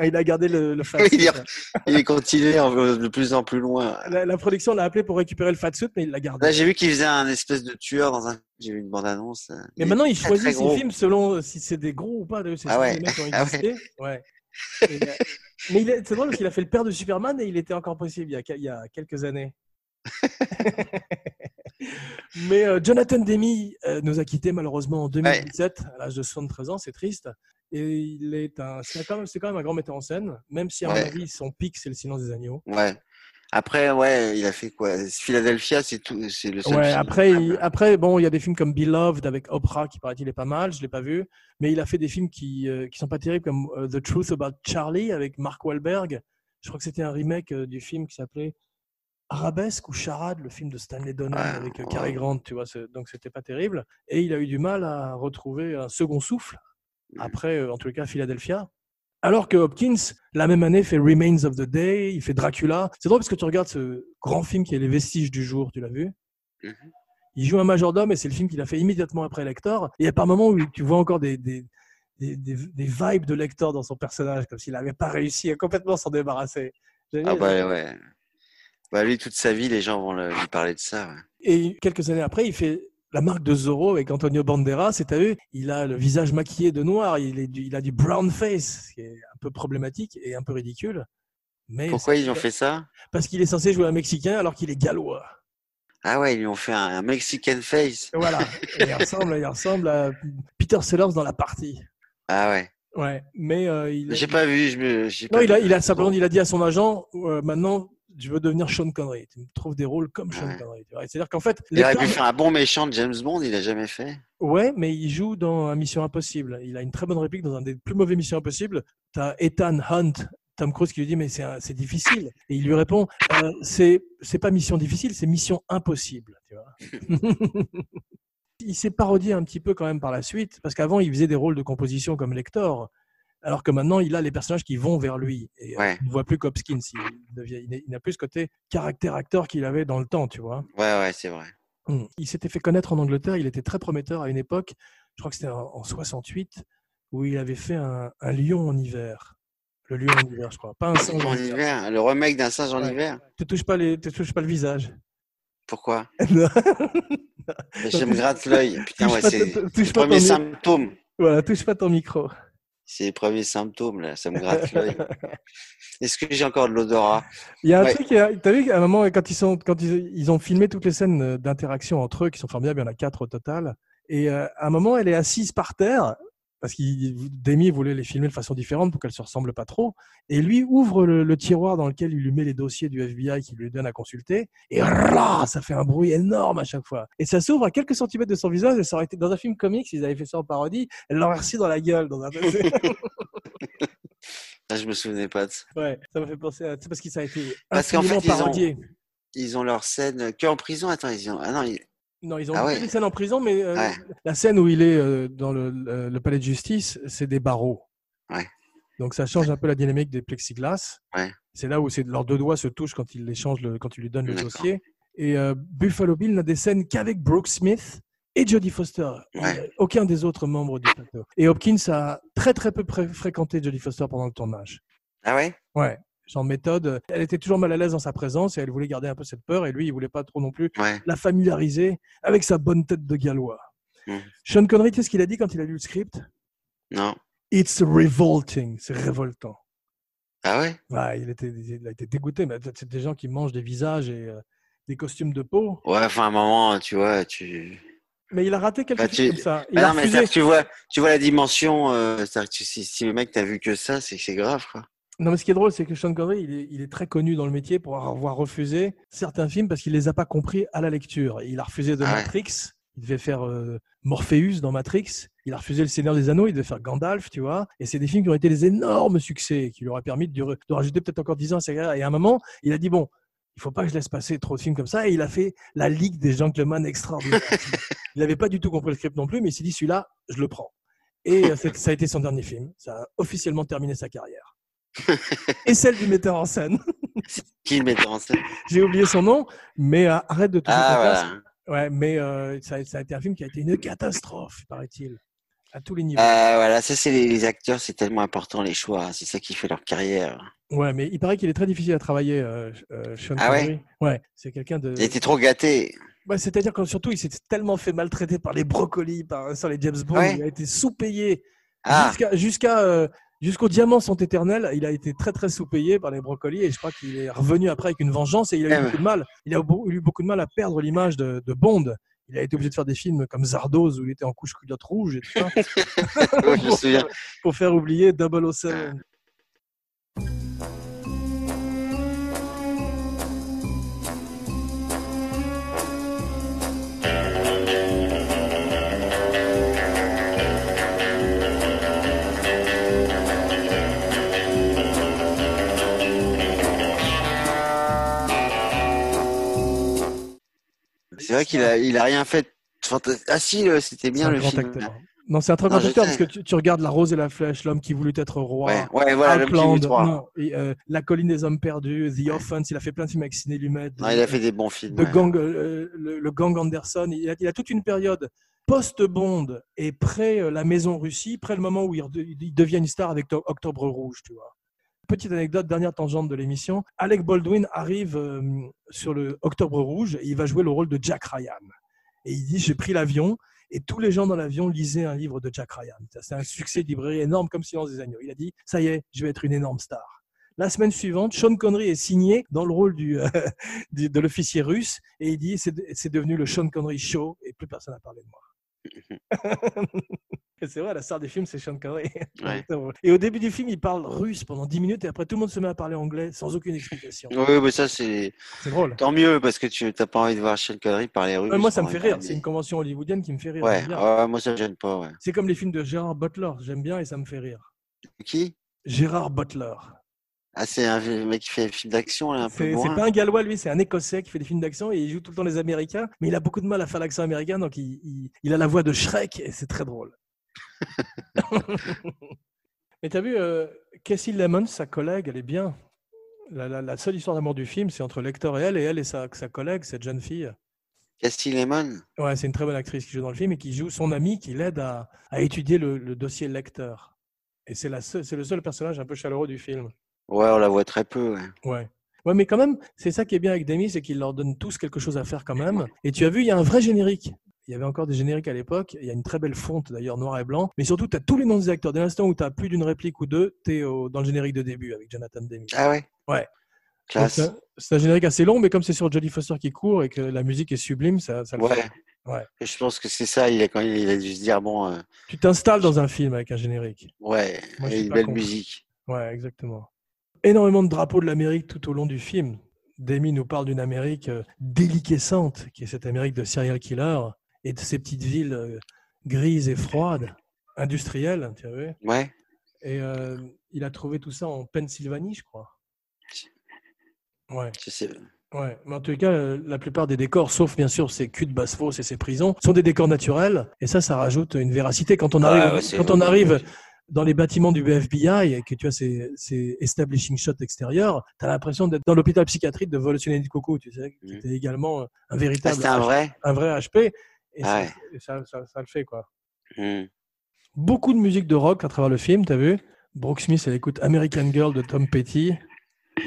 S1: il a gardé le, le fat
S2: Oui,
S1: suit.
S2: il est- Il est continué en- de plus en plus loin.
S1: La, la production l'a appelé pour récupérer le fat suit, mais il l'a gardé.
S2: Là, j'ai vu qu'il faisait un espèce de tueur dans un. J'ai vu une bande-annonce. euh,
S1: Mais maintenant, il
S2: très,
S1: choisit
S2: très
S1: ses
S2: gros.
S1: films selon euh, si c'est des gros ou pas. d'ailleurs, C'est
S2: Ah
S1: ça,
S2: ouais.
S1: les mecs qui ont
S2: Ah ouais.
S1: existé. Ouais. Et, euh, mais il est- c'est drôle parce qu'il a fait le père de Superman et il était encore possible il y a, quel- il y a quelques années. mais euh, Jonathan Demi euh, nous a quittés malheureusement en 2017 à l'âge de 73 ans, c'est triste. Et il est un, c'est quand même, c'est quand même un grand metteur en scène, même si à mon
S2: Ouais.
S1: avis son pic c'est le Silence des agneaux.
S2: Ouais. Après, ouais, il a fait quoi Philadelphia, c'est tout, c'est le seul.
S1: Ouais,
S2: film. Ah, bah,
S1: après, il- après, bon, il y a des films comme Beloved avec Oprah qui paraît-il est pas mal, je l'ai pas vu, mais il a fait des films qui euh, qui sont pas terribles comme euh, The Truth About Charlie avec Mark Wahlberg. Je crois que c'était un remake euh, du film qui s'appelait Arabesque ou Charade, le film de Stanley Donen
S2: Ouais,
S1: avec euh,
S2: Ah, ouais.
S1: Cary Grant, tu vois, c'est- donc c'était pas terrible. Et il a eu du mal à retrouver un second souffle
S2: Mhm.
S1: après, euh, en tout cas, Philadelphia. Alors que Hopkins, la même année, fait Remains of the Day, il fait Dracula. C'est drôle parce que tu regardes ce grand film qui est Les Vestiges du Jour, tu l'as vu
S2: Mhm.
S1: Il joue un majordome et c'est le film qu'il a fait immédiatement après Lector. Et il y a par moments où tu vois encore des, des, des, des- des vibes de Lector dans son personnage, comme s'il n'avait pas réussi à complètement s'en débarrasser. J'avais-
S2: Ah bah ouais. Bah lui, toute sa vie, les gens vont le- lui parler de ça. ouais.
S1: Et quelques années après, il fait la marque de Zorro avec Antonio Banderas. Et t'as vu, il a le visage maquillé de noir, il, est du- il a du brown face, ce qui est un peu problématique et un peu ridicule. Mais
S2: Pourquoi ils ont fait ça
S1: Parce qu'il est censé jouer un Mexicain alors qu'il est gallois.
S2: Ah ouais, ils lui ont fait un, un Mexican face.
S1: Voilà. Et il ressemble, il ressemble à Peter Sellers dans la partie.
S2: Ah ouais.
S1: Ouais. Mais euh, il,
S2: J'ai pas vu. Je me, j'ai
S1: non,
S2: pas
S1: il a,
S2: vu.
S1: il a simplement il a dit à son agent euh, maintenant, je veux devenir Sean Connery. Tu me trouves des rôles comme Sean
S2: Ouais.
S1: Connery. tu vois. Et C'est-à-dire qu'en fait,
S2: Il aurait
S1: Lecter-
S2: pu faire un bon méchant de James Bond, il l'a jamais fait.
S1: Ouais, mais il joue dans un Mission Impossible. Il a une très bonne réplique dans un des plus mauvais Missions Impossible. T'as Ethan Hunt, Tom Cruise qui lui dit mais c'est un- c'est difficile. Et il lui répond Euh, c'est c'est pas mission difficile, c'est mission impossible. Tu vois. il s'est parodié un petit peu quand même par la suite parce qu'avant il faisait des rôles de composition comme Lector, alors que maintenant il a les personnages qui vont vers lui. Et euh,
S2: Ouais.
S1: il ne voit plus qu'Hopkins. Il, devient- il n'est- il n'a plus ce côté caractère acteur qu'il avait dans le temps, tu vois.
S2: Ouais, ouais, c'est vrai.
S1: Mm. Il s'était fait connaître en Angleterre, il était très prometteur à une époque, je crois que c'était en en 68, où il avait fait un, un lion en hiver. Le lion en hiver, je crois. Pas un singe en
S2: En
S1: hiver.
S2: hiver, le remake d'un singe en
S1: Ouais.
S2: hiver.
S1: Te touche pas, les, te touche pas le visage.
S2: Pourquoi
S1: Non.
S2: Je me gratte l'œil. Putain,
S1: Touche
S2: ouais,
S1: pas
S2: c'est
S1: ton-
S2: les
S1: touche pas
S2: premiers
S1: ton-
S2: symptômes.
S1: Voilà, touche pas ton micro.
S2: C'est les premiers symptômes, là. Ça me gratte l'œil. Est-ce que j'ai encore de l'odorat
S1: Il y a un
S2: Ouais.
S1: truc, il y a- t'as vu qu'à un moment, quand ils, sont, quand ils, ils ont filmé toutes les scènes euh, d'interaction entre eux, qui sont formidables, il y en a quatre au total, et euh, à un moment, elle est assise par terre, parce que Demi voulait les filmer de façon différente pour qu'elles se ressemblent pas trop, et lui ouvre le, le tiroir dans lequel il lui met les dossiers du FBI qu'il lui donne à consulter, et rah, ça fait un bruit énorme à chaque fois. Et ça s'ouvre à quelques centimètres de son visage, et ça aurait été dans un film comique, s'ils avaient fait ça en parodie, elle l'aurait reçu dans la gueule. Dans un...
S2: Là, Ah, je me souvenais pas de ça.
S1: ouais, ça m'a fait penser à... C'est parce que ça a été
S2: Parce qu'en fait,
S1: infiniment
S2: ils ont-
S1: parodié.
S2: Ils ont leur scène euh, que en prison. Attends, ils ont. Ah non, ils-
S1: Non, ils ont
S2: Ah
S1: fait
S2: ouais.
S1: des scènes en prison, mais euh,
S2: Ouais.
S1: la scène où il est euh, dans le, le- le palais de justice, c'est des barreaux.
S2: Ouais.
S1: Donc ça change un peu la dynamique des plexiglas.
S2: Ouais.
S1: C'est là où c'est- leurs deux doigts se touchent quand ils échangent le, quand ils lui donnent le
S2: D'accord.
S1: dossier. Et euh, Buffalo Bill n'a des scènes qu'avec Brooke Smith et Jodie Foster.
S2: Ouais.
S1: Aucun des autres membres du plateau. Et Hopkins a très très peu pré- fréquenté Jodie Foster pendant le tournage.
S2: Ah ouais
S1: Ouais. Genre méthode, elle était toujours mal à l'aise dans sa présence et elle voulait garder un peu cette peur et lui il voulait pas trop non plus
S2: Ouais.
S1: la familiariser avec sa bonne tête de gallois.
S2: Mhm.
S1: Sean Connery, qu'est-ce qu'il a dit quand il a lu le script
S2: Non.
S1: It's revolting, c'est révoltant.
S2: Ah ouais
S1: Ouais, il, était, il a été dégoûté, mais c'est des gens qui mangent des visages et euh, des costumes de peau.
S2: Ouais, enfin, à un moment, tu vois, tu.
S1: Mais il a raté quelque
S2: Bah,
S1: chose
S2: tu-
S1: comme ça. Il
S2: Ah
S1: a
S2: non, mais
S1: refusé.
S2: c'est-à-dire que tu vois, tu vois la dimension. euh, c'est-à-dire que tu- si, si le mec t'a vu que ça, c'est que c'est grave, quoi.
S1: Non, mais ce qui est drôle, c'est que Sean Connery, il est, il est très connu dans le métier pour avoir refusé certains films parce qu'il les a pas compris à la lecture. Il a refusé de
S2: Ah ouais.
S1: Matrix. Il devait faire euh, Morpheus dans Matrix. Il a refusé Le Seigneur des Anneaux. Il devait faire Gandalf, tu vois. Et c'est des films qui ont été des énormes succès, qui lui auraient permis de, durer- de rajouter peut-être encore 10 ans à sa carrière. Et à un moment, il a dit bon, il faut pas que je laisse passer trop de films comme ça. Et il a fait la Ligue des Gentlemen extraordinaire. il n'avait pas du tout compris le script non plus, mais il s'est dit celui-là, je le prends. Et euh, c'est- ça a été son dernier film. Ça a officiellement terminé sa carrière et celle du metteur en scène.
S2: Qui le mettait en scène
S1: J'ai oublié son nom, mais euh, arrête de toucher
S2: Ah,
S1: ta place.
S2: voilà.
S1: Ouais, mais euh, ça, a- ça a été un film qui a été une catastrophe, paraît-il, à tous les niveaux.
S2: Ah, voilà, ça, c'est les, les acteurs, c'est tellement important, les choix. hein, C'est ça qui fait leur carrière.
S1: Ouais, mais il paraît qu'il est très difficile à travailler, euh, euh, Sean
S2: Ah ouais
S1: Connery. ouais, c'est quelqu'un de.
S2: Ils étaient trop gâtés.
S1: Bah, C'est-à-dire que surtout, il s'est tellement fait maltraiter par les brocolis, par sur les James Bond,
S2: Ouais.
S1: il a été sous-payé
S2: Ah,
S1: jusqu'à jusqu'à euh, jusqu'aux diamants sont éternels. Il a été très très sous-payé par les brocolis et je crois qu'il est revenu après avec une vengeance et il a eu
S2: Eh
S1: beaucoup de mal. Il a beau- eu beaucoup de mal à perdre l'image de, de Bond. Il a été obligé de faire des films comme Zardoz où il était en couche culotte rouge et tout ça
S2: oui, je me souviens.
S1: pour faire oublier 007.
S2: C'est vrai qu'il a, il a rien fait. de fanta- Ah, si, le- c'était
S1: C'est
S2: bien
S1: un
S2: le
S1: grand
S2: film.
S1: acteur. Non, c'est un très
S2: Non,
S1: grand
S2: je
S1: acteur parce
S2: sais.
S1: que tu, tu regardes La Rose et la Flèche, L'homme qui voulut être roi.
S2: Ouais, ouais, voilà, le petit
S1: Outland,
S2: 3. Non.
S1: non, et, euh, La colline des hommes perdus, The Offense, il a fait plein de films avec Ciné Lumet.
S2: il a fait des bons films.
S1: le
S2: ouais.
S1: gang, euh, le, le gang Anderson. Il a, il a toute une période post-Bond et près euh, la maison Russie, près le moment où il, rede- il devient une star avec To- Octobre Rouge, tu vois. Petite anecdote, dernière tangente de l'émission. Alec Baldwin arrive euh, sur le Octobre Rouge et il va jouer le rôle de Jack Ryan. Et il dit J'ai pris l'avion et tous les gens dans l'avion lisaient un livre de Jack Ryan. Ça, C'est un succès de librairie énorme comme Silence des Agneaux. Il a dit Ça y est, je vais être une énorme star. La semaine suivante, Sean Connery est signé dans le rôle du, euh, du- de l'officier russe et il dit c'est de- c'est devenu le Sean Connery show et plus personne n'a parlé de moi. Et c'est vrai, la star des films, c'est Sean Connery.
S2: Ouais.
S1: Et au début du film, il parle russe pendant 10 minutes et après tout le monde se met à parler anglais sans aucune explication.
S2: Oui, mais ça, c'est.
S1: C'est drôle.
S2: Tant mieux, parce que tu n'as pas envie de voir Sean Connery parler russe.
S1: Ouais, moi, ça me
S2: on
S1: fait
S2: est
S1: rire.
S2: pas-
S1: C'est une convention hollywoodienne qui me fait rire.
S2: Ouais,
S1: J'aime bien.
S2: ouais, moi, ça me gêne pas, ouais.
S1: C'est comme les films de Gérard Butler. J'aime bien et ça me fait rire.
S2: Qui
S1: Gérard Butler.
S2: Ah, c'est un mec qui fait un film d'action, là, un peu
S1: C'est c'est
S2: bourrin.
S1: pas un Gallois, lui, c'est un Écossais qui fait des films d'action et il joue tout le temps les Américains, mais il a beaucoup de mal à faire l'accent américain, donc il, il- il a la voix de Shrek et c'est très drôle. mais t'as vu, euh, Cassie Lemon, sa collègue, elle est bien. La, la- la seule histoire d'amour du film, c'est entre Lecter et elle, et elle et sa, sa collègue, cette jeune fille.
S2: Cassie Lemon
S1: Ouais, c'est une très bonne actrice qui joue dans le film et qui joue son amie qui l'aide à, à étudier le, le dossier Lecter. Et c'est la seule- c'est le seul personnage un peu chaleureux du film.
S2: Ouais, on la voit très peu, ouais.
S1: Ouais. Ouais, mais quand même, c'est ça qui est bien avec Demi, c'est qu'ils leur donnent tous quelque chose à faire quand même. Et tu as vu, il y a un vrai générique. Il y avait encore des génériques à l'époque. Il y a une très belle fonte d'ailleurs, noir et blanc. Mais surtout, tu as tous les noms des acteurs. Dès l'instant où tu as plus d'une réplique ou deux, tu es dans le générique de début avec Jonathan Demi.
S2: Ah ouais
S1: Ouais. Donc,
S2: Classe.
S1: C'est un- c'est un générique assez long, mais comme c'est sur Jodie Foster qui court et que la musique est sublime, ça, ça le
S2: Ouais.
S1: fait. Ouais.
S2: Et Je pense que c'est ça, il a, quand il, il a dû se dire, bon, euh,
S1: Tu t'installes dans un film avec un générique.
S2: ouais,
S1: Moi, je
S2: il y a
S1: suis
S2: une
S1: pas
S2: belle
S1: contre.
S2: musique.
S1: Ouais, exactement. Énormément de drapeaux de l'Amérique tout au long du film. Demi nous parle d'une Amérique euh, déliquescente, qui est cette Amérique de serial killer et de ces petites villes euh, grises et froides, industrielles, tu as vu.
S2: Ouais.
S1: Et euh, il a trouvé tout ça en Pennsylvanie, je crois. Ouais,
S2: Je sais. Ah,
S1: ouais. Mais en tout cas, euh, la plupart des décors, sauf bien sûr ces culs de basse-fosse et ces prisons, sont des décors naturels. Et ça, ça rajoute une véracité. Quand on
S2: Ah,
S1: arrive,
S2: ouais, c'est-
S1: quand on arrive dans les bâtiments du FBI, et que tu as ces, ces establishing shots extérieurs, tu as l'impression d'être dans l'hôpital psychiatrique de Volotionnet du Coco, tu sais, qui
S2: Mhm.
S1: était également un
S2: Ah,
S1: véritable
S2: c'était un vrai Ah
S1: un vrai HP. Et, ça,
S2: Ouais.
S1: et ça, ça- ça le fait, quoi.
S2: Hmm.
S1: Beaucoup de musique de rock à travers le film, t'as vu Brooke Smith, elle écoute American Girl de Tom Petty,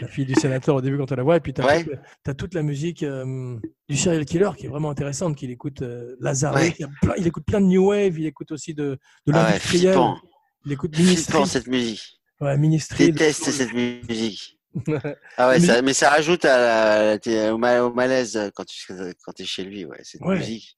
S1: la fille du sénateur au début quand elle la voit, et puis t'as
S2: Ouais.
S1: toute- t'as toute la musique euh, du serial killer qui est vraiment intéressante, qu'il écoute euh, Lazare,
S2: Ouais.
S1: il, y a plein- il écoute plein de New Wave, il écoute aussi de, de
S2: Ah ouais,
S1: l'industriel,
S2: flippant.
S1: il écoute Ministry,
S2: Flippant cette musique.
S1: ouais, Ministry,
S2: Déteste cette musique.
S1: Ouais.
S2: Ah ouais,
S1: Mais-
S2: ça- mais ça rajoute à la- à la- au ma- au malaise euh, quand tu quand es chez lui, ouais, cette
S1: Ouais.
S2: musique.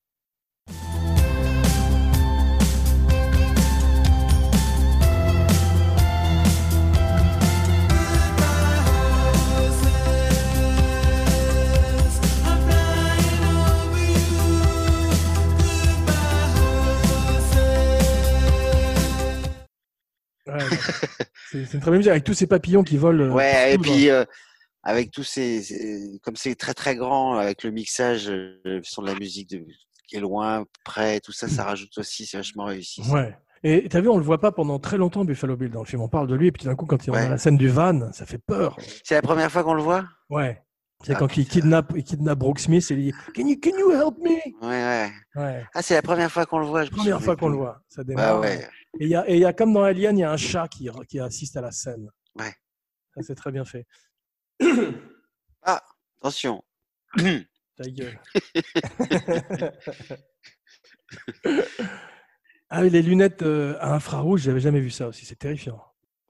S1: Ouais, ouais. c'est c'est une très belle musique avec tous ces papillons qui volent. euh,
S2: Ouais, et
S1: partout,
S2: puis euh, avec tous ces, ces- comme c'est très très grand, avec le mixage, euh, le son de la musique de, qui est loin, près, tout ça, ça rajoute aussi, c'est vachement réussi. ça.
S1: Ouais. Et t'as vu, on le voit pas pendant très longtemps, Buffalo Bill, dans le film. On parle de lui, et puis tout d'un coup, quand il y a
S2: Ouais.
S1: la scène du van, ça fait peur.
S2: C'est la première fois qu'on le voit
S1: Ouais. C'est
S2: Ah,
S1: quand il kidnappe, il kidnappe Brooke Smith et il dit Can you, can you help me
S2: Ouais, ouais.
S1: Ouais.
S2: Ah, c'est la première fois qu'on le voit. je me
S1: Première
S2: souvenais
S1: fois qu'on
S2: plus.
S1: le voit. Ça
S2: Ouais,
S1: démarre.
S2: ouais.
S1: Et il y, a- et il y a, comme dans Alien, il y a un chat qui, qui assiste à la scène.
S2: Ouais.
S1: Ça, c'est très bien fait.
S2: Attention.
S1: Ta gueule. ah oui, les lunettes euh, à infrarouge, j'avais jamais vu ça aussi. C'est terrifiant.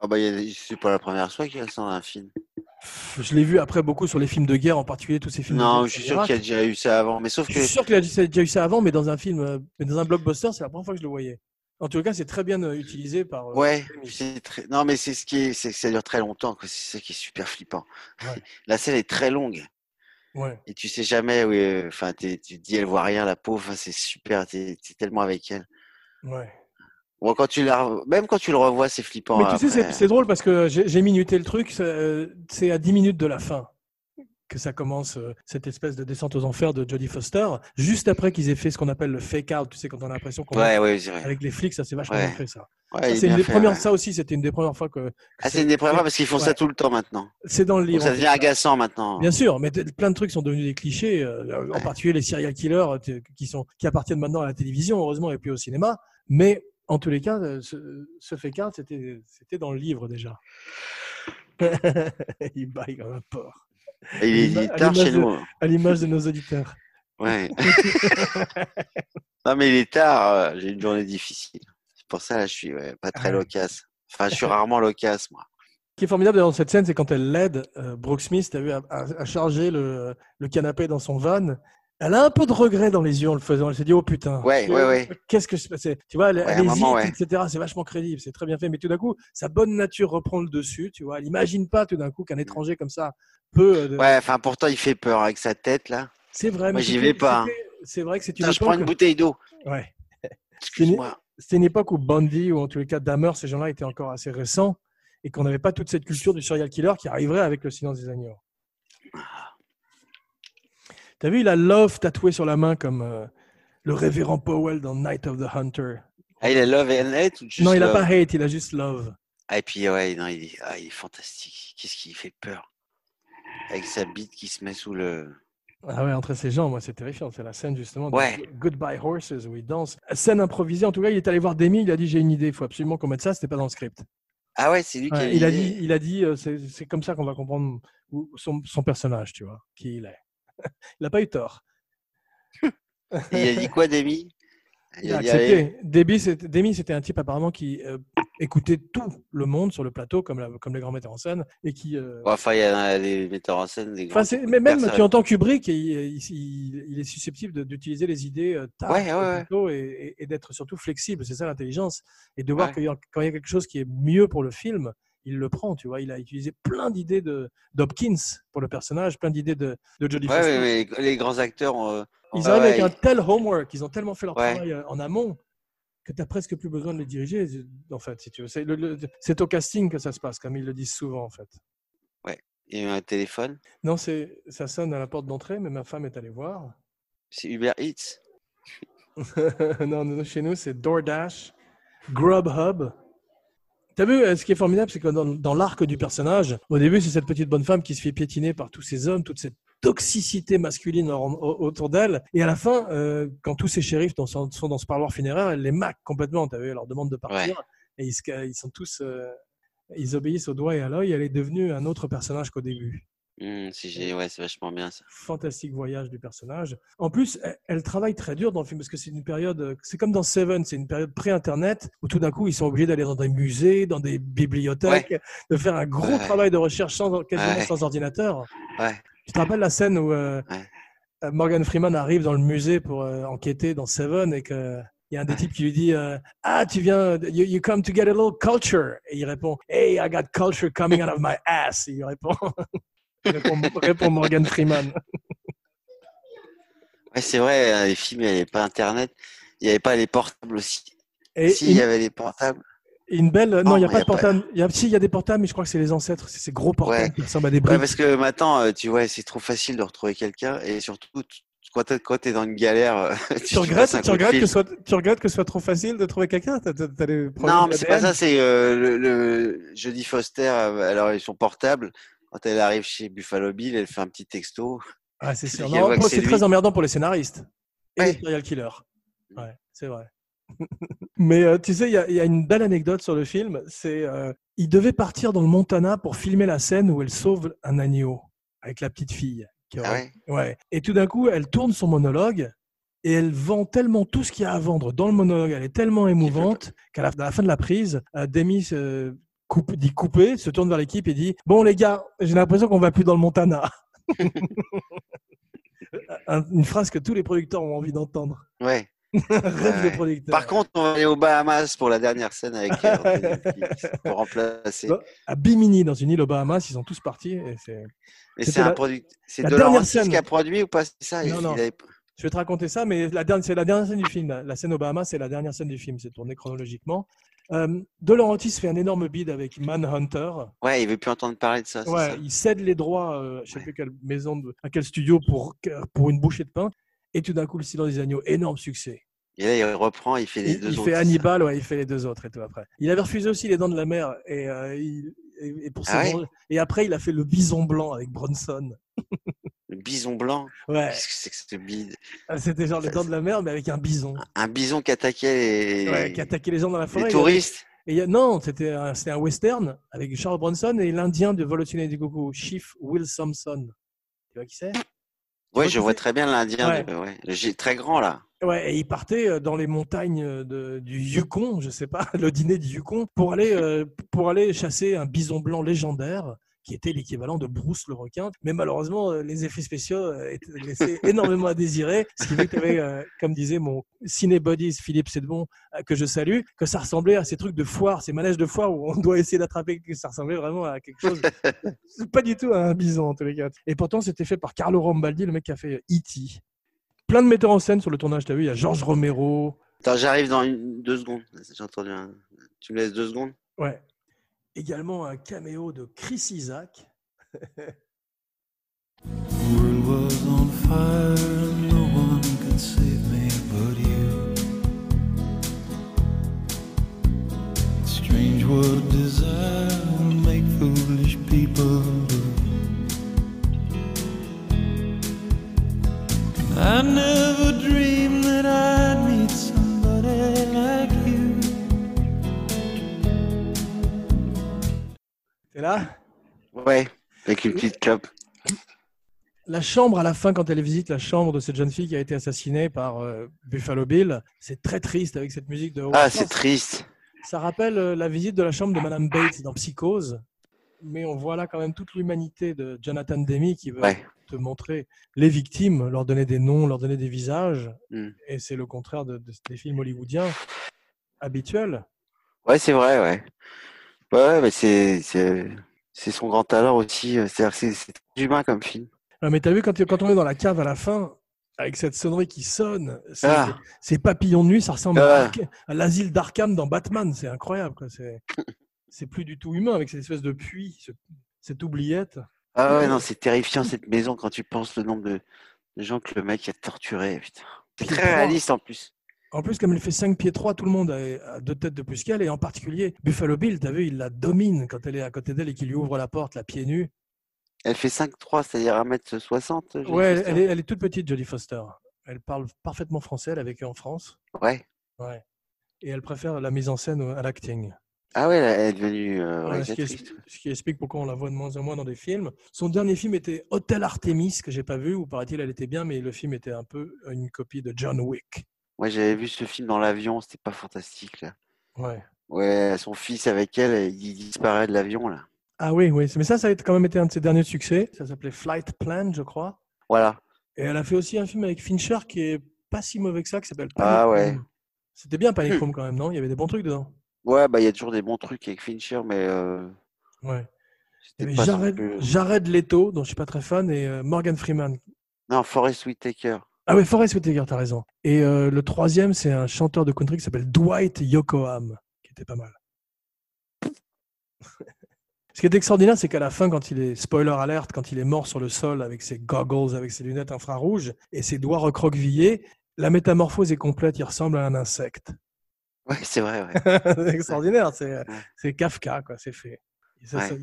S2: Ah bah, il y a- c'est pas la première fois qu'il y a ça dans un film.
S1: Pff, Je l'ai vu après beaucoup sur les films de guerre, en particulier tous ces films. de
S2: Non,
S1: guerre
S2: je suis
S1: sur
S2: sûr
S1: l'Irak.
S2: qu'il y a déjà eu ça avant, mais sauf
S1: Je
S2: que
S1: suis sûr qu'il a déjà déjà eu ça avant, mais dans un film, euh, mais dans un blockbuster, c'est la première fois que je le voyais. En tout cas, c'est très bien euh, utilisé par. euh,
S2: Ouais,
S1: Jamie.
S2: puis c'est très... non, mais c'est ce qui est, c'est que ça dure très longtemps, quoi. C'est ça qui est super flippant.
S1: Ouais.
S2: La scène est très longue
S1: Ouais.
S2: et tu sais jamais où, est- enfin, t'es- tu te dis elle voit rien, la pauvre, enfin, c'est super, t'es es tellement avec elle.
S1: ouais.
S2: Bon, quand tu la, re- même quand tu le revois, c'est flippant. hein,
S1: mais tu sais, c'est-
S2: après.
S1: c'est drôle parce que j'ai j'ai minuté le truc. c'est, euh, C'est à 10 minutes de la fin que ça commence euh, cette espèce de descente aux enfers de Jodie Foster, juste après qu'ils aient fait ce qu'on appelle le fake out. Tu sais, quand on a l'impression qu'on
S2: Ouais, ouais, c'est vrai.
S1: avec les flics, ça c'est vachement
S2: Ouais.
S1: bien fait ça.
S2: Ouais,
S1: Ça,
S2: il est
S1: c'est une
S2: bien
S1: des
S2: fait,
S1: premières.
S2: ouais.
S1: Ça aussi, c'était une des premières fois que. que
S2: Ah, c'est
S1: c'est-
S2: une des premières fois parce qu'ils font
S1: Ouais.
S2: ça tout le temps maintenant.
S1: c'est dans le
S2: Donc
S1: livre.
S2: ça
S1: en fait.
S2: devient agaçant maintenant.
S1: Bien sûr, mais t- plein de trucs sont devenus des clichés, euh, en
S2: Ouais.
S1: particulier les serial killers euh, t- qui, sont, qui appartiennent maintenant à la télévision, heureusement, et puis au cinéma. Mais en tous les cas, euh, ce, ce fécard, c'était c'était dans le livre déjà. il baille comme un porc,
S2: Et Il est, il est
S1: À
S2: tard chez
S1: l'image de-
S2: nous. hein.
S1: à l'image de nos auditeurs.
S2: Ouais. non, mais il est tard. euh, J'ai une journée difficile. C'est pour ça, là, je suis ouais, pas très
S1: Ah ouais.
S2: loquace. Enfin, je suis rarement loquace, moi.
S1: Ce qui est formidable dans cette scène, c'est quand elle l'aide, euh, Brooke Smith, t'as vu, à, à- à charger le, le canapé dans son van. Elle a un peu de regret dans les yeux en le faisant. Elle s'est dit, oh putain.
S2: Ouais,
S1: que-
S2: ouais, ouais.
S1: Qu'est-ce que je passais Tu vois, elle,
S2: Ouais,
S1: elle
S2: un
S1: hésite,
S2: moment, ouais.
S1: etc. C'est vachement crédible, c'est très bien fait. Mais tout d'un coup, sa bonne nature reprend le dessus, tu vois. Elle imagine pas tout d'un coup qu'un étranger comme ça peut. euh, de-
S2: Mm. Ouais, enfin, pourtant, il fait peur avec sa tête, là.
S1: C'est vrai.
S2: Moi,
S1: mais
S2: j'y
S1: c'était-
S2: vais pas, hein.
S1: c'était- C'est vrai que c'est une
S2: Putain, je prends une
S1: époque-
S2: bouteille d'eau.
S1: ouais.
S2: Excuse-moi.
S1: C'était une époque où Bundy, ou en tous les cas Dahmer, ces gens-là étaient encore assez récents et qu'on n'avait pas toute cette culture du serial killer qui arriverait avec le silence des agneaux. T'as vu, il a Love tatoué sur la main comme euh, le révérend Powell dans Night of the Hunter.
S2: Ah, il a love and hate ou juste
S1: non, il n'a
S2: love
S1: pas hate, il a juste love.
S2: Ah, et puis, ouais, non, il est, ah, il est fantastique. Qu'est-ce qui fait peur Avec sa bite qui se met sous le.
S1: Ah ouais, entre ces gens, moi, c'est terrifiant. C'est la scène justement de
S2: Ouais.
S1: Goodbye Horses où il danse. Scène improvisée. En tout cas, il est allé voir Demi, il a dit J'ai une idée, il faut absolument qu'on mette ça, c'était pas dans le script.
S2: Ah, ouais, c'est lui qui
S1: Ouais,
S2: a
S1: il, a
S2: l'idée.
S1: dit, il a dit, euh, c'est c'est comme ça qu'on va comprendre où- son, son personnage, tu vois, qui il est. il n'a pas eu tort.
S2: Et Il a dit quoi, Demi
S1: Il a accepté. Demi, c'était- Demi, c'était un type apparemment qui euh, écoutait tout le monde sur le plateau, comme, la- comme les grands metteurs en scène, et qui. euh,
S2: Ouais, Enfin, il y a des metteurs en scène, des
S1: enfin,
S2: grands.
S1: c'est- mais même,
S2: personne.
S1: tu entends Kubrick, et il, il- il- il est susceptible de- d'utiliser les idées euh, tard
S2: Ouais,
S1: sur le
S2: ouais, ouais.
S1: plateau et, et- et d'être surtout flexible. C'est ça l'intelligence. Et de voir
S2: Ouais.
S1: qu'il y a- quand il y a quelque chose qui est mieux pour le film, il le prend, tu vois. Il a utilisé plein d'idées de- d'Hopkins pour le personnage, plein d'idées de, de Jodie
S2: Ouais,
S1: Foster.
S2: ouais, mais les, les grands acteurs. ont-
S1: Ils
S2: Ah
S1: arrivent
S2: ouais,
S1: avec un tel homework, ils ont tellement fait leur
S2: Ouais.
S1: travail euh, en amont que tu n'as presque plus besoin de les diriger, en fait, si tu veux. C'est, le- le- c'est au casting que ça se passe, comme ils le disent souvent, en fait.
S2: Il y a eu un téléphone.
S1: Non, c'est, ça sonne à la porte d'entrée, mais ma femme est allée voir.
S2: C'est Uber Eats.
S1: non, non, non, chez nous, c'est DoorDash, Grubhub, T'as vu, euh, ce qui est formidable, c'est que dans, dans l'arc du personnage, au début, c'est cette petite bonne femme qui se fait piétiner par tous ces hommes, toute cette toxicité masculine en- au- autour d'elle. Et à la fin, euh, quand tous ces shérifs dans- sont, sont dans ce parloir funéraire, elle les maque complètement. T'as vu, elle leur demande de partir. Et ils, se ca- ils sont tous... euh, ils obéissent au doigt et à l'œil. Elle est devenue un autre personnage qu'au début.
S2: Hmm, si j'ai... Ouais, c'est vachement bien ça.
S1: Fantastique voyage du personnage. En plus, elle, elle travaille très dur dans le film parce que c'est une période, euh, c'est comme dans Seven, c'est une période pré-internet où tout d'un coup ils sont obligés d'aller dans des musées, dans des bibliothèques, de faire un gros
S2: Ouais.
S1: travail de recherche sans, quasiment
S2: Ouais.
S1: sans ordinateur.
S2: Ouais.
S1: Tu te rappelles la scène où euh,
S2: Ouais.
S1: euh, Morgan Freeman arrive dans le musée pour euh, enquêter dans Seven et que il y a un des types qui lui dit euh, Ah, tu viens, de- you, you come to get a little culture. Et il répond Hey, I got culture coming out of my ass. Et il répond répond, répond Morgan Freeman.
S2: Ouais, c'est vrai, euh, les films, il n'y avait pas Internet. Il n'y avait pas les portables aussi.
S1: Et
S2: si, il y
S1: une,
S2: avait les portables.
S1: une belle. Non, il n'y a
S2: Non,
S1: pas
S2: il y
S1: de
S2: a pas-
S1: portable. Il y a, si, il y a des portables, mais je crois que c'est les ancêtres. C'est ces gros portables
S2: Ouais.
S1: qui ressemblent à des
S2: Ouais,
S1: briques.
S2: parce que maintenant, euh, tu vois, c'est trop facile de retrouver quelqu'un. Et surtout, tu- quand t'es- quand t'es dans une galère, euh,
S1: tu,
S2: lui passes
S1: regrettes,
S2: un
S1: tu,
S2: coup de
S1: regrettes que
S2: fil.
S1: ce soit, tu regrettes que ce soit trop facile de trouver quelqu'un T'as- T'as t'as des problèmes
S2: Non,
S1: de
S2: mais c'est pas
S1: ADN?
S2: ça, c'est euh, le, le Jodie Foster, euh, alors ils sont portables. Quand elle arrive chez Buffalo Bill, elle fait un petit texto.
S1: Ah, c'est sûr.
S2: Il
S1: Non,
S2: voit que
S1: oh,
S2: c'est
S1: c'est
S2: lui.
S1: très emmerdant pour les scénaristes. Et
S2: Ouais.
S1: les serial killers. Ouais, c'est vrai. Mais euh, tu sais, il y, a- il y a une belle anecdote sur le film. C'est euh, il devait partir dans le Montana pour filmer la scène où elle sauve un agneau avec la petite fille. qui
S2: Ah
S1: aurait-
S2: ouais
S1: Ouais. Et tout d'un coup, elle tourne son monologue et elle vend tellement tout ce qu'il y a à vendre dans le monologue. Elle est tellement émouvante qu'à la, à la fin de la prise, euh, Demi se coupe, dit couper, se tourne vers l'équipe et dit Bon, les gars, j'ai l'impression qu'on va plus dans le Montana. Un- Une phrase que tous les producteurs ont envie d'entendre.
S2: Ouais.
S1: Rêve
S2: ouais.
S1: de producteur.
S2: Par contre, on va aller aux Bahamas pour la dernière scène avec euh, Anthony Hopkins, pour remplacer.
S1: Bah, à Bimini, dans une île aux Bahamas, ils sont tous partis. Et c'est-
S2: Mais
S1: c'était
S2: c'est un
S1: la-
S2: produit. C'est
S1: la
S2: de
S1: dernière
S2: Laurentiis
S1: scène.
S2: qui a produit ou pas C'est ça
S1: Non, non.
S2: avait-
S1: Je vais te raconter ça, mais la dernière, c'est la dernière scène du film. La, la scène aux Bahamas, c'est la dernière scène du film. C'est tourné chronologiquement. Euh, de Laurentiis fait un énorme bid avec Manhunter.
S2: Ouais, il veut plus entendre parler de ça. c'est
S1: Ouais,
S2: ça.
S1: il cède les droits, euh, je sais plus quelle maison, de- à quel studio pour, pour une bouchée de pain. Et tout d'un coup, le silence des agneaux, énorme succès.
S2: Et là, il reprend, il fait les
S1: Il,
S2: deux
S1: il
S2: autres,
S1: fait
S2: c'est ça.
S1: Hannibal, ouais, il fait les deux autres et tout après. Il avait refusé aussi les dents de la mer et, euh, il- et, et pour
S2: Ah
S1: ses-
S2: ouais
S1: et après il a fait le bison blanc avec Bronson.
S2: Le bison blanc.
S1: Ouais,
S2: Qu'est-ce que c'est que ce bide
S1: c'était genre les
S2: Ça,
S1: dents de la mer mais avec un bison
S2: Un bison qui attaquait les,
S1: Ouais, qui attaquait les gens dans la forêt.
S2: les
S1: Il y avait-
S2: touristes.
S1: Et il y a- non, c'était un, c'était un western avec Charles Bronson et l'Indien de Vol au du Coucou, Chief Will Sampson. Tu vois qui c'est vois
S2: Ouais,
S1: qui
S2: je vois
S1: c'est
S2: très bien l'Indien.
S1: Ouais.
S2: de- ouais. Le g- très grand là.
S1: Ouais, et il partait euh, dans les montagnes euh, de- du Yukon, je sais pas, le dîner du Yukon, pour aller, euh, pour aller chasser un bison blanc légendaire qui était l'équivalent de Bruce le requin. Mais malheureusement, euh, les effets spéciaux euh, étaient- laissaient énormément à désirer. Ce qui fait que t'avais, euh, comme disait mon cinébodies Philippe Sedbon, euh, que je salue, que ça ressemblait à ces trucs de foire, ces manèges de foire où on doit essayer d'attraper, que ça ressemblait vraiment à quelque chose. C'est pas du tout à un bison, en tous les cas. Et pourtant, c'était fait par Carlo Rambaldi, le mec qui a fait E E.T plein de metteurs en scène sur le tournage. T'as vu, il y a Georges Romero.
S2: Attends, j'arrive dans une, deux secondes. J'ai entendu un. Tu me laisses deux secondes
S1: Ouais. Également un caméo de Chris Isaac.
S9: world was on fire and no one could save me but you. Strange what desire will make foolish people do. I never dreamed that I'd meet somebody like you.
S1: T'es là
S2: Ouais. Avec
S1: Euh,
S2: une petite clope.
S1: La chambre, à la fin, quand elle visite la chambre de cette jeune fille qui a été assassinée par euh, Buffalo Bill, c'est très triste avec cette musique de.
S2: Ah, c'est triste.
S1: Ça rappelle euh, la visite de la chambre de Madame Bates dans Psychose. Mais on voit là quand même toute l'humanité de Jonathan Demi qui veut
S2: Ouais.
S1: te montrer les victimes, leur donner des noms, leur donner des visages.
S2: Mm.
S1: Et c'est le contraire de- de- des films hollywoodiens habituels.
S2: Ouais, c'est vrai, ouais. Ouais, ouais, mais c'est, c'est, c'est son grand talent aussi. euh, C'est-à-dire que c'est, c'est très humain comme film.
S1: Ah, mais t'as vu, quand, quand on est dans la cave à la fin, avec cette sonnerie qui sonne, ces,
S2: Ah.
S1: ces papillons de nuit, ça ressemble à,
S2: Ah.
S1: Ark- à l'asile d'Arkham dans Batman. C'est incroyable. quoi. C'est, c'est plus du tout humain avec cette espèce de puits, ce- cette oubliette.
S2: Ah ouais, non, c'est terrifiant cette maison quand tu penses le nombre de, de gens que le mec a torturé. Putain. C'est
S1: Qui est
S2: très
S1: froid.
S2: réaliste en plus.
S1: En plus, comme elle fait 5 pieds 3, tout le monde a a deux têtes de plus qu'elle, et en particulier Buffalo Bill, t'as vu, il la domine quand elle est à côté d'elle et qu'il lui ouvre la porte, la pieds nus.
S2: Elle fait 5'3, c'est-à-dire 1m60. je
S1: Ouais, elle,
S2: sais hein. pas.
S1: elle est, elle est toute petite, Jodie Foster. Elle parle parfaitement français, elle a vécu en France.
S2: Ouais.
S1: Ouais. Et elle préfère la mise en scène au- à l'acting.
S2: Ah ouais, elle est devenue euh,
S1: Voilà, ce, qui
S2: réalisatrice.
S1: explique, ce qui explique pourquoi on la voit de moins en moins dans des films. Son dernier film était Hôtel Artemis, que j'ai pas vu, où paraît-il elle était bien, mais le film était un peu une copie de John Wick.
S2: Moi, j'avais vu ce film dans l'avion, c'était pas fantastique, là.
S1: Ouais.
S2: Ouais, son fils avec elle, il disparaît de l'avion, là.
S1: Ah oui, oui. Mais ça, ça a été- quand même été un de ses derniers succès. Ça s'appelait Flight Plan, je crois.
S2: Voilà.
S1: Et elle a fait aussi un film avec Fincher qui est pas si mauvais que ça, qui s'appelle
S2: Ah
S1: Panicroom.
S2: ouais. Hmm.
S1: C'était bien Panicroom quand même, non Il y avait des bons trucs dedans.
S2: Ouais, bah, il y a toujours des bons trucs avec Fincher, mais euh,
S1: Ouais. Il y
S2: c'était
S1: avait
S2: pas son
S1: Jared,
S2: plus- euh,
S1: Jared Leto, dont je suis pas très fan, et euh, Morgan Freeman.
S2: Non, Forrest Whitaker.
S1: Ah oui, Forrest Whitaker, t'as raison. Et euh, le troisième, c'est un chanteur de country qui s'appelle Dwight Yoakam, qui était pas mal. Ce qui est extraordinaire, c'est qu'à la fin, quand il est, spoiler alerte, quand il est mort sur le sol avec ses goggles, avec ses lunettes infrarouges et ses doigts recroquevillés, la métamorphose est complète, il ressemble à un insecte.
S2: Ouais, c'est vrai, ouais.
S1: c'est extraordinaire, c'est, euh, c'est Kafka, quoi, c'est fait. Et, ça,
S2: Ouais.
S1: ça-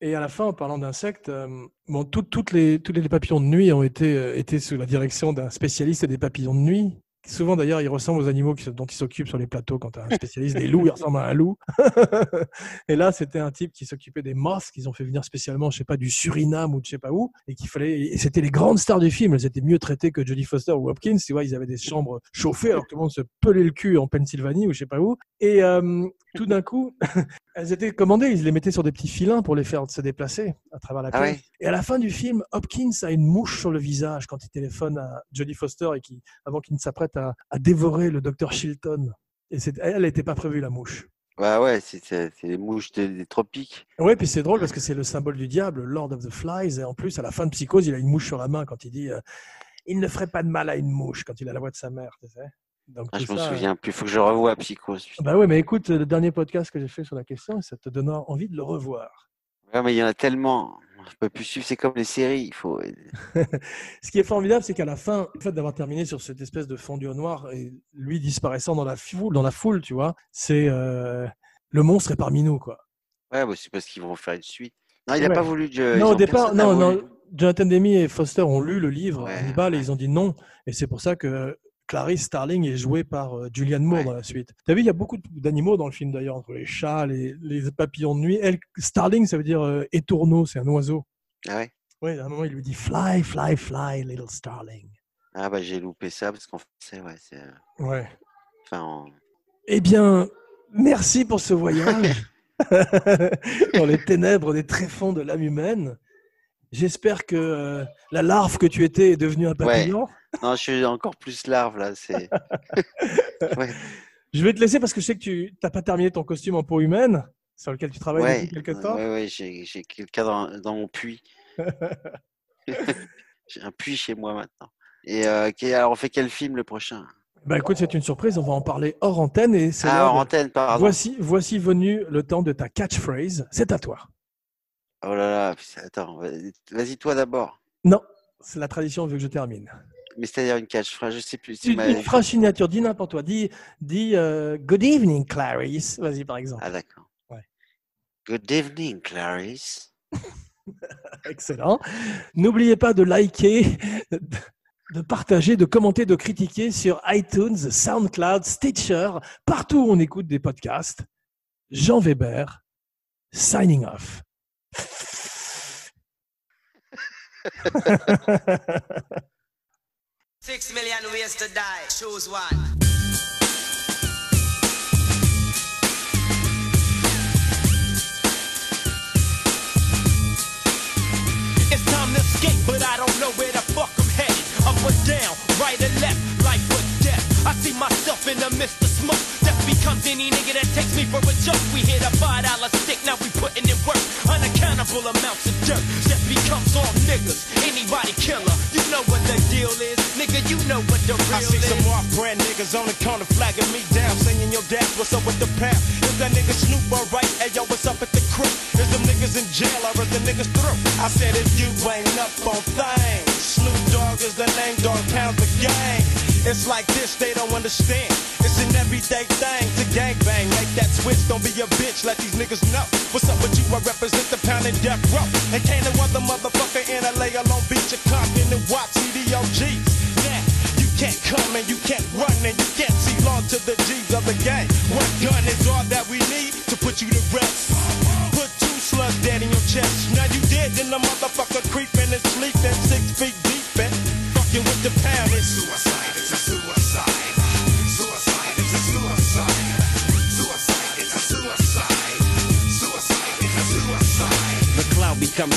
S1: et à la fin, en parlant d'insectes, euh, bon, tout- toutes les, tous les papillons de nuit ont été, euh, été sous la direction d'un spécialiste des papillons de nuit. Souvent, d'ailleurs, ils ressemblent aux animaux qui se- dont ils s'occupent sur les plateaux. Quand tu un spécialiste des loups, il ressemble à un loup. et là, c'était un type qui s'occupait des moths qu'ils ont fait venir spécialement, je sais pas, du Suriname ou de je sais pas où. Et qu'il fallait. Et c'était les grandes stars du film. Elles étaient mieux traitées que Jodie Foster ou Hopkins. Tu vois, ils avaient des chambres chauffées alors que tout le monde se pelait le cul en Pennsylvanie ou je sais pas où. Et euh, tout d'un coup, elles étaient commandées. Ils les mettaient sur des petits filins pour les faire se déplacer à travers la
S2: Ah
S1: pièce.
S2: ouais.
S1: Et à la fin du film, Hopkins a une mouche sur le visage quand il téléphone à Jodie Foster et qui, avant qu'il ne s'apprête à, à dévorer le docteur Shilton. Et c'est- elle n'était pas prévue, la mouche.
S2: Bah ouais, c'est c'est- c'est les mouches des, des tropiques.
S1: Oui, puis c'est drôle parce que c'est le symbole du diable, Lord of the Flies. Et en plus, à la fin de Psychose, il a une mouche sur la main quand il dit euh, Il ne ferait pas de mal à une mouche quand il a la voix de sa mère. Tu sais Donc,
S2: Ah,
S1: tout
S2: je m'en
S1: ça, euh,
S2: souviens plus. Faut que je revoie Psychose. putain.
S1: Bah oui, mais écoute, le dernier podcast que j'ai fait sur la question, ça te donnera envie de le revoir.
S2: Ouais, mais il y en a tellement. Je peux plus suivre. C'est comme les séries. Il faut.
S1: Ce qui est formidable, c'est qu'à la fin, le fait d'avoir terminé sur cette espèce de fondu au noir et lui disparaissant dans la foule, dans la foule, tu vois, c'est euh, le monstre est parmi nous, quoi.
S2: Ouais, bah, c'est parce qu'ils vont faire une suite. Non, il a
S1: Ouais.
S2: pas voulu. je- ils
S1: non,
S2: ont-
S1: au départ,
S2: personne n'a
S1: non,
S2: voulu.
S1: non. Jonathan Demi et Foster ont lu le livre
S2: Ouais,
S1: Hannibal et ils ont dit non. Et c'est pour ça que Clarice Starling est jouée par euh, Julianne Moore
S2: Ouais.
S1: dans la suite. T'as vu, il y a beaucoup d'animaux dans le film d'ailleurs, entre les chats, les, les papillons de nuit. Elle, Starling, ça veut dire euh, étourneau, c'est un oiseau.
S2: Ah ouais.
S1: Oui, à un moment, il lui dit Fly, fly, fly, little Starling.
S2: Ah bah j'ai loupé ça parce qu'en français, ouais, c'est. euh,
S1: Ouais.
S2: Enfin, en-
S1: Eh bien, merci pour ce voyage dans les ténèbres des tréfonds de l'âme humaine. J'espère que euh, la larve que tu étais est devenue un papillon.
S2: non, je suis encore plus larve là. C'est. ouais.
S1: Je vais te laisser parce que je sais que tu n'as pas terminé ton costume en peau humaine sur lequel tu travailles
S2: Ouais.
S1: depuis quelque temps.
S2: Ouais, ouais, j'ai j'ai quelqu'un dans, dans mon puits. j'ai un puits chez moi maintenant. Et euh, ok, alors on fait quel film le prochain
S1: Bah, écoute, c'est une surprise. On va en parler hors antenne et c'est
S2: Ah,
S1: l'heure
S2: hors
S1: de-
S2: antenne, pardon.
S1: Voici, voici venu le temps de ta catchphrase. C'est à toi.
S2: Oh là là, putain, attends, va- vas-y toi d'abord.
S1: Non, c'est la tradition veut que je termine.
S2: Mais c'est-à-dire une catchphrase, je sais plus. c'est
S1: Une,
S2: ma-
S1: une phrase signature, dis n'importe quoi. Dis, dis euh, Good evening, Clarice. Vas-y, par exemple.
S2: Ah d'accord.
S1: Ouais.
S2: Good evening, Clarice.
S1: Excellent. N'oubliez pas de liker, de partager, de commenter, de critiquer sur iTunes, SoundCloud, Stitcher, partout où on écoute des podcasts. Jean Weber, signing off.
S9: Six million ways to die. Choose one.
S10: It's time to skate, but I don't know where the fuck I'm headed. Up or down, right or left, life or death. I see myself in the midst of smoke. Death becomes any nigga that takes me for a joke. We hit a five dollar stick, now we putting in work. Unaccountable amounts of dirt. Death becomes all niggas. Anybody killer, you know what the deal is, nigga. You know what the real
S9: I see
S10: is.
S9: some off brand niggas on the corner flagging me down, saying yo dad, what's up with the path? Is that nigga Snoop alright? Hey yo, what's up at the crib? Is them niggas in jail or is the niggas through? I said if you ain't up on things, Snoop Dogg is the name, dog pounds the gang.
S10: It's like this, they don't understand. It's an everyday thing to gangbang. Make that switch, don't be a bitch, let these niggas know. What's up with you? I represent the pound and death row. And can't no other motherfucker in LA or Long Beach or Compton and watch CDOGs. Nah, you can't come and you can't run and you can't see long to the G's of the gang. One gun is all that we need to put you to rest. Put two slugs dead in your chest. Now you dead, then the motherfucker creeping and sleeping six feet deep and fucking with the pound. It's suicide, it's a suicide. Suicide, it's a suicide. Suicide, it's a suicide. Suicide, it's a suicide. The cloud becomes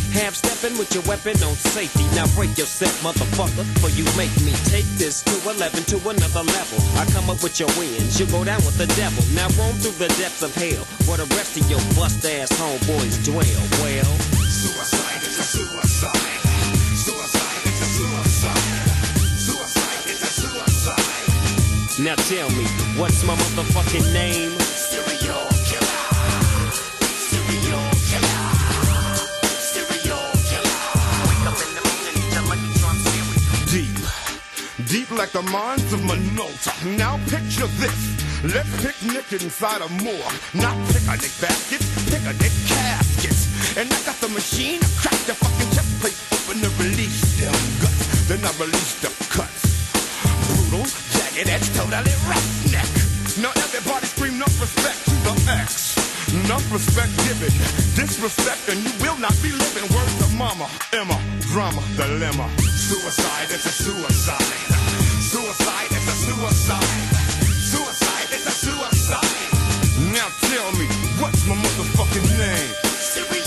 S10: Half stepping with your weapon on safety. Now break yourself, motherfucker, for you make me take this to 11 to another level. I come up with your wins, you go down with the devil. Now roam through the depths of hell, where the rest of your bust ass homeboys dwell. Well, suicide is a suicide. Suicide is a suicide. Suicide is a suicide. Now tell me, what's my motherfucking name? Serial killer. Serial killer. Serial killer. Wake up in the morning, eat your lucky charm cereal.
S11: deep, deep like the mines of Minota. Now picture this. Let's picnic inside a moor. Not picnic baskets, picnic caskets. And I got the machine, I crack the fucking chest plate open to release them guts. Then I release the cuts. Brutal, jagged edge, totally roughneck. Now everybody scream no respect to the ex. No respect given, disrespect, and you will not be living. Words of mama, Emma, drama, dilemma. Suicide, it's a suicide. Suicide, it's a suicide. Suicide, it's a suicide. Now tell me, what's my motherfucking name?